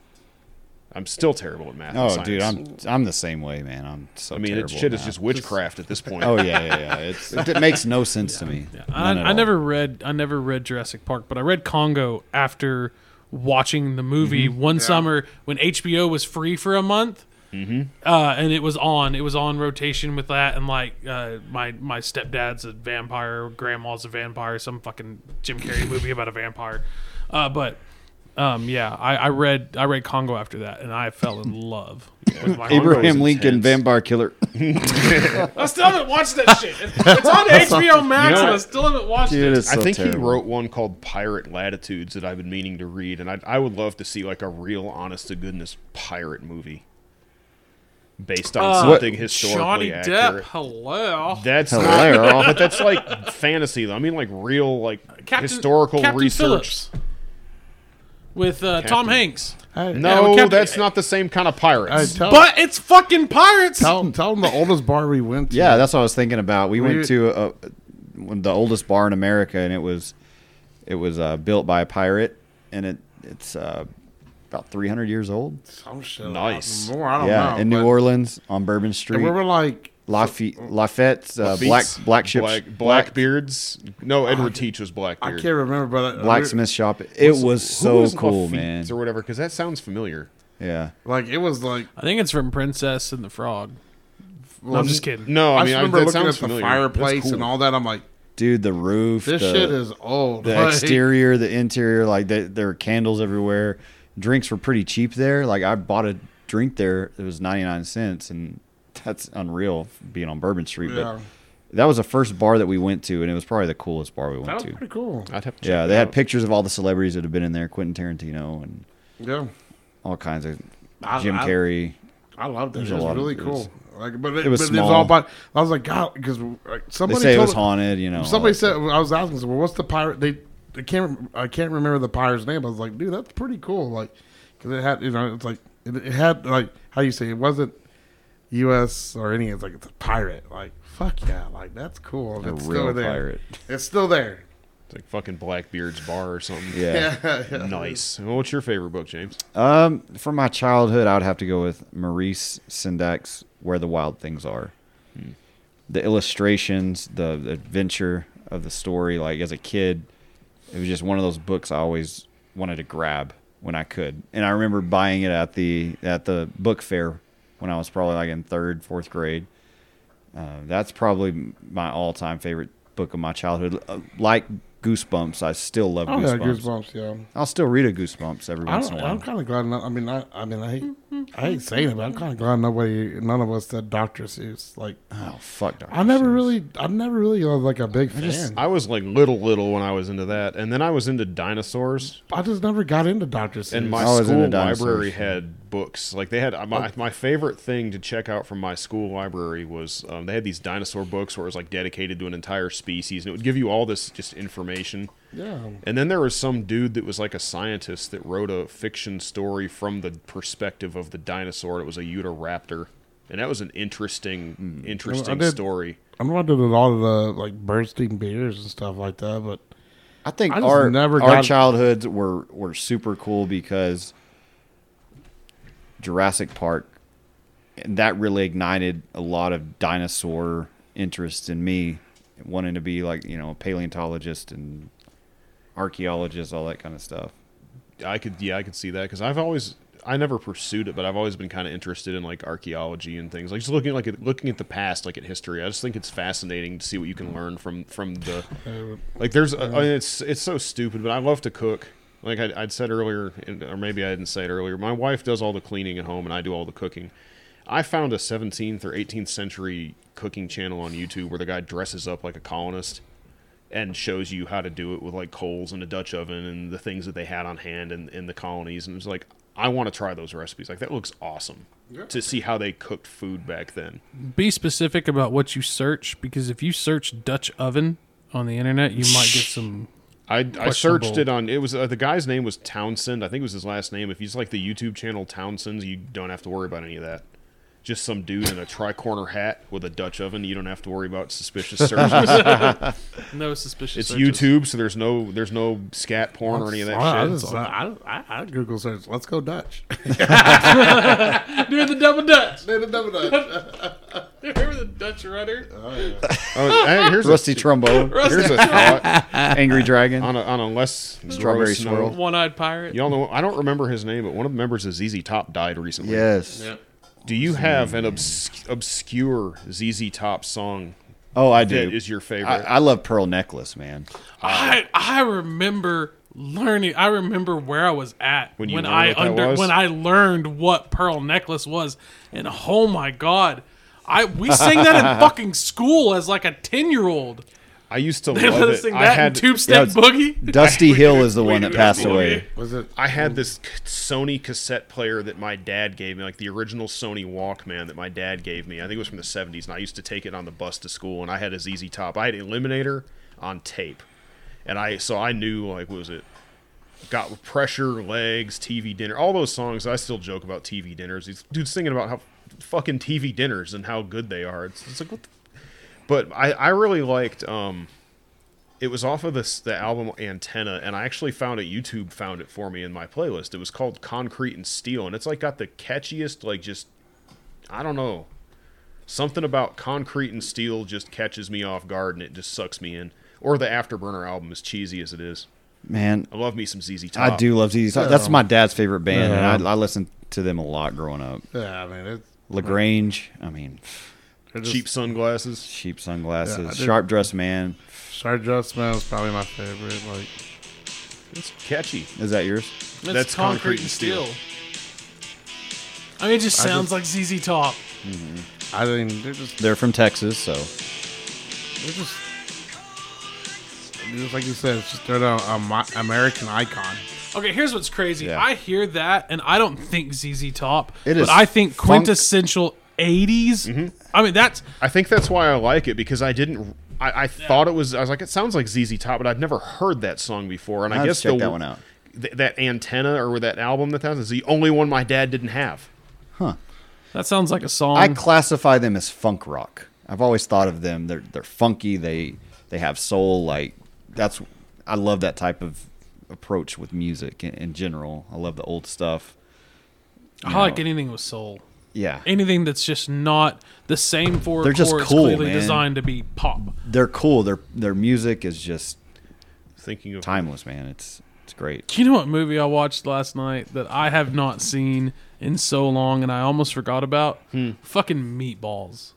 I'm still terrible at math. and
Oh,
science.
dude, I'm I'm the same way, man. I'm so.
I mean,
terrible
it, shit
at
is
math.
just witchcraft at this point.
Oh yeah, yeah, yeah. It's, it makes no sense to me.
I,
None at
I
all.
never read I never read Jurassic Park, but I read Congo after watching the movie one summer when HBO was free for a month. Mm-hmm. Uh, and it was on. It was on rotation with that, and like uh, my my stepdad's a vampire, grandma's a vampire, some fucking Jim Carrey movie about a vampire. Uh, but um, yeah, I, I read I read Congo after that, and I fell in love. with my
Abraham
Congo's
Lincoln,
intense.
Vampire Killer.
I still haven't watched that shit. It's it's on HBO Max,
You know
and I
what?
still haven't watched
Dude,
it.
it's so
I think
terrible.
he wrote one called Pirate Latitudes that I've been meaning to read, and I, I would love to see like a real, honest to goodness pirate movie based on something historically
Uh, Johnny Depp,
accurate.
hello.
That's
Hello.
not, but that's like fantasy though. I mean, like real, like
Captain,
historical
Captain
research.
Phillips with uh, Tom
Captain-
Hanks. Yeah,
No,
well, Captain-
that's not the same kind of
I
pirates.
tell,
But it's fucking pirates.
tell, them, tell them the oldest bar we went to.
Yeah, that's what I was thinking about. We went
you-
to uh the oldest bar in America, and it was it was uh, built by a pirate, and it it's uh, about 300 years old.
some shit.
Nice.
More, I don't
Yeah,
know,
in New
but-
Orleans on Bourbon Street.
And we were like,
Lafayette, Lafayette, uh, black
Beats,
black ships,
black, blackbeards. No, Edward Teach was
I
blackbeard.
can't remember, but uh,
blacksmith shop. It was
Who
so
was
cool,
Lafitte
man.
or whatever, because that sounds familiar.
Yeah,
Like it was like
I think it's from Princess and the Frog. No, I'm just kidding.
No, Oh, I,
I,
mean,
just
I-
remember
that
looking
sounds
at the
familiar. That's
fireplace
cool.
and all that. I'm like,
dude, the roof.
this
the-
shit is old.
the
Like,
exterior, the interior, like they, there were candles everywhere. Drinks were pretty cheap there. Like I bought a drink there; it was ninety nine cents, and that's unreal being on Bourbon Street.
Yeah.
But that was the first bar that we went to, and it was probably the coolest bar we
That
went
was
to.
pretty cool.
Uh,
I'd have to
Yeah,
check
they
it
had
out.
pictures of all the celebrities that had been in there: Quentin Tarantino and
Yeah,
all kinds of
I-
Jim
I-
Carrey.
I loved it.
There's
it
a
was
lot of-
really
it was-
cool. Like, but it,
it was
but it was
small.
all about. I was like, God, because
They
somebody
say it
told
was haunted, you know. all
Somebody
that
said
stuff.
I was asking, well, what's the pirate? They, I can't, I can't remember the pirate's name. I was like, dude, that's pretty cool. Like, because it had, you know, it's like it, it had like how do you say it wasn't U.S. or any. It's like it's a pirate. Like, fuck yeah, like that's cool.
A
It's
real
still there.
pirate.
It's still there.
It's like fucking Blackbeard's bar or something.
Yeah.
Nice. Well, what's your favorite book, James?
Um, from my childhood, I would have to go with Maurice Sendak's "Where the Wild Things Are."
Hmm.
The illustrations, the, the adventure of the story. Like as a kid, it was just one of those books I always wanted to grab when I could. And I remember buying it at the at the book fair when I was probably like in third, fourth grade. Uh, that's probably my all-time favorite book of my childhood. Uh, Like Goosebumps, I still love
Oh yeah,
Goosebumps.
goosebumps. Yeah,
I'll still read a Goosebumps every
I
once in
don't,
a while.
I'm kind of glad. No, I mean, I, I mean, I hate, I hate saying it, but I'm kind of glad nobody, none of us said Doctor Seuss. Like,
Oh fuck! Dr.
I never
Seuss.
really, I never really was like a big fan.
I was like little, little when I was into that, and then I was into dinosaurs.
I just never got into Doctor Seuss.
And my
I was into
school
dinosaurs.
library had books. Like they had uh,
Oh.
my, my favorite thing to check out from my school library was um, they had these dinosaur books where it was like dedicated to an entire species, and it would give you all this just information.
yeah.
And then there was some dude that was like a scientist that wrote a fiction story from the perspective of the dinosaur. It was a Utahraptor, and that was an interesting,
Hmm.
interesting
did-
story.
I'm not doing a lot of the like bursting beers and stuff like that, but
I think
I just
our
never
our
got-
childhoods were were super cool because Jurassic Park and that really ignited a lot of dinosaur interest in me, wanting to be like you know a paleontologist and archaeologist, all that kind of stuff.
I could, yeah, I could see that because I've always, I never pursued it, but I've always been kind of interested in like archaeology and things, like just looking like at, looking at the past, like at history. I just think it's fascinating to see what you can learn from from the, like there's, a, I mean, it's it's so stupid, but I love to cook. Like I, I'd said earlier, and- or maybe I didn't say it earlier, my wife does all the cleaning at home and I do all the cooking. I found a 17th or 18th century cooking channel on YouTube where the guy dresses up like a colonist and shows you how to do it with like coals and a Dutch oven and the things that they had on hand in, in the colonies. And it's like, I want to try those recipes. Like, that looks awesome to see how they cooked food back then.
Be specific about what you search because if you search Dutch oven on the internet, you might get some.
I, I searched
Questionable.
it on it was uh, the guy's name was Townsend. I think it was his last name. If he's like the YouTube channel Townsend, you don't have to worry about any of that. Just some dude in a tricorner hat with a Dutch oven. You don't have to worry about suspicious searches.
No suspicious.
it's
searches.
YouTube, so there's no there's no scat porn or any of that
I,
shit.
just- I, I, I Google search. Let's go Dutch.
Do the double Dutch.
Did a double Dutch.
Remember the Dutch rudder?
Oh, hey, here's
Rusty
a,
trombone,
Here's a thought
angry dragon.
on a, on a less
Strawberry
gross note.
swirl.
One-eyed pirate.
Y'all know I don't remember his name, but one of the members of ZZ Top died recently.
Yes.
Do you have an obs- obscure ZZ Top song
Oh, I do.
that is your favorite?
I, I love pearl necklace, man.
I I remember learning. I remember where I was at
When you learned
I
what that was?
when I learned what pearl necklace was, and oh my god, I we sang that in fucking school as like a ten year old.
I used to
They
love
let us
it.
sing
I
that
had
and tube
Yeah,
step
it's-
boogie.
Dusty Hill is the one that
we-
passed
we-
away.
Was it?
I had this c- Sony cassette player that my dad gave me, like the original Sony Walkman that my dad gave me. I think it was from the 70s, and I used to take it on the bus to school, and I had a ZZ Top. I had Eliminator on tape, and I so I knew like what was it? Got With pressure, legs, TV dinner, all those songs. I still joke about TV dinners. These dudes singing about how fucking TV dinners and how good they are. It's, it's like what. The, but I I really liked um it was off of this the album Antenna, and I actually found it. YouTube found it for me in my playlist. It was called Concrete and Steel, and it's like got the catchiest, like just I don't know, something about Concrete and Steel just catches me off guard, and it just sucks me in. Or the Afterburner album, as cheesy as it is,
Man,
I love me some ZZ Top.
I do love these. That's my dad's favorite band, and I, I listened to them a lot growing up.
Yeah, I mean, it's
Lagrange, I mean,
they're just,
cheap
cheap.
sunglasses.
cheap sunglasses,
Yeah, I
sharp dressed man.
Sardell smell is probably my favorite. Like,
It's catchy.
Is that yours?
That's concrete and steel.
I mean, it just sounds like ZZ Top.
I mean, they're just,
They're from Texas, so
they're just, just like you said, it's just they're the um, American icon.
Okay, here's what's crazy.
Yeah.
I hear that, and I don't think ZZ Top.
It
but
is
I think
funk.
quintessential '80s.
Mm-hmm.
I mean, that's
I think that's why I like it because I didn't. I, I thought it was. I was like, it sounds like ZZ Top, but I've never heard that song before. And I
I'll
guess
check
the,
that one out.
th- that antenna or that album that that was is the only one my dad didn't have.
that sounds like a song.
I classify them as funk rock. I've always thought of them. They're they're funky. They they have soul. Like that's I love that type of approach with music in, in general. I love the old stuff.
I like anything with soul.
Yeah,
anything that's just not the same for
They're
They're
just
just
cool,
clearly
man.
designed to be pop.
they're cool. Their their music is just
Thinking of
timeless, man. It's it's great.
Do you know what movie I watched last night that I have not seen in so long and I almost forgot about?
Hmm.
Fucking Meatballs.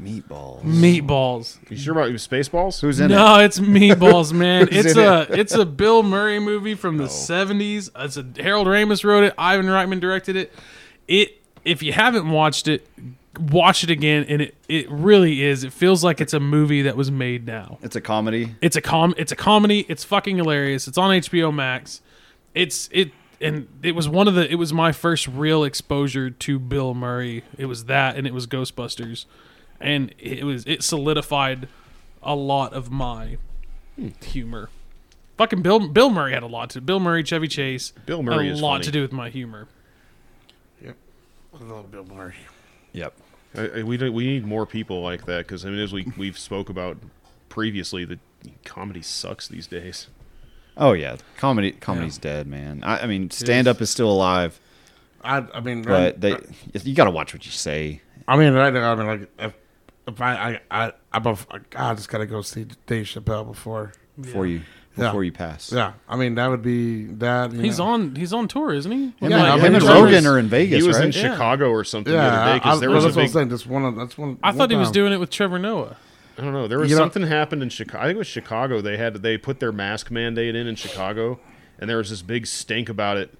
Meatballs.
Meatballs.
you sure about Spaceballs?
Who's in it?
No, it's Meatballs, man.
Who's
it's
in
a it's a Bill Murray movie from the seventies. It's a Harold Ramis wrote it. Ivan Reitman directed it. It if you haven't watched it, watch it again. And it it really is. It feels like it's a movie that was made now.
It's a comedy.
It's a com. It's a comedy. It's fucking hilarious. It's on HBO Max. It's it and it was one of the. It was my first real exposure to Bill Murray. It was that, and it was Ghostbusters, and it was it solidified a lot of my humor. Fucking Bill Bill Murray had a lot to Bill Murray Chevy Chase.
Bill Murray
had a
is
lot
funny.
to do with my humor.
Yep. I love Bill Murray.
Yep.
I, I- we do, we need more people like that because I mean, as we we've spoke about previously, that comedy sucks these days.
Oh yeah, comedy comedy's dead, man. I, I mean, stand up is still alive,
I, I mean,
but
right-
they you got to watch what you say.
I mean, right now, I mean, like, if, if I, I, I, I, bef- I just gotta go see Dave Chappelle before.
before you
Yeah.
before you pass.
Yeah, I mean, that would be that. you
He's
know.
on he's on tour, isn't he?
Him,
Yeah,
and,
I
him
mean,
and
he
Rogan
was-
are in Vegas,
he was
right?
in Chicago or something
Yeah,
the other day because
I-
there
well,
was a
that's what I'm
big.
saying. This one, of- that's one.
I thought
one
he was
time.
doing it with Trevor Noah.
I don't know. There was
You know-
something happened in Chicago. I think it was Chicago. They had they put their mask mandate in in Chicago, and there was this big stink about it.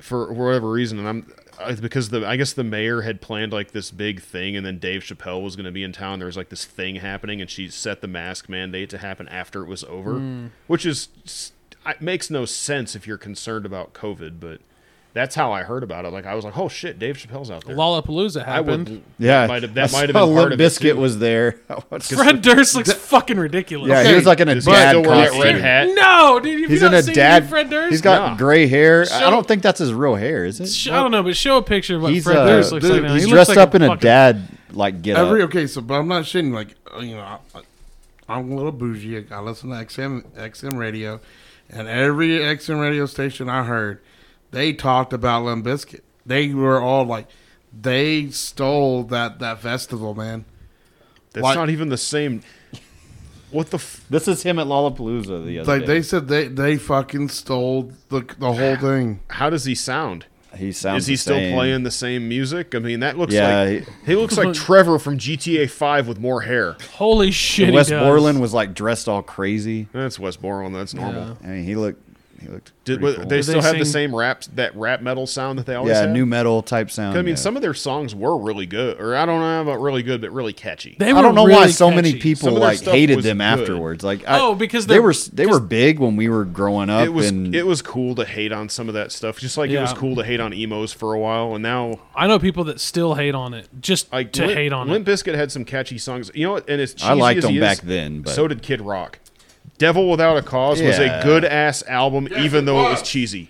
for whatever reason, and I'm I- because the I guess the mayor had planned like this big thing, and then Dave Chappelle was going to be in town. There was like this thing happening, and she set the mask mandate to happen after it was over,
Hmm.
which is s- I- makes no sense if you're concerned about COVID. But that's how I heard about it. Like I was like, oh shit, Dave Chappelle's out there.
Lollapalooza
I would-
happened.
Yeah,
that might have
I
that might have
saw
been part
Limp
of
Biscuit
it too.
was there. What's-
Fred Durst looks fucking ridiculous.
yeah, he was like in a
Does he
dad
still wear that
costume.
red hat?
No, dude, if
He's
you
in
don't
a
see
dad.
Fred Durst,
He's got
No.
gray hair. I
Show-
don't think that's his real hair, is it?
Sh- I don't know, but show a picture of what
He's
Fred
uh,
Durst looks like.
dude,
now.
he's
He looks
dressed
like
up in a
fucking-
dad like get
Every
up.
okay, so but I'm not shitting. Like uh, you know, I, I- I'm a little bougie. I listen to XM XM radio, and every XM radio station I heard, they talked about Limp Bizkit. They were all like, they stole that that festival, man.
That's
Like-
not even the same. What the f-
This is him at Lollapalooza the other
Like they
day.
said, they they fucking stole the the whole thing.
how does he sound?
he sounds
Is he
the
still
same.
playing the same music? I mean, that looks
Yeah,
like he, looks like Trevor from GTA 5 with more hair.
Holy shit,
West
he does.
Borland was like dressed all crazy.
That's West Borland. That's normal.
Yeah.
I mean, he looked. He looked.
Did,
pretty
wa-
cool.
they
Did
still
they
have the
sing-
same rap that rap metal sound that they always
yeah,
had?
new metal type sound.
I
yeah.
mean, some of their songs were really good, or I don't know about really good, but really catchy.
They
I
were
don't know why
really
so many
catchy.
people
Some of their
like
stuff
hated
was
them
good.
afterwards. Like, I,
Oh, because
they
they're-
were they were big when we were growing up.
it was
and
it was cool to hate on some of that stuff, just like it was
Yeah.
cool to hate on emos for a while, and now
I know people that still hate on it, just
like
to
Limp,
hate on
Limp
it.
Bizkit had some catchy songs, you know, what? and it's
I liked
cheesy as
them
he is,
back then, but-
so did Kid Rock. Devil Without a Cause was a
Yeah.
good ass album, even
it
though it was
was.
cheesy.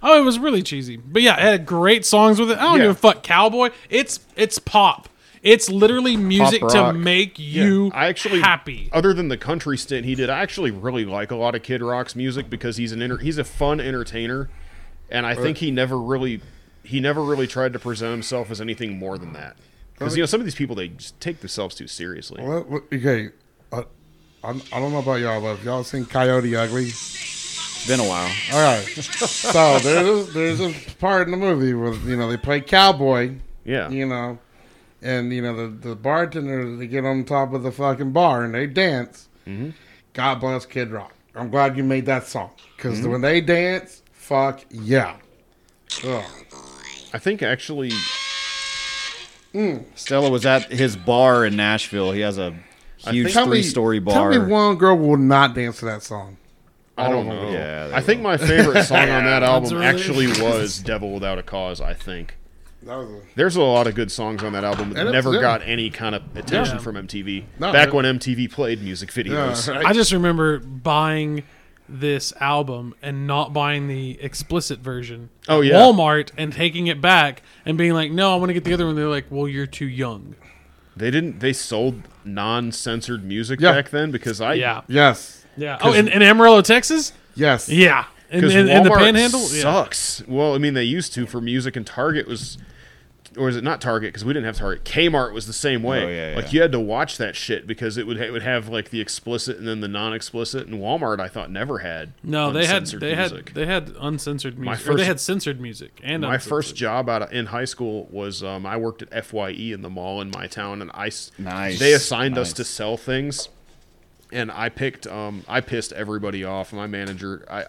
Oh, it was really cheesy, but yeah, it had great songs with it. I don't
Yeah.
give a fuck, Cowboy. It's it's pop. It's literally music to
rock.
make you
I actually
happy.
Other than the country stint he did, I actually really like a lot of Kid Rock's music because he's an enter- he's a fun entertainer, and I think he never really he never really tried to present himself as anything more than that. Because you know some of these people they just take themselves too seriously.
Well, well, okay, I, I, I don't know about y'all, but if y'all seen Coyote Ugly,
it's been a while.
all right. so there's there's a part in the movie where you know they play cowboy,
Yeah,
you know, and you know the the bartender they get on top of the fucking bar and they dance.
Mm-hmm.
God bless Kid Rock. I'm glad you made that song because
Mm-hmm.
when they dance, fuck yeah. Ugh.
I think actually
Stella was at his bar in Nashville. He has a huge
Tell me-
three story bar.
Tell me one girl will not dance to that song.
I don't know.
Yeah, they
I think my favorite song on that album
really-
actually was "Devil Without a Cause." I think
That was a,
there's a lot of good songs on that album that
And it's-
never
yeah.
got any kind of attention
Yeah.
from MTV.
No,
Back
it-
when MTV played music videos.
yeah,
I just remember buying this album and not buying the explicit version.
Oh, yeah.
Walmart and taking it back and being like, "No, I want to get the other one." They're like, "Well, you're too young."
They didn't. They sold non-censored music
Yeah.
back then because I
Yeah,
yes,
yeah. Oh, in, in Amarillo, Texas.
yes,
Yeah, in,
because
in, in the
Walmart
Panhandle. Yeah.
sucks. Well, I mean they used to for music and Target was. Or is it not Target? Because we didn't have Target. Kmart was the same way.
Oh, yeah, yeah.
Like you had to watch that shit because it would it would have like the explicit and then the non-explicit. And Walmart, I thought, never had.
No, they had
uncensored
they
music.
had they had uncensored music. or they
first-
had censored music and
My
uncensored.
first job out of, in high school was um, I worked at Fye in the mall in my town, and I s-
Nice,
they assigned us
nice.
to sell things, and I picked um, I pissed everybody off. My manager, I. I-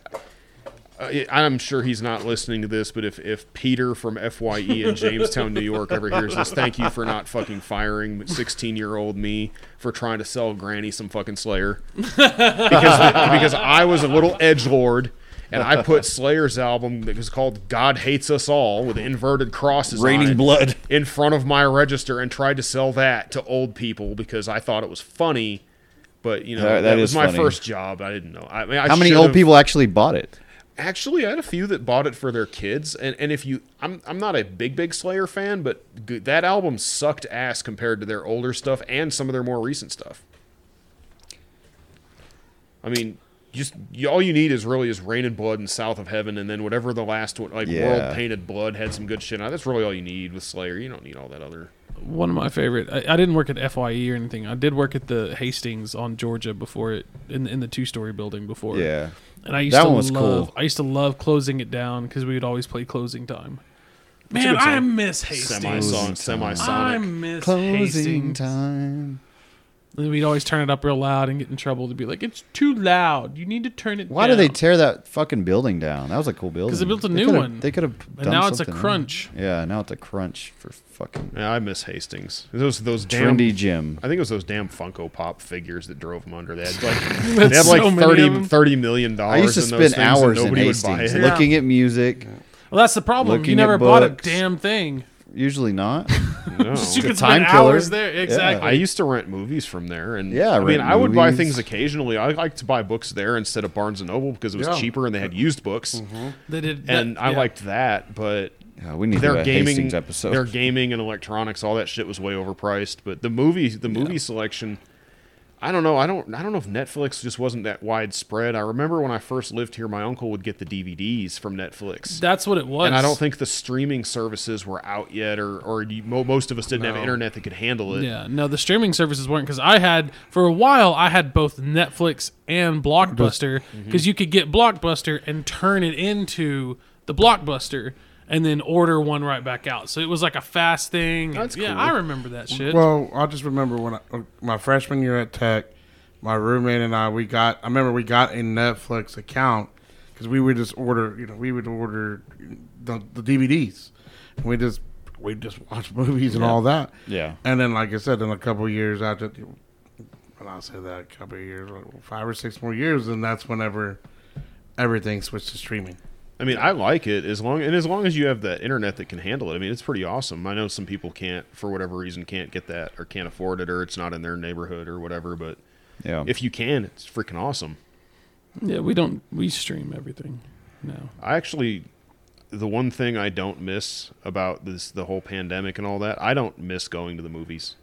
I'm sure he's not listening to this, but if, if Peter from Fye in Jamestown, New York, ever hears this, thank you for not fucking firing 16 year old me for trying to sell Granny some fucking Slayer because because I was a little edge lord, and I put Slayer's album that was called "God Hates Us All" with inverted crosses, on
Raining
it
blood.
in front of my register, and tried to sell that to old people because I thought it was funny. But you know
That-
that,
that
was
is
my
funny.
first job. I didn't know. I mean, I
How many
should
old
have-
people actually bought it?
Actually, I had a few that bought it for their kids, and and if you, I'm I'm not a big big Slayer fan, but g- that album sucked ass compared to their older stuff and some of their more recent stuff. I mean, just you, all you need is really is Rain and Blood and South of Heaven, and then whatever the last one, like
Yeah.
World Painted Blood, had some good shit. on it. That's really all you need with Slayer. You don't need all that other.
one of my favorite. I, I didn't work at Fye or anything. I did work at the Hastings on Georgia before it in in the two story building before.
Yeah.
and I used
That
to
one was
love.
cool.
I used to love closing it down because we would always play closing time. Man,
good song.
I miss
Semi
Hastings.
song, semi
I
sonic.
miss
Closing
Hastings.
time.
And we'd always turn it up real loud and get in trouble to be like, it's too loud. You need to turn it
Why
down.
did they tear that fucking building down? That was a cool building.
'Cause they built a new
could've-
one.
They could have.
And now it's a crunch.
Yeah, now it's a crunch for fucking
Yeah, I miss Hastings. Those those damn,
trendy gym.
I think it was those damn Funko Pop figures that drove them under. They had like
That's
they had like
so many of
30,
them.
30 million dollars.
I used to
in those
spend
things and
hours in
nobody would buy
Hastings
it.
looking at music.
Well, that's the problem.
Looking
You never
at
bought a
books.
damn thing.
Usually not.
No.
You could
time
spend
killer.
hours there.
Yeah.
Exactly.
I used to rent movies from there, and
Yeah,
I mean,
rent
I would buy
movies.
things occasionally. I like to buy books there instead of Barnes and Noble because it was
Yeah.
cheaper and they had used books,
They did,
and
that-
I
yeah.
liked that. But
Yeah, we need to do
their
a
gaming,
Hastings episode.
their gaming and electronics, all that shit was way overpriced. But the movie, the movie selection, I don't know. I don't, I don't know if Netflix just wasn't that widespread. I remember when I first lived here, my uncle would get the DVDs from Netflix.
That's what it was.
and I don't think the streaming services were out yet, or, or you, mo- most of us didn't have internet that could handle it.
Yeah, no, the streaming services weren't because I had for a while I had both Netflix and Blockbuster
Mm-hmm.
because you could get Blockbuster and turn it into the Blockbuster and then order one right back out. So it was like a fast thing.
That's
yeah,
cool.
I remember that shit.
Well, I just remember when I, my freshman year at Tech, my roommate and I, we got. I remember we got a Netflix account because we would just order. You know, we would order the, the DVDs. And we just we just watch movies and all that.
Yeah.
And then, like I said, in a couple of years after, and I'll say that a couple of years, like five or six more years, and that's whenever everything switched to streaming.
I mean, I like it as long and as long as you have that internet that can handle it. I mean, it's pretty awesome. I know some people can't, for whatever reason, can't get that or can't afford it or it's not in their neighborhood or whatever. But
yeah.
if you can, it's freaking awesome.
yeah, we don't we stream everything. No,
I actually, the one thing I don't miss about this, the whole pandemic and all that, I don't miss going to the movies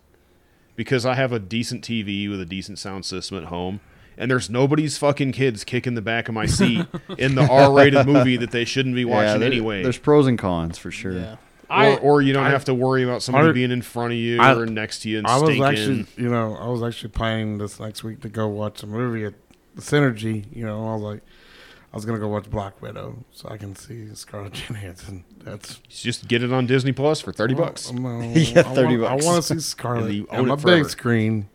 because I have a decent TV with a decent sound system at home. And there's nobody's fucking kids kicking the back of my seat in the R-rated movie that they shouldn't be
Yeah,
watching
there-
anyway.
There's pros and cons for sure.
I
or, or you don't
I-
have to worry about somebody
I-
being in front of you
I-
or next to you and
I was
stinking.
actually, you know, I was actually planning this next week to go watch a movie at the Synergy. You know, I was like, I was gonna go watch Black Widow so I can see Scarlett Johansson. That's
just get it on Disney Plus for thirty bucks.
No,
Yeah, 30
I want,
bucks.
I want to see
And you
Scarlett
own
on my
it forever.
big screen,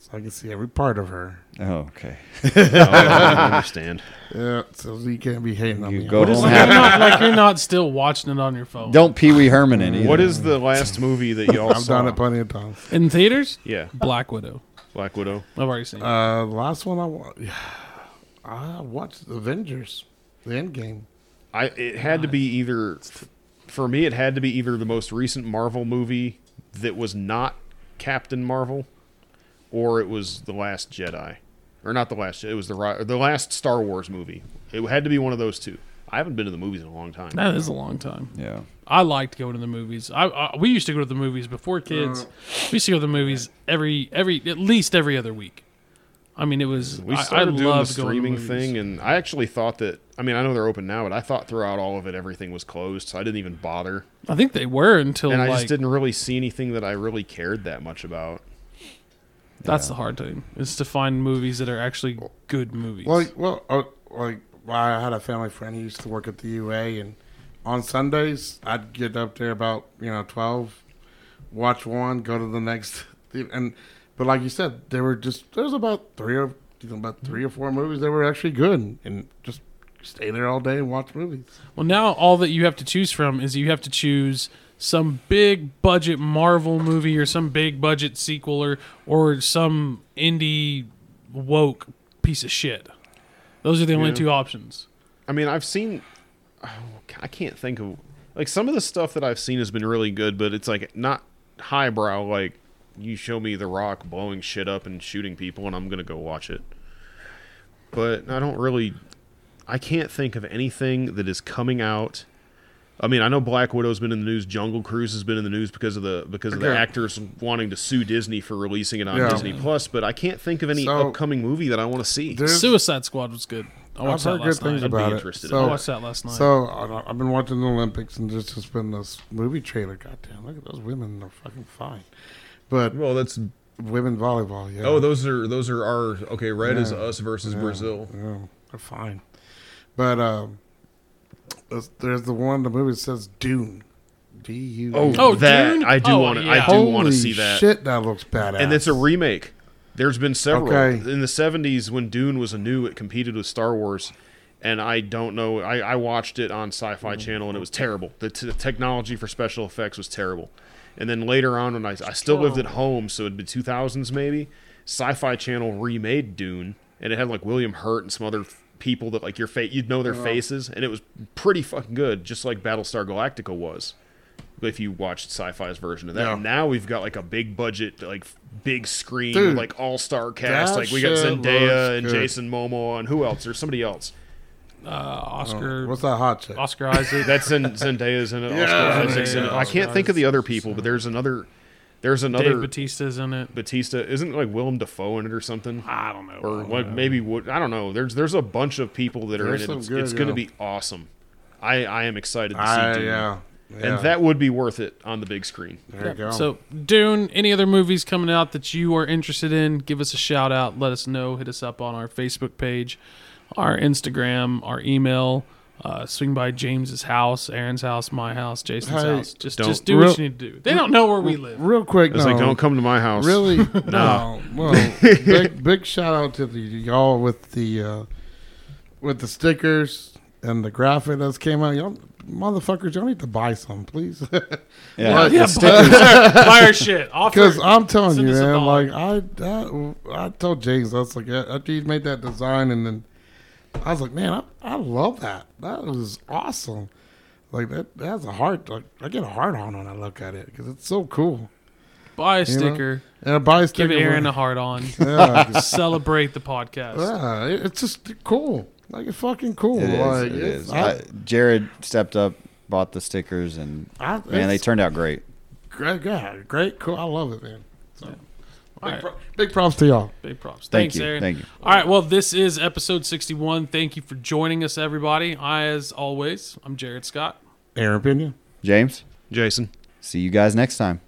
so I can see every part of her.
Oh, okay.
No, I don't understand.
Yeah, so you can't be hating on
You
me.
go
What is-
home
like,
happy.
you're not, like you're not still watching it on your phone.
Don't Pee Wee Herman it either.
What is the last movie that y'all
I've
saw?
done it plenty of times.
in theaters.
yeah,
Black Widow.
Black Widow.
I've already seen. it.
Uh, the last one I watched, I watched Avengers, the Endgame.
I it had to be either for me. It had to be either the most recent Marvel movie that was not Captain Marvel, or it was the Last Jedi, or not the last. Jedi, It was the ri- or the last Star Wars movie. It had to be one of those two. I haven't been to the movies in a long time.
that is a long time.
Yeah.
I liked going to the movies. I, I we used to go to the movies before kids.
Uh-huh.
We used to go to the movies every every at least every other week. I mean, it was
We
I-
started
I,
doing the
loved going to
streaming
movies.
thing, and I actually thought that. I mean, I know they're open now, but I thought throughout all of it, everything was closed, so I didn't even bother,
I think they were until
and I
like
just didn't really see anything that I really cared that much about.
that's the hard thing is to find movies that are actually good movies.
Like, well, uh, like I had a family friend who used to work at the UA, and on Sundays I'd get up there about you know twelve, watch one, go to the next, and but like you said, there were just there was about three or you know, about three or four movies that were actually good, and just stay there all day and watch movies.
well, now all that you have to choose from is you have to choose some big budget Marvel movie or some big budget sequel or or some indie woke piece of shit. Those are the only two options.
I mean, I've seen. Oh, I can't think of like some of the stuff that I've seen has been really good, but it's like not highbrow. Like you show me The Rock blowing shit up and shooting people, and I'm gonna go watch it. But I don't really. I can't think of anything that is coming out. I mean, I know Black Widow's been in the news. Jungle Cruise has been in the news because of the because of the
Okay.
actors wanting to sue Disney for releasing it on
Yeah.
Disney Plus. But I can't think of any
So-
upcoming movie that I want to see.
There's-
Suicide Squad was good. I
I've
watched
heard
that
good
last
things
night.
about it.
interested in
I
So,
watched that last night.
so I- I've been watching the Olympics, and there's just been this movie trailer. Goddamn, look at those women; they're fucking fine. But
well, that's
women volleyball, yeah.
Oh, those are those are our okay. Red is us versus Brazil.
Yeah, they're fine. But um, there's, there's the one the movie says Dune. D U. E.
Oh,
that
Dune?
I do
Oh,
want to.
yeah.
I do want to see that.
Shit, that looks badass.
And it's a remake. There's been several
Okay.
in the '70s when Dune was anew. It competed with Star Wars, and I don't know. I, I watched it on Sci-Fi
Mm-hmm.
Channel, and it was terrible. The, t- the technology for special effects was terrible. And then later on, when I, I still lived at home, so it'd be 2000s maybe. Sci-Fi Channel remade Dune, and it had like William Hurt and some other f- people that like your face, you'd know their
Uh-huh.
faces, and it was pretty fucking good, just like Battlestar Galactica was if you watched sci-fi's version of that.
Yeah.
Now we've got like a big budget, like big screen,
Dude,
like all-star cast.
that
Like we got
shit looks
Zendaya and
good.
Jason Momoa and who else? There's somebody else.
Oscar.
uh, What's that hot chick?
Oscar Isaac.
That's in Zendaya's in it.
Yeah.
Oscar Isaac's in it. I can't think of the other people, but there's another. There's another
Dave Batista's in it.
Batista. Isn't like Willem Dafoe in it or something?
I don't know.
or like maybe Wood. I don't know. There's there's a bunch of people that are
There's
in it.
some
It's,
good,
it's going to
yeah.
be awesome. I I am excited to see
I,
Dune.
yeah, yeah.
And that would be worth it on the big screen.
There you go.
So, Dune, any other movies coming out that you are interested in, give us a shout out. Let us know. Hit us up on our Facebook page, our Instagram, our email. Uh, swing by James's house, Aaron's house, my house, Jason's
Hey,
house. Just,
don't-
just do
Real-
what you need to do. They don't know where we live.
real quick,
It's
no.
like, don't come to my house.
Really? no. Well, big, big shout out to the y'all with the uh, with the stickers and the graphic that's came out. Y'all motherfuckers, y'all need to buy some, please.
Yeah.
yeah, buy, buy our shit. Offer.
Because I'm telling
Send
you,
us a
man,
dollar.
like I, I, I told James, I was like, yeah, after he made that design, and then I was like, man, I, I love that. That was awesome. Like that, that's a heart. Like I get a heart on when I look at it because it's so cool.
buy a
you know?
sticker.
And I buy a
Give
sticker.
Aaron a
for-
hard on.
Yeah,
Celebrate the podcast.
Yeah, it- it's just cool. Like it's fucking cool.
It is.
like
it
it's-
is.
I,
I- Jared stepped up, bought the stickers, and
I,
man, they
it's
turned out great.
great. Yeah, great. Cool. I love it, man. So,
All
big,
right.
pro- big props to y'all.
Big props.
Thank
Thanks,
you.
Aaron.
Thank you.
All right. Well, this is episode 61. Thank you for joining us, everybody. I, as always, I'm Jared Scott.
Aaron Pinion.
James,
Jason.
see you guys next time.